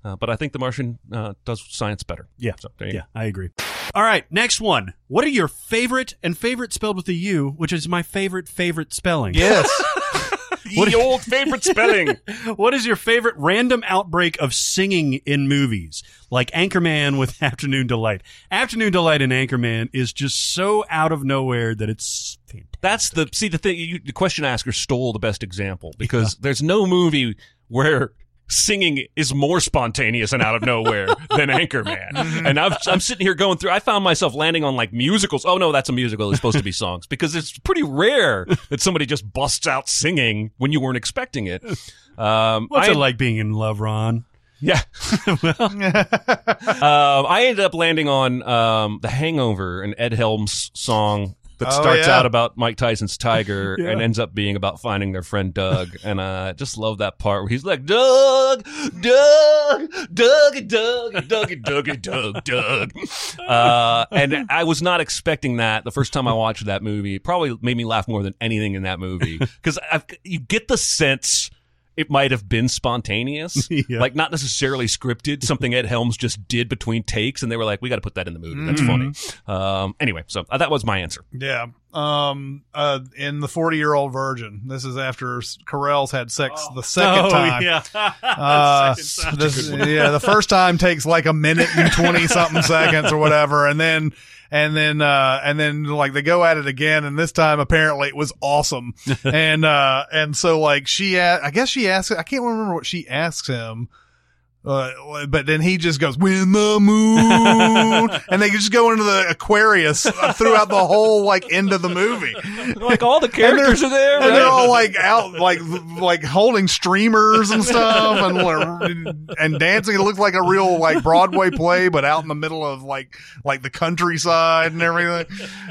D: Uh, but I think The Martian uh, does science better.
A: Yeah.
D: So, there you
A: Yeah, I agree. All right, next one. What are your favorite and favorite spelled with a U, which is my favorite favorite spelling?
C: Yes.
D: the old favorite spelling.
A: What is your favorite random outbreak of singing in movies? Like Anchorman with Afternoon Delight. Afternoon Delight in Anchorman is just so out of nowhere that it's fantastic.
D: That's the see the thing. You, the question asker stole the best example because there's no movie where singing is more spontaneous and out of nowhere than Anchorman. and I've, I'm sitting here going through. I found myself landing on like musicals. Oh no, that's a musical. It's supposed to be songs because it's pretty rare that somebody just busts out singing when you weren't expecting it. Um,
A: What's
D: I-
A: it like being in love, Ron?
D: Yeah. um, I ended up landing on um, The Hangover, an Ed Helms song that
C: Oh,
D: starts
C: yeah.
D: out about Mike Tyson's tiger and ends up being about finding their friend Doug. and I just love that part where he's like, Doug, Doug, Doug, Doug, Doug, Doug, Doug, Doug. Uh, and I was not expecting that the first time I watched that movie. It probably made me laugh more than anything in that movie because you get the sense it might have been spontaneous,
A: Yeah.
D: like not necessarily scripted. Something Ed Helms just did between takes, and they were like, "We got to put that in the movie. That's
A: Mm.
D: funny." Um, anyway, so uh, that was my answer.
C: Yeah. Um. Uh. In the forty-year-old virgin. This is after S- Carell's had sex the second
A: oh,
C: time.
A: yeah.
C: Uh, this, yeah. The first time takes like a minute and twenty something seconds or whatever, and then and then uh and then like they go at it again, and this time apparently it was awesome. and uh and so like she, a- I guess she asks. I can't remember what she asks him. Uh, but then he just goes when the moon, and they just go into the Aquarius throughout the whole like end of the movie.
D: Like all the characters are there,
C: And they're all like out, like like holding streamers and stuff, and and dancing. It looked like a real like Broadway play, but out in the middle of like like the countryside and everything.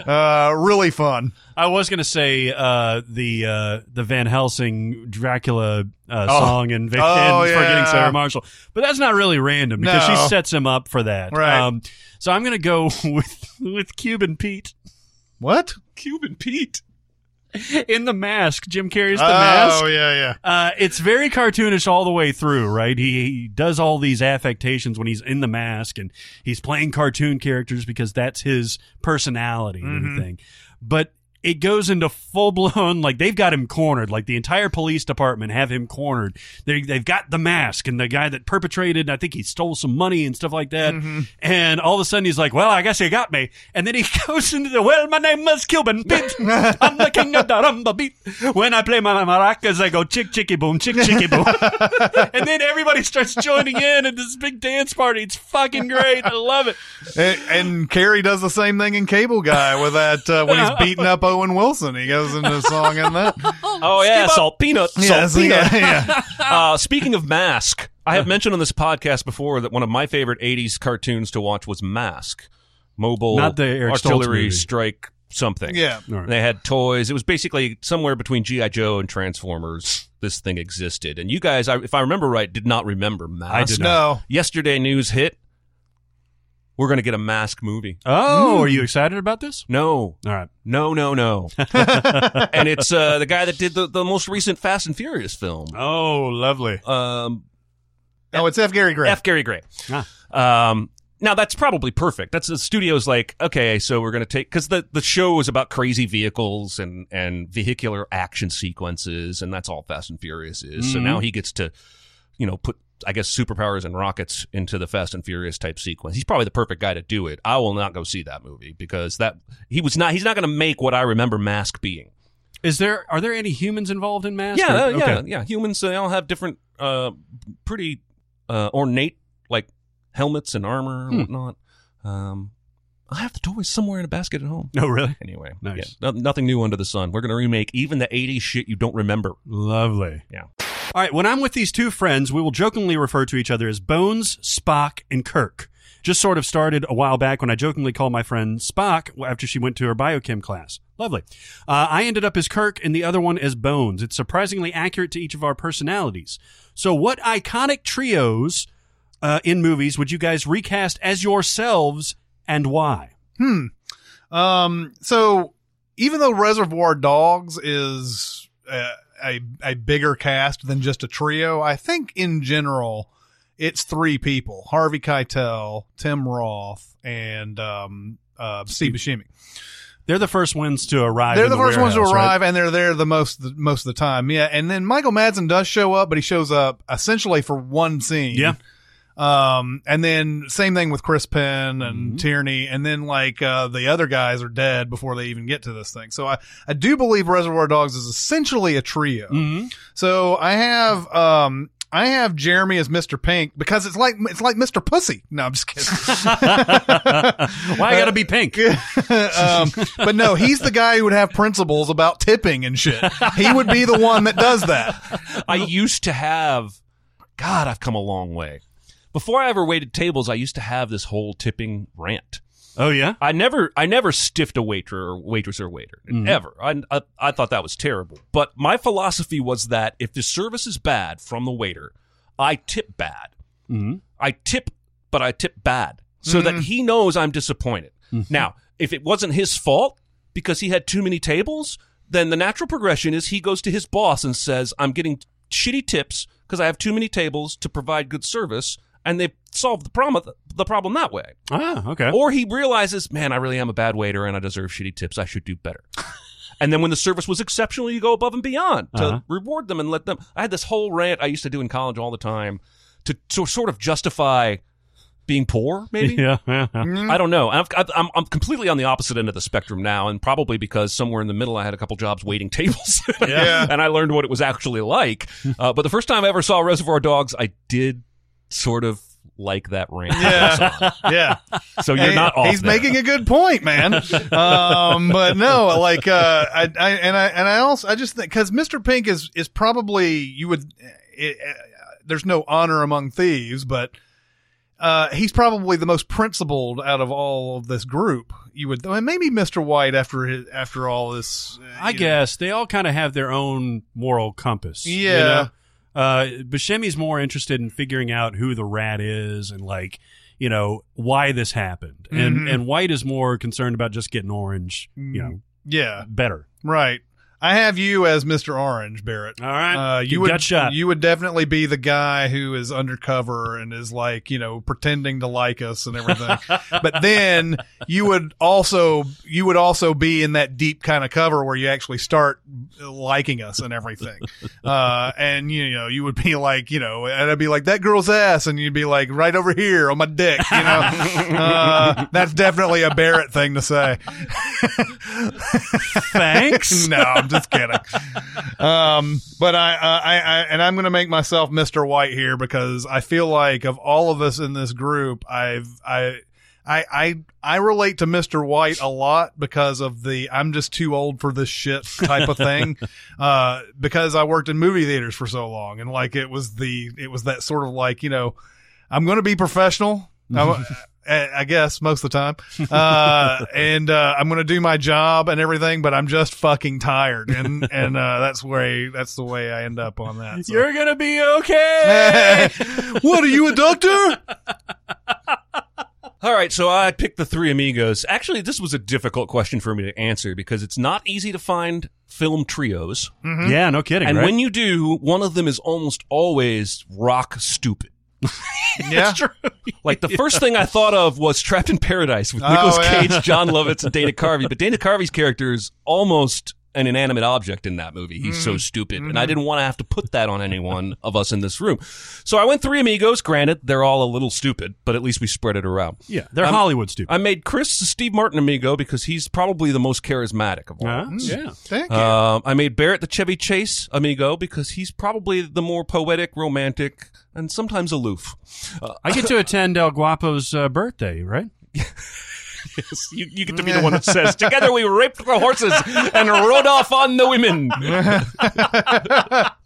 C: Uh, really fun.
A: I was gonna say uh, the uh, the Van Helsing Dracula uh,
C: Oh.
A: song and, Van,
C: Oh,
A: for getting
C: yeah.
A: Sarah Marshall, but that's not really random because
C: No.
A: she sets him up for that. Um,
C: Right.
A: so I'm gonna go with with Cuban Pete.
C: What?
D: Cuban Pete.
A: In the mask, Jim carries the
C: oh,
A: mask.
C: yeah, yeah.
A: Uh, it's very cartoonish all the way through, right? He, he does all these affectations when he's in the mask and he's playing cartoon characters because that's his personality and
C: Mm-hmm.
A: everything. But it goes into full blown, like they've got him cornered, like the entire police department have him cornered. They, they've got the mask and the guy that perpetrated, I think he stole some money and stuff like that. And all of a sudden he's like, well, I guess they got me. And then he goes into the, well, my name is Cuban Pete. I'm the king of the rumba beat. When I play my maracas, I go chick chicky boom, chick chicky boom, and then everybody starts joining in at this big dance party. It's fucking great. I love it.
C: And, and Carrie does the same thing in Cable Guy with that uh, when he's beating up Owen Wilson. He goes into a song in that.
D: Oh yeah, salt peanut. Salt
C: Yeah, so-
D: peanut.
C: yeah, yeah.
D: Uh, speaking of Mask, I have mentioned on this podcast before that one of my favorite '80s cartoons to watch was Mask, mobile
A: Not the Eric Stoltz
D: artillery
A: movie.
D: strike something.
C: Yeah.
A: All right.
D: They had toys. It was basically somewhere between GI Joe and Transformers. This thing existed, and you guys, I, if I remember right, did not remember Mask.
A: I did not.
C: No.
D: Yesterday news hit. We're gonna get a Mask movie.
A: Oh, are you excited about this?
D: No,
A: All right.
D: no, no, no. and it's uh, the guy that did the, the most recent Fast and Furious film.
A: Oh, lovely.
D: Um,
C: No, it's F. Gary Gray.
D: F. Gary Gray. Um, now that's probably perfect. That's the studio's like, okay, so we're gonna take because the the show is about crazy vehicles and and vehicular action sequences, and that's all Fast and Furious is. So now he gets to, you know, put I guess superpowers and rockets into the Fast and Furious type sequence. He's probably the perfect guy to do it. I will not go see that movie because that he was not he's not gonna make what I remember Mask being.
A: Is there are there any humans involved in Mask?
D: Yeah,
A: Or-
D: uh, yeah,
A: okay.
D: yeah. Humans uh, they all have different, uh, pretty uh, ornate like helmets and armor
A: Hmm.
D: and whatnot. Um, I have the toys somewhere in a basket at home.
A: No, Oh, really.
D: Anyway,
A: Nice.
D: yeah, no- nothing new under the sun. We're gonna remake even the '80s shit you don't remember.
A: Lovely.
D: Yeah.
A: All right. When I'm with these two friends, we will jokingly refer to each other as Bones, Spock, and Kirk. Just sort of started a while back when I jokingly called my friend Spock after she went to her biochem class. Lovely. Uh, I ended up as Kirk and the other one as Bones. It's surprisingly accurate to each of our personalities. So, what iconic trios uh, in movies would you guys recast as yourselves and why?
C: Um, so even though Reservoir Dogs is uh, a a bigger cast than just a trio, I think in general it's three people: Harvey Keitel, Tim Roth, and um, uh, Steve Buscemi.
A: They're the first ones to arrive.
C: They're
A: in
C: the, first ones to
A: warehouse, right?
C: arrive, and they're there the most the, most of the time. Yeah, and then Michael Madsen does show up, but he shows up essentially for one scene.
A: Yeah.
C: Um, and then same thing with Chris Penn and
A: Mm-hmm.
C: Tierney, and then like uh, the other guys are dead before they even get to this thing. So I I do believe Reservoir Dogs is essentially a trio.
A: Mhm.
C: So I have um. I have Jeremy as Mr. Pink because it's like it's like Mr. Pussy. No, I'm just kidding.
A: Why I gotta be pink?
C: um, but no, he's the guy who would have principles about tipping and shit. He would be the one that does that.
D: I used to have. God, I've come a long way. Before I ever waited tables, I used to have this whole tipping rant.
A: Oh yeah.
D: I never, I never stiffed a waiter or waitress or waiter ever. I, I, I thought that was terrible. But my philosophy was that if the service is bad from the waiter, I tip bad. I tip, but I tip bad so that he knows I'm disappointed. Now, if it wasn't his fault because he had too many tables, then the natural progression is he goes to his boss and says, "I'm getting shitty tips because I have too many tables to provide good service." And they solve the problem the problem that way.
A: Ah, okay.
D: Or he realizes, man, I really am a bad waiter and I deserve shitty tips. I should do better. and then when the service was exceptional, you go above and beyond to
A: Uh-huh.
D: reward them and let them. I had this whole rant I used to do in college all the time to, to sort of justify being poor, maybe.
A: Yeah, yeah, yeah.
D: I don't know. I've, I've, I'm, I'm completely on the opposite end of the spectrum now, and probably because somewhere in the middle I had a couple jobs waiting tables,
C: Yeah.
D: and I learned what it was actually like. Uh, but the first time I ever saw Reservoir Dogs, I did sort of like that rant.
C: Yeah. Yeah.
D: So you're
C: Hey,
D: not off.
C: He's
D: there.
C: making a good point, man. um, but no, like uh, I, I and I and I also I just think because Mr. Pink is is probably you would. It, uh, there's no honor among thieves, but uh, he's probably the most principled out of all of this group. You would, and maybe Mr. White after his, after all this. uh,
A: I
C: you know.
A: guess they all kind of have their own moral compass. you
C: Yeah.
A: know? Uh, Buscemi's more interested in figuring out who the rat is and like you know why this happened, and
C: Mm-hmm.
A: and white is more concerned about just getting orange, you know,
C: Yeah,
A: better.
C: right. I have you as Mr. Orange, Barrett.
A: All right,
C: Uh, you
A: Good
C: would
A: gut shot.
C: you would definitely be the guy who is undercover and is like you know pretending to like us and everything. but then you would also you would also be in that deep kind of cover where you actually start liking us and everything. uh, and you know you would be like you know and I'd be like that girl's ass and you'd be like right over here on my dick. You know uh, that's definitely a Barrett thing to say.
A: Thanks.
C: no, I'm just kidding. um, but I, uh, I, I, and I'm going to make myself Mr. White here because I feel like of all of us in this group, I've, I, I, I, I relate to Mr. White a lot because of the I'm just too old for this shit type of thing. uh, because I worked in movie theaters for so long and like it was the, it was that sort of like, you know, I'm going to be professional. I, I guess most of the time. Uh, and, uh, I'm going to do my job and everything, but I'm just fucking tired. And, and, uh, that's way, that's the way I end up on that. so.
A: You're gonna be okay.
C: what are you a doctor?
D: All right, so I picked the Three Amigos. Actually, this was a difficult question for me to answer because it's not easy to find film trios.
C: Hmm, Mm-hmm.
A: Yeah, no kidding.
D: And
A: right?
D: when you do, one of them is almost always rock stupid.
C: yeah.
D: Like the first thing I thought of was Trapped in Paradise with
C: Oh,
D: Nicolas
C: yeah.
D: Cage, John Lovitz, and Dana Carvey. But Dana Carvey's character is almost an inanimate object in that movie. He's
C: Mm-hmm.
D: so stupid. And I didn't want to have to put that on anyone of us in this room. So I went Three Amigos. Granted, they're all a little stupid, but at least we spread it around.
A: yeah, they're Hollywood stupid.
D: I made Chris the Steve Martin amigo because he's probably the most charismatic of all.
A: Huh? yeah.
C: Thank you.
D: Um, I made Barrett the Chevy Chase amigo because he's probably the more poetic, romantic, and sometimes aloof. Uh,
A: I get to attend El Guapo's uh, birthday, right?
D: You, you get to
C: Mm.
D: be the one that says, "Together we raped the horses and rode off on the women."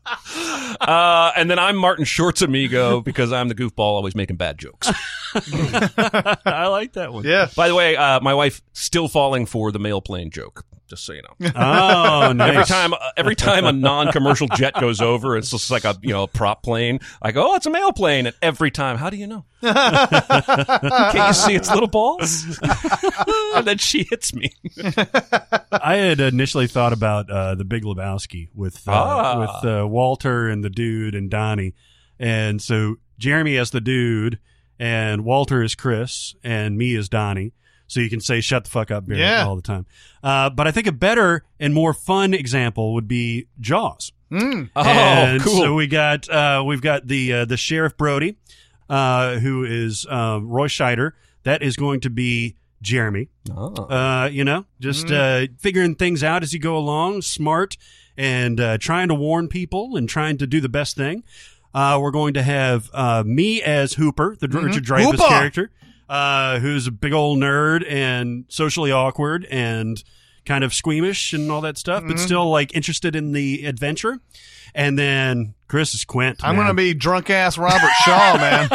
D: uh, and then I'm Martin Short's amigo because I'm the goofball always making bad jokes.
A: I like that one.
C: yeah.
D: By the way, uh, my wife still falling for the mail plane joke. Just so you know.
A: Oh, nice.
D: Every time, uh, every time a non-commercial jet goes over, it's just like a you know a prop plane. I go, oh, it's a mail plane, and every time, how do you know? Can't you see its little balls? and then she hits me.
A: I had initially thought about uh, the Big Lebowski with uh,
D: Ah.
A: with uh, Walter and the dude and Donnie, and so Jeremy as the dude, and Walter is Chris, and me is Donnie. So you can say "shut the fuck up" Barry,
C: Yeah.
A: all the time. Uh, but I think a better and more fun example would be Jaws.
C: Mm.
D: Oh,
A: and
D: cool.
A: So we got uh, we've got the uh, the sheriff Brody, uh, who is uh, Roy Scheider. That is going to be Jeremy.
D: Oh.
A: Uh, you know, just uh,
D: Mm-hmm.
A: figuring things out as you go along, smart and uh, trying to warn people and trying to do the best thing. Uh, we're going to have uh, me as Hooper, the
D: Mm-hmm.
A: Richard Dreyfuss
C: Hooper!
A: character, uh, who's a big old nerd and socially awkward and kind of squeamish and all that stuff, but still like interested in the adventure. And then Chris is Quint.
C: I'm
A: man.
C: going to be drunk ass Robert Shaw, man.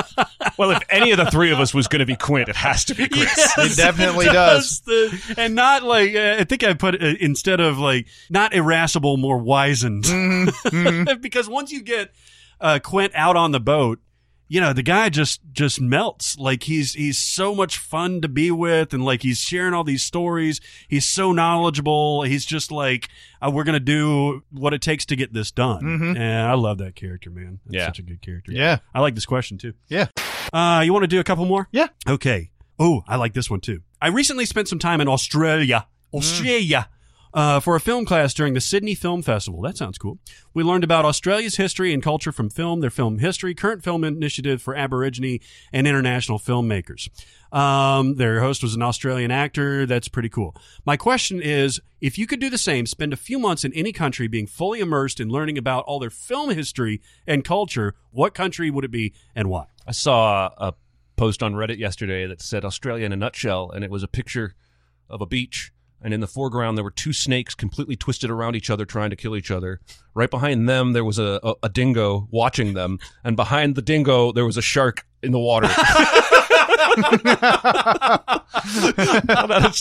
D: Well, if any of the three of us was going to be Quint, it has to be Chris.
C: It definitely
A: does. The- and not like uh, I think I put uh, instead of like not irascible, more wizened. because once you get uh, Quint out on the boat, you know the guy just just melts. Like he's he's so much fun to be with, and like he's sharing all these stories. He's so knowledgeable. He's just like uh, we're gonna do what it takes to get this done. And I love that character, man. That's
D: Yeah.
A: such a good character.
C: Mm-hmm. Yeah.
A: I like this question too.
C: Yeah.
A: Uh, you want to do a couple more?
C: Yeah.
A: Okay. Oh, I like this one too. I recently spent some time in Australia,
C: Mm.
A: Australia, uh, for a film class during the Sydney Film Festival. That sounds cool. We learned about Australia's history and culture from film, their film history, current film initiative for Aborigine and international filmmakers. Um, their host was an Australian actor. That's pretty cool. My question is, if you could do the same, spend a few months in any country being fully immersed in learning about all their film history and culture, what country would it be and why?
D: I saw a post on Reddit yesterday that said Australia in a nutshell, and it was a picture of a beach. And in the foreground, there were two snakes completely twisted around each other, trying to kill each other. Right behind them, there was a, a, a dingo watching them. And behind the dingo, there was a shark in the water. that's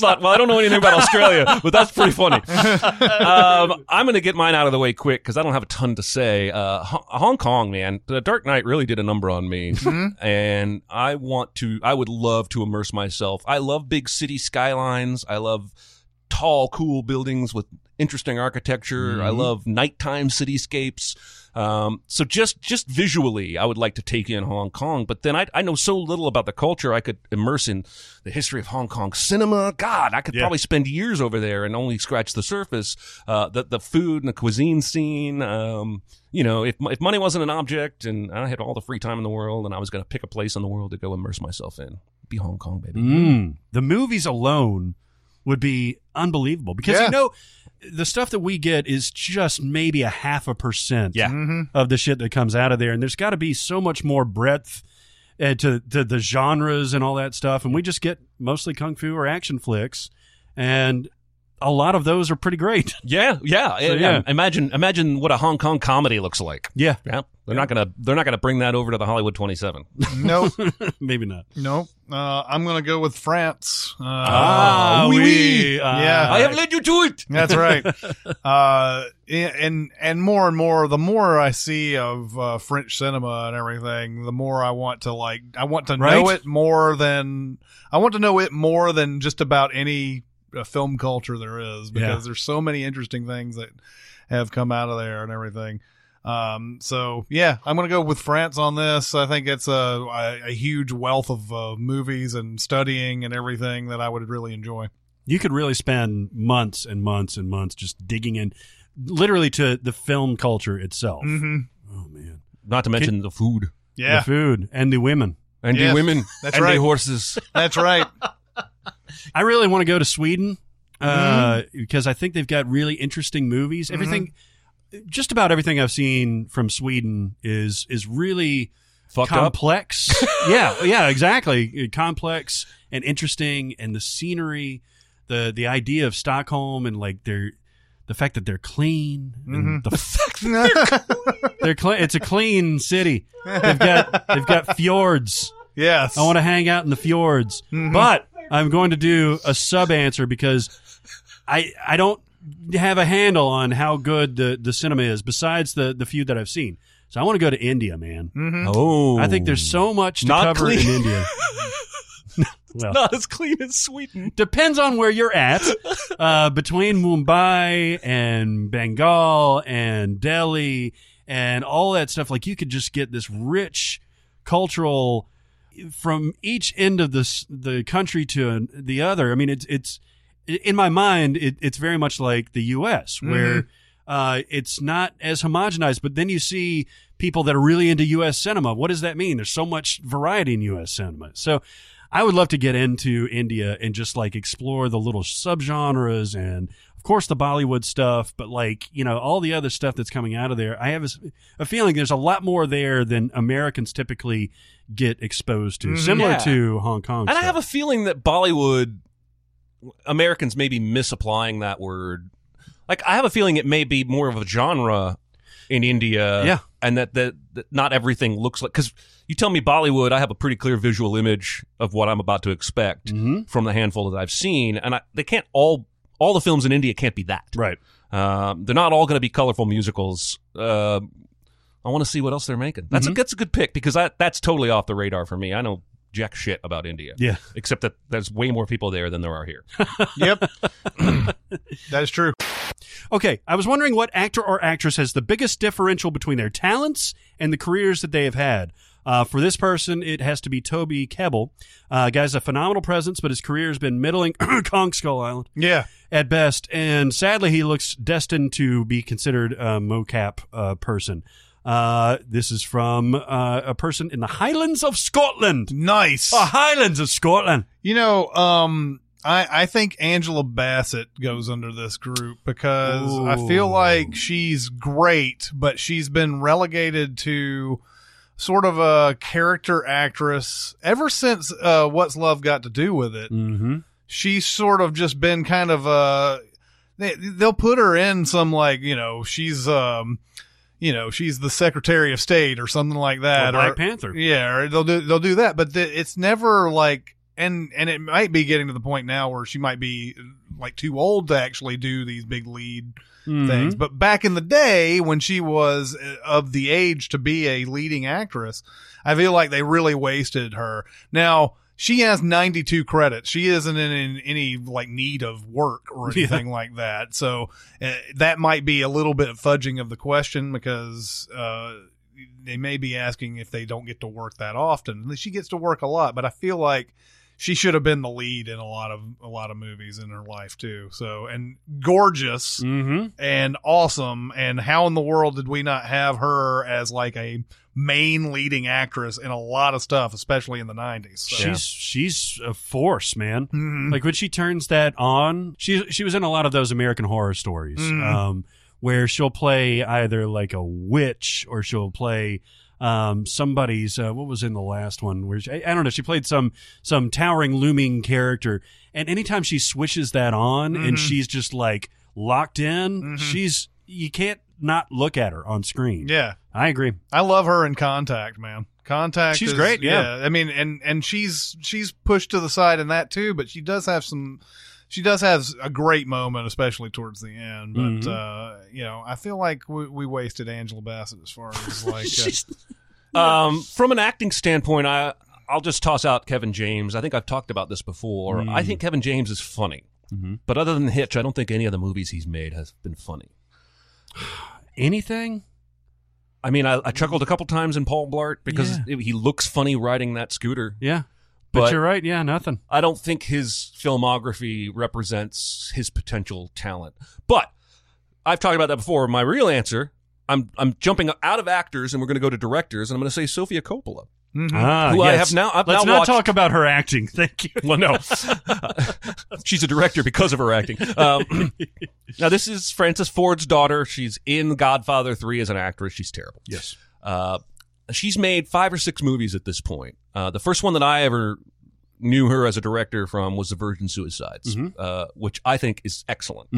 D: not. Well, I don't know anything about Australia, but that's pretty funny. Um, I'm going to get mine out of the way quick because I don't have a ton to say. Uh, Ho- Hong Kong, man, the Dark Knight really did a number on me, and I want to. I would love to immerse myself. I love big city skylines. I love tall, cool buildings with interesting architecture. I love nighttime cityscapes. Um, so just just visually, I would like to take in Hong Kong. But then I, I know so little about the culture, I could immerse in the history of Hong Kong cinema. God, I could
A: Yeah.
D: probably spend years over there and only scratch the surface. Uh, the the food and the cuisine scene. Um, you know, if mo- if money wasn't an object and I had all the free time in the world and I was going to pick a place in the world to go immerse myself in, be Hong Kong, baby.
A: Mm. The movies alone would be unbelievable because
C: Yeah.
A: you know the stuff that we get is just maybe a half a percent
D: Yeah.
C: Mm-hmm.
A: of the shit that comes out of there, and there's got to be so much more breadth uh, to to the genres and all that stuff, and we just get mostly kung fu or action flicks, and a lot of those are pretty great.
D: Yeah, yeah,
A: So,
D: yeah.
A: yeah.
D: Imagine, imagine what a Hong Kong comedy looks like.
A: Yeah,
D: Yeah, they're not gonna, they're not gonna bring that over to the Hollywood Twenty Seven.
C: Nope.
A: maybe not.
C: Nope. Uh, I'm going to go with France. Uh,
A: Ah,
C: oui,
A: oui,
C: oui.
A: ah.
C: yeah.
D: I have led you to it.
C: That's right. uh, and and more and more, the more I see of uh, French cinema and everything, the more I want to like. I want to know
A: Right?
C: it more than I want to know it more than just about any uh, film culture there is because
A: Yeah.
C: there's so many interesting things that have come out of there and everything. Um, so yeah, I'm gonna go with France on this. I think it's a a, a huge wealth of uh, movies and studying and everything that I would really enjoy.
A: you could really spend months and months and months just digging in, literally to the film culture itself.
C: Mm-hmm.
A: Oh man,
D: Not to mention the food
C: Yeah,
A: the food and the women.
D: and
C: Yes,
D: the women
C: that's
D: and
C: right.
D: the horses.
C: that's right.
A: I really want to go to Sweden uh,
D: Mm-hmm.
A: because I think they've got really interesting movies. Everything, just about everything I've seen from Sweden is is really
D: Fucked up.
A: complex. yeah, yeah, exactly. Complex and interesting, and the scenery, the the idea of Stockholm, and like their the fact that they're clean. And
D: Mm-hmm.
A: the fact they're clean. It's a clean city. They've got they've got fjords.
C: Yes.
A: I want to hang out in the fjords,
D: Mm-hmm.
A: but I'm going to do a sub answer because I I don't have a handle on how good the, the cinema is besides the the few that I've seen. So I want to go to India, man.
D: Oh,
A: I think there's so much to
D: Not
A: cover
D: clean.
A: in India. well,
D: not as clean as Sweden.
A: depends on where you're at. Uh, between Mumbai and Bengal and Delhi and all that stuff, like you could just get this rich cultural from each end of this the country to an- the other. I mean, it's it's in my mind, it, it's very much like the U.S.
D: Mm-hmm.
A: where. Uh, it's not as homogenized, but then you see people that are really into U.S. cinema. What does that mean? There's so much variety in U.S. cinema. So I would love to get into India and just like explore the little subgenres and of course the Bollywood stuff, but like, you know, all the other stuff that's coming out of there. I have a, s- a feeling there's a lot more there than Americans typically get exposed to, similar
D: Mm-hmm. Yeah.
A: to Hong Kong.
D: And I
A: stuff.
D: have a feeling that Bollywood Americans may be misapplying that word. Like I have a feeling it may be more of a genre in India.
A: Yeah.
D: And that, that, that not everything looks like because you tell me Bollywood, I have a pretty clear visual image of what I'm about to expect
A: Mm-hmm.
D: from the handful that I've seen, and I, they can't all all the films in India can't be that.
A: Right.
D: Um, they're not all going to be colorful musicals. Um I want to see what else they're making. That's
A: Mm-hmm.
D: a that's a good pick because I, that's totally off the radar for me. I know jack shit about India.
A: Yeah.
D: Except that there's way more people there than there are here.
C: yep. that is true.
A: Okay, I was wondering what actor or actress has the biggest differential between their talents and the careers that they have had. Uh, for this person, it has to be Toby Kebbell. Uh, guy's a phenomenal presence, but his career has been middling Kong Skull Island
C: Yeah.
A: at best, and sadly, he looks destined to be considered a mocap uh, person. Uh, this is from uh, a person in the Highlands of Scotland.
C: Nice.
A: The Highlands of Scotland.
C: You know, um, I, I think Angela Bassett goes under this group because I feel
A: Ooh.
C: like she's great, but she's been relegated to sort of a character actress ever since uh, What's Love Got to Do with It.
A: Mm-hmm.
C: she's sort of just been kind of uh they, they'll put her in some like you know she's um you know, she's the Secretary of State or something like that.
A: Or Black Panther.
C: Yeah, or they'll do they'll do that, but the, it's never like and and it might be getting to the point now where she might be like too old to actually do these big lead things.
A: Mm-hmm.
C: But back in the day when she was uh, of the age to be a leading actress, I feel like they really wasted her. Now, she has 92 credits. She isn't in, in any like need of work or
A: Yeah.
C: anything like that. So uh, that might be a little bit of fudging of the question because uh, they may be asking if they don't get to work that often. She gets to work a lot, but I feel like she should have been the lead in a lot of a lot of movies in her life too. So and gorgeous
A: Mm-hmm.
C: and awesome and how in the world did we not have her as like a main leading actress in a lot of stuff especially in the 90s so.
A: She's she's a force, man.
C: Mhm.
A: Like when she turns that on, she she was in a lot of those American horror stories,
C: Mhm.
A: um, where she'll play either like a witch or she'll play um, somebody's. Uh, what was in the last one? Where she, I, I don't know. She played some some towering, looming character, and anytime she switches that on, and she's just like locked in, she's you can't not look at her on screen.
C: yeah
A: I agree.
C: i love her in contact man contact
A: She's
C: is-
A: great,
C: i mean and and she's she's pushed to the side in that too but she does have some she does have a great moment especially towards the end but
A: Mhm.
C: uh you know i feel like we, we wasted angela bassett as far as like uh,
D: She's- um, from an acting standpoint, I I'll just toss out Kevin James. I think I've talked about this before. I think Kevin James is funny, but other than Hitch, I don't think any of the movies he's made has been funny.
A: Anything?
D: I mean, I, I chuckled a couple times in Paul Blart because
A: Yeah.
D: it- he looks funny riding that scooter.
A: Yeah. But,
D: But-
A: you're right. Yeah, nothing.
D: I don't think his filmography represents his potential talent. But I've talked about that before. My real answer, I'm I'm jumping out of actors and we're going to go to directors and I'm going to say Sofia Coppola.
C: Hmm. mm-hmm.
A: Ah,
D: Who I
A: yes.
D: have now- I've
A: Let's
D: now
A: not
D: watched-
A: talk about her acting. Thank you.
D: Well, no, she's a director because of her acting. Um, now this is Frances Ford's daughter. She's in Godfather Three as an actress. She's terrible.
A: Yes.
D: Uh, she's made five or six movies at this point. Uh, the first one that I ever knew her as a director from was The Virgin Suicides, uh, which I think is excellent.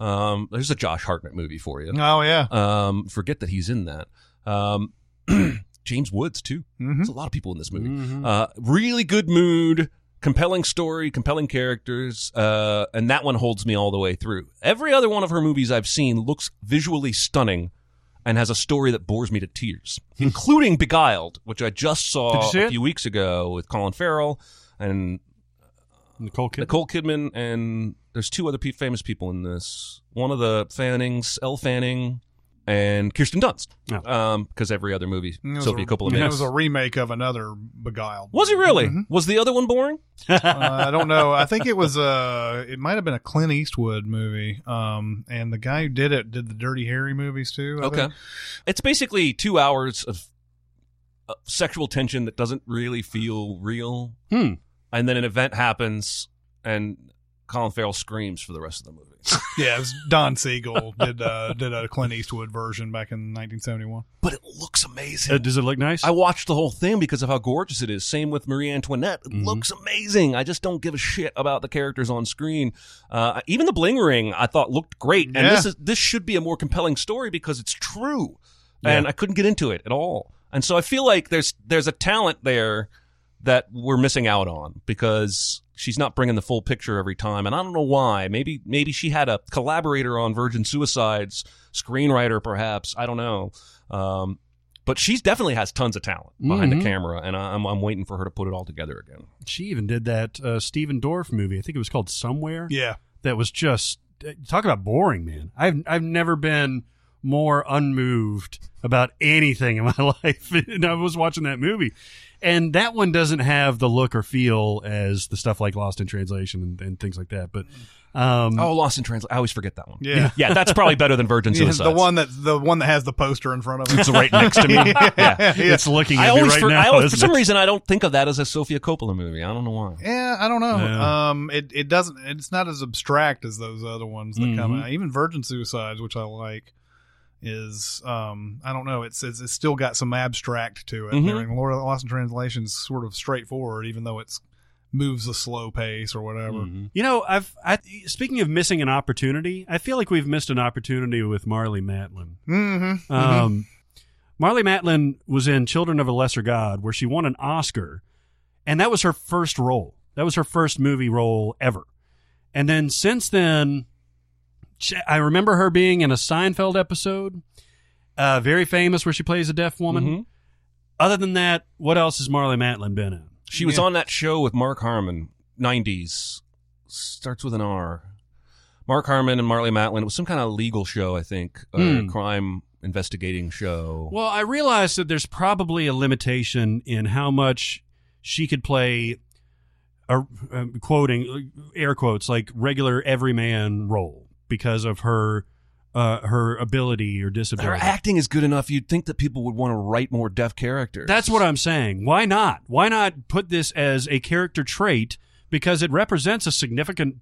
D: Um, there's a Josh Hartnett movie for you.
C: oh yeah
D: Um, forget that he's in that. Um, James Woods too.
C: Mm-hmm.
D: There's a lot of people in this movie. Uh, really good mood, compelling story, compelling characters, uh, and that one holds me all the way through. Every other one of her movies I've seen looks visually stunning and has a story that bores me to tears, including Beguiled, which I just
C: Hmm. Did
D: saw
C: you see
D: a
C: it?
D: few weeks ago with Colin Farrell and
A: Nicole Kidman.
D: Nicole Kidman, and there's two other pe- famous people in this. One of the Fannings, Elle Fanning, and Kirsten Dunst.
A: Yeah.
D: because every other movie,
C: It was
D: Sophia
C: a-
D: Coppola
C: It
D: made.
C: was a remake of another Beguiled.
D: Was it really?
C: Mm-hmm.
D: Was the other one boring?
C: uh, I don't know. I think it was uh it might have been a Clint Eastwood movie. Um and the guy who did it did the Dirty Harry movies too. I
D: Okay,
C: think.
D: it's basically two hours of, of sexual tension that doesn't really feel real,
A: Hmm.
D: and then an event happens, and Colin Farrell screams for the rest of the movie.
C: Yeah, it was Don Siegel did uh did a Clint Eastwood version back in nineteen seventy one.
D: but it looks amazing.
A: Uh, does it look nice?
D: I watched the whole thing because of how gorgeous it is. Same with Marie Antoinette. It looks amazing. I just don't give a shit about the characters on screen. Uh, even the bling ring I thought looked great. And
C: Yeah.
D: this is this should be a more compelling story because it's true. And I couldn't get into it at all. And so I feel like there's there's a talent there that we're missing out on because she's not bringing the full picture every time and I don't know why. Maybe maybe she had a collaborator on Virgin Suicides, screenwriter perhaps. I don't know. Um, but she definitely has tons of talent behind
A: Mhm.
D: the camera, and I- I'm, I'm waiting for her to put it all together again.
A: she even did that uh, Steven Dorff movie. I think it was called Somewhere.
C: Yeah.
A: That was just uh, talk about boring, man. I've I've never been more unmoved about anything in my life. and I was watching that movie, and that one doesn't have the look or feel as the stuff like Lost in Translation and, and things like that. But um,
D: Oh, Lost in Translation. I always forget that one.
C: Yeah.
D: yeah, that's probably better than Virgin
C: Yeah,
D: Suicides.
C: the one that the one that has the poster in front of it.
D: that's right next to me. yeah.
A: it's looking at
D: I
A: me
D: always,
A: right
D: for,
A: now.
D: I always for
A: isn't
D: some
A: it?
D: reason, I don't think of that as a Sofia Coppola movie. I don't know why.
C: Yeah, I don't know.
A: Yeah.
C: Um, it, it doesn't. It's not as abstract as those other ones that come
D: Mm-hmm.
C: out. Even Virgin Suicides, which I like, is um, I don't know. It's it's, it's still got some abstract to it.
D: Mhm.
C: During Laura Lost in Translation's sort of straightforward, even though it's moves a slow pace or whatever.
D: Mm-hmm.
A: You know, I've I, speaking of missing an opportunity, I feel like we've missed an opportunity with Marley Matlin.
C: Mm-hmm.
A: Um, Marley Matlin was in Children of a Lesser God, where she won an Oscar, and that was her first role. That was her first movie role ever. And then since then, she- I remember her being in a Seinfeld episode, uh, very famous, where she plays a deaf woman.
D: Mhm.
A: Other than that, what else has Marley Matlin been in?
D: She was
C: Yeah.
D: on that show with Mark Harmon, 90s. Starts with an R. Mark Harmon and Marley Matlin. It was some kind of legal show, I think, or
A: Hmm.
D: crime investigating show.
A: Well, I realize that there's probably a limitation in how much she could play, a, um, quoting air quotes like regular everyman role because of her uh, her ability or
D: Her
A: disability.
D: acting is good enough. You'd think that people would want to write more deaf characters.
A: That's what I'm saying. Why not? Why not put this as a character trait because it represents a significant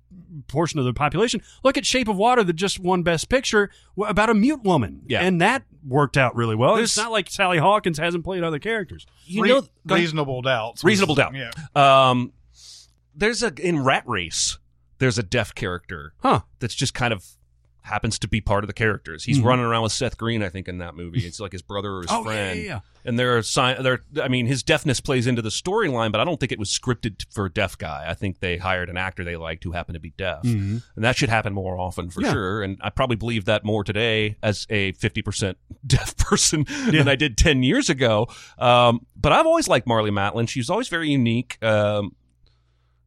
A: portion of the population? Look at Shape of Water that just won Best Picture w- about a mute woman,
D: Yeah.
A: and that worked out really well.
D: There's-
A: it's not like Sally Hawkins hasn't played other characters.
D: you know. go ahead.
C: reasonable doubts.
D: Reasonable doubt.
C: Yeah.
D: Um, there's a in Rat Race. There's a deaf character
A: Huh.
D: that's just kind of happens to be part of the characters. He's running around with Seth Green, I think, in that movie. It's like his brother or his
A: Oh, yeah,
D: friend.
A: yeah, yeah.
D: And there are sign. There, I mean, his deafness plays into the storyline, but I don't think it was scripted for a deaf guy. I think they hired an actor they liked who happened to be deaf, and that should happen more often for
A: Mm-hmm. Yeah.
D: sure. And I probably believe that more today as a fifty percent deaf person than I did ten years ago. Um, but I've always liked Marley Matlin. She's always very unique. Um,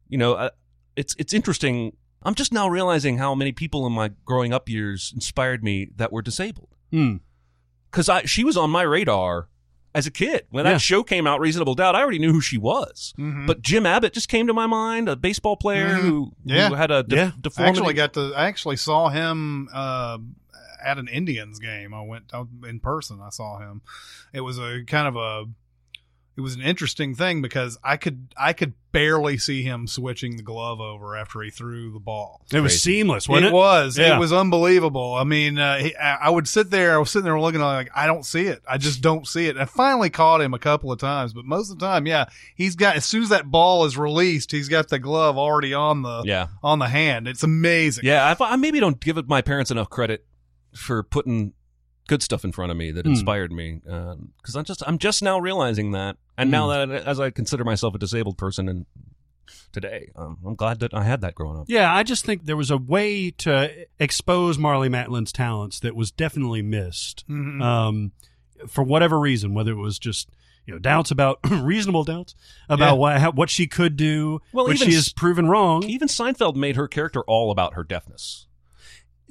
D: you know, uh, it's it's interesting. I'm just now realizing how many people in my growing up years inspired me that were disabled.
A: Hmm.
D: Because I she was on my radar as a kid when
A: Yeah.
D: that show came out, Reasonable Doubt. I already knew who she was,
C: Mm-hmm. Mm.
D: but Jim Abbott just came to my mind, a baseball player
C: Mhm.
D: who,
C: Yeah.
D: who had a de-
A: Yeah.
C: I
D: deformity.
C: actually got to. I actually saw him uh, at an Indians game. I went I, in person. I saw him. It was a kind of a. It was an interesting thing because I could I could barely see him switching the glove over after he threw the ball.
A: It was
D: Crazy.
A: seamless, wasn't it?
C: was.
A: Yeah.
C: It was unbelievable. I mean, uh, he, I I would sit there. I was sitting there looking like I don't see it. I just don't see it. I finally caught him a couple of times, but most of the time, yeah, he's got. As soon as that ball is released, he's got the glove already on the
D: yeah,
C: on the hand. It's amazing.
D: yeah. I, I maybe don't give my parents enough credit for putting good stuff in front of me that
A: Hmm.
D: inspired me. Because I'm just I'm just now realizing that, and now
A: Mm.
D: that as I consider myself a disabled person and today, um, I'm glad that I had that growing up.
A: Yeah, I just think there was a way to expose Marley Matlin's talents that was definitely missed.
C: Mhm.
A: Um, for whatever reason, whether it was just you know doubts about reasonable doubts
C: Yeah.
A: about why how, what she could do,
D: Well,
A: which
D: even
A: she
D: s- e
A: is proven wrong.
D: Even Seinfeld made her character all about her deafness.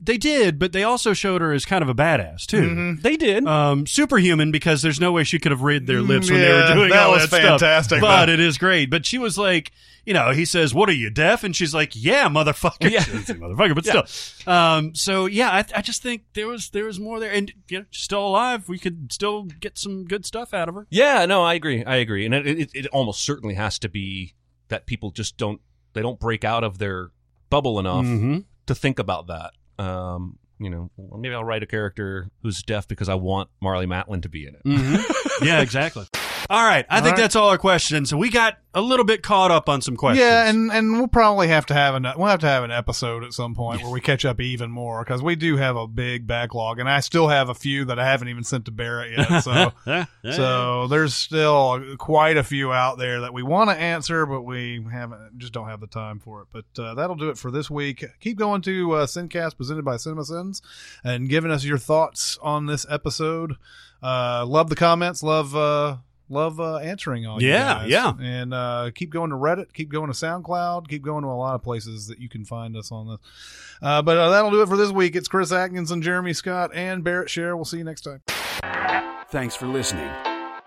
A: they did, but they also showed her as kind of a badass too.
C: Mhm.
D: They did.
A: Um, superhuman because there's no way she could have read their lips when they
C: Mm, Yeah,
A: were doing
C: that
A: all
C: was
A: that stuff.
C: fantastic,
A: But
C: man.
A: it is great. But she was like, you know, he says, "What are you deaf?" And she's like, "Yeah, motherfucker."
D: Yeah.
A: She didn't say motherfucker, but
D: Yeah.
A: still. Um, so yeah, I, I just think there was there was more there, and you know, she's still alive. We could still get some good stuff out of her.
D: Yeah, no, I agree. I agree, and it, it it almost certainly has to be that people just don't they don't break out of their bubble enough
A: Mm-hmm.
D: to think about that. Um, you know, well, maybe I'll write a character who's deaf because I want Marley Matlin to be in it.
A: Mm-hmm. yeah, exactly. All right, I think
C: right.
A: that's all our questions. So we got a little bit caught up on some questions.
C: Yeah, and and we'll probably have to have an we'll have to have an episode at some point where we catch up even more because we do have a big backlog, and I still have a few that I haven't even sent to Barrett yet. So
A: Yeah, yeah.
C: so there's still quite a few out there that we want to answer, but we haven't just don't have the time for it. But uh, that'll do it for this week. Keep going to uh, Sincast presented by CinemaSins and giving us your thoughts on this episode. Uh, love the comments. Love. Uh, Love uh, answering all you
A: Yeah,
C: guys.
A: yeah.
C: and uh, keep going to Reddit, keep going to SoundCloud, keep going to a lot of places that you can find us on this. Uh, but uh, that'll do it for this week. It's Chris Atkinson, Jeremy Scott, and Barrett Share. We'll see you next time.
B: Thanks for listening.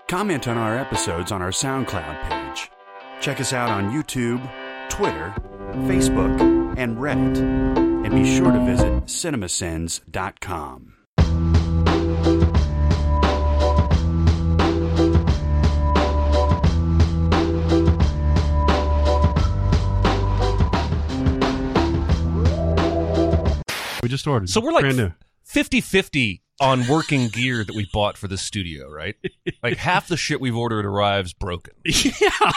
B: Comment on our episodes on our SoundCloud page. Check us out on YouTube, Twitter, Facebook, and Reddit. And be sure to visit cinemasins.com.
A: we just ordered.
D: So we're like
A: brand new.
D: 50-50 on working gear that we bought for the studio, right? Like half the shit we've ordered arrives broken.
A: yeah.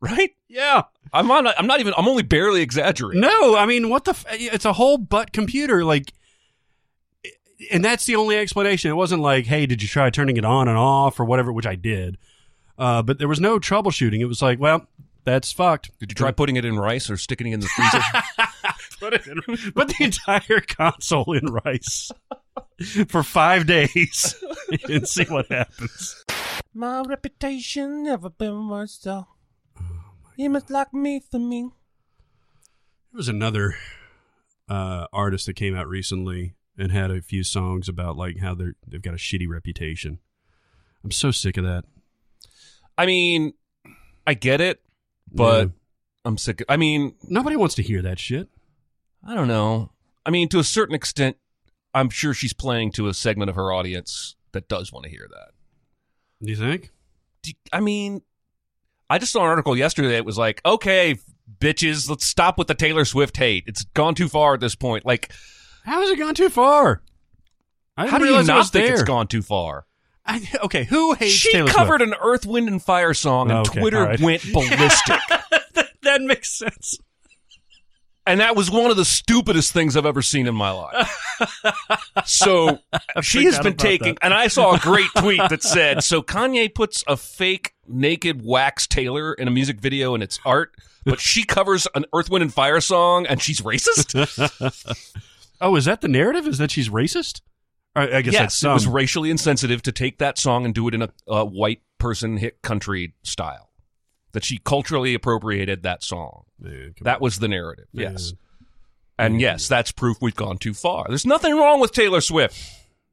D: right?
A: Yeah.
D: I'm on. I'm not even. I'm only barely exaggerating.
A: No, I mean, what the? F- it's a whole butt computer, like, and that's the only explanation. It wasn't like, hey, did you try turning it on and off or whatever, which I did. Uh, but there was no troubleshooting. It was like, well, that's fucked.
D: Did you try putting it in rice or sticking it in the freezer?
A: Put it in, put the entire console in rice for five days and see what happens.
G: My reputation never been worse though.
A: Oh,
G: You must like me for me.
A: There was another uh, artist that came out recently and had a few songs about like how they're they've got a shitty reputation. I'm so sick of that.
D: I mean, I get it, but
A: Yeah.
D: I'm sick. Of, I mean,
A: Nobody wants to hear that shit.
D: I don't know. I mean, to a certain extent, I'm sure she's playing to a segment of her audience that does want to hear that.
A: Do you think?
D: Do- I mean, I just saw an article yesterday that was like, okay, bitches, let's stop with the Taylor Swift hate. It's gone too far at this point. Like,
A: How has it gone too far? I didn't
D: how do you
A: realize it
D: not
A: was
D: think it's
A: there.
D: gone too far?
A: I, okay, who hates
D: She
A: Taylor
D: covered an Earth, Wind, and Fire song, and
A: Oh, Okay, all
D: Twitter
A: right.
D: went ballistic.
A: Swift? That makes sense.
D: and that was one of the stupidest things I've ever seen in my life. so she has
A: forgot
D: been
A: about
D: taking,
A: that.
D: and I saw a great tweet that said, "So Kanye puts a fake naked wax Taylor in a music video, and it's art, but she covers an Earth, Wind, and Fire song, and she's racist."
A: Oh, is that the narrative? Is that she's racist? I, I guess that's
D: yes, it
A: some.
D: was racially insensitive to take that song and do it in a, a white person hit country style. That she culturally appropriated that song.
A: Man, come
D: That
A: on.
D: was the narrative. Yes.
A: Yeah.
D: And yes, that's proof we've gone too far. There's nothing wrong with Taylor Swift.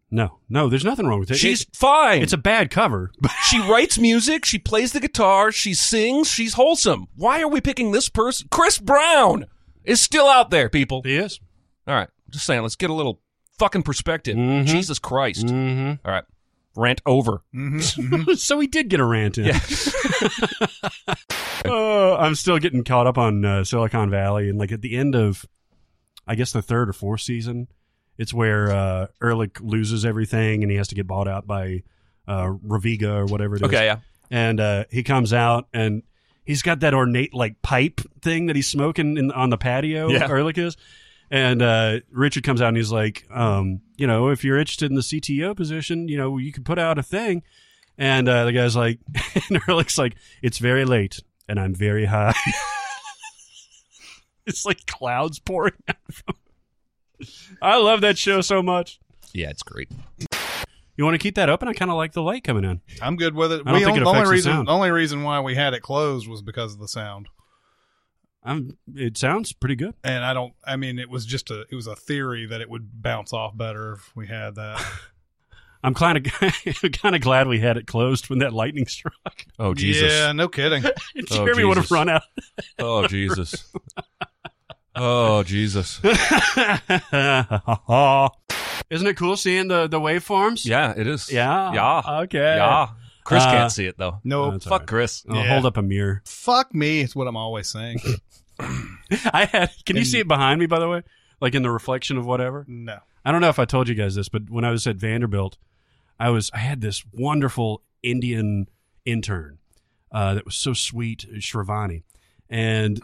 A: no, no. There's nothing wrong with it.
D: She's
A: It-
D: fine.
A: it's a bad cover.
D: she writes music, she plays the guitar, she sings, she's wholesome. Why are we picking this person? Chris Brown is still out there, people.
A: He is.
D: All right, just saying, let's get a little fucking perspective.
A: Mhm.
D: Jesus Christ.
A: Mm-hmm.
D: All right. Rant over.
A: so he did get a rant in. Uh, I'm still getting caught up on uh, Silicon Valley, and like at the end of, I guess the third or fourth season, it's where uh, Ehrlich loses everything and he has to get bought out by uh, Raviga or whatever it is.
D: Okay, yeah.
A: and uh, he comes out and he's got that ornate like pipe thing that he's smoking in, on the patio.
D: Yeah.
A: Ehrlich is. And uh, Richard comes out and he's like, um, you know, if you're interested in the CTO position, you know, you can put out a thing. And uh, the guy's like, and Ehrlich's like, it's very late and I'm very high. it's like clouds pouring out of him. I love that show so much.
D: Yeah, it's great.
A: You want to keep that open? I kind of like the light coming in.
C: I'm good with it.
A: I don't
C: We
A: think
C: on-
A: it
C: the only
A: affects the
C: reason
A: sound.
C: the only reason why we had it closed was because of the sound.
A: I'm, it sounds pretty good.
C: And I don't I mean it was just a it was a theory that it would bounce off better if we had that.
A: I'm kind of kind of glad we had it closed when that lightning struck.
D: Oh, Jesus.
C: Yeah, no kidding.
D: Oh,
A: Jeremy would have
D: Jesus.
A: run out.
D: Oh, Jesus. Oh, Jesus.
A: Isn't it cool seeing the the waveforms?
D: Yeah, it is.
A: Yeah.
D: Yeah.
A: Okay.
D: Yeah. Chris
A: Uh,
D: can't see it, though.
C: No,
A: That's all
D: Fuck
A: right.
D: Chris.
A: I'll
C: Yeah.
A: hold up a mirror.
C: fuck me is what I'm always saying.
A: I had. Can you see it behind me? By the way, like in the reflection of whatever.
C: no.
A: I don't know if I told you guys this, but when I was at Vanderbilt, I was I had this wonderful Indian intern uh, that was so sweet, Shravani, and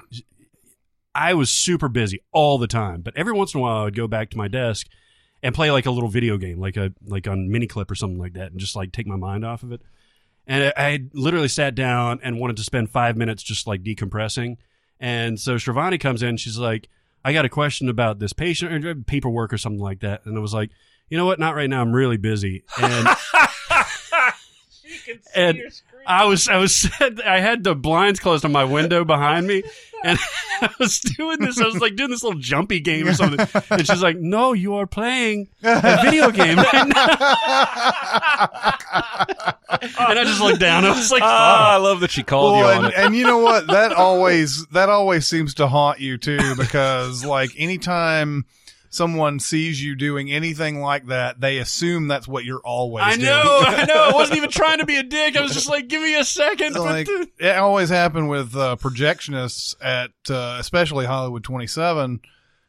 A: I was super busy all the time. But every once in a while, I would go back to my desk and play like a little video game, like a like on mini clip or something like that, and just like take my mind off of it. And I, I had literally sat down and wanted to spend five minutes just like decompressing. And so Shravani comes in, she's like, I got a question about this patient or uh, paperwork or something like that. And I was like, you know what? Not right now. I'm really busy. And, and I was, I was, I had the blinds closed on my window behind me. And I was doing this. I was like doing this little jumpy game or something. And she's like, no, you are playing a video game right now. and I just looked down. I was like,
D: Ah, I love that she called you
C: Well,
D: on
C: and,
D: it.
C: and you know what? That always that always seems to haunt you too, because like anytime someone sees you doing anything like that, they assume that's what you're always.
A: I
C: doing.
A: know, I know. I wasn't even trying to be a dick. I was just like, give me a second.
C: like
A: But-
C: it always happened with uh, projectionists at uh, especially Hollywood 27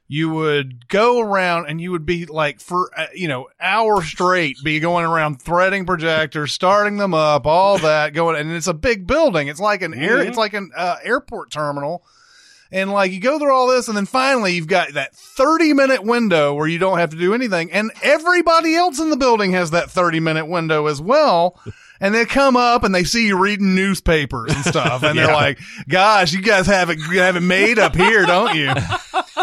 C: you would go around and you would be like for uh, you know hour straight be going around threading projectors starting them up all that going and it's a big building it's like an air it's like an uh, airport terminal and like you go through all this and then finally you've got that 30 minute window where you don't have to do anything and everybody else in the building has that 30 minute window as well and they come up and they see you reading newspapers and stuff and they're like gosh you guys have it you have it made up here don't you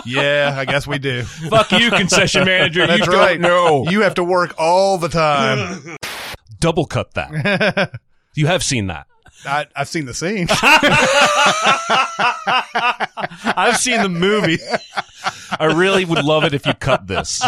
C: yeah i guess we do
H: Fuck you, concession manager.
C: that's
H: you
C: right
H: don't know.
C: you have to work all the time
D: Double cut that. you have seen that.
C: I, i've seen the scene
A: I've seen the movie.
D: I really would love it if you cut this.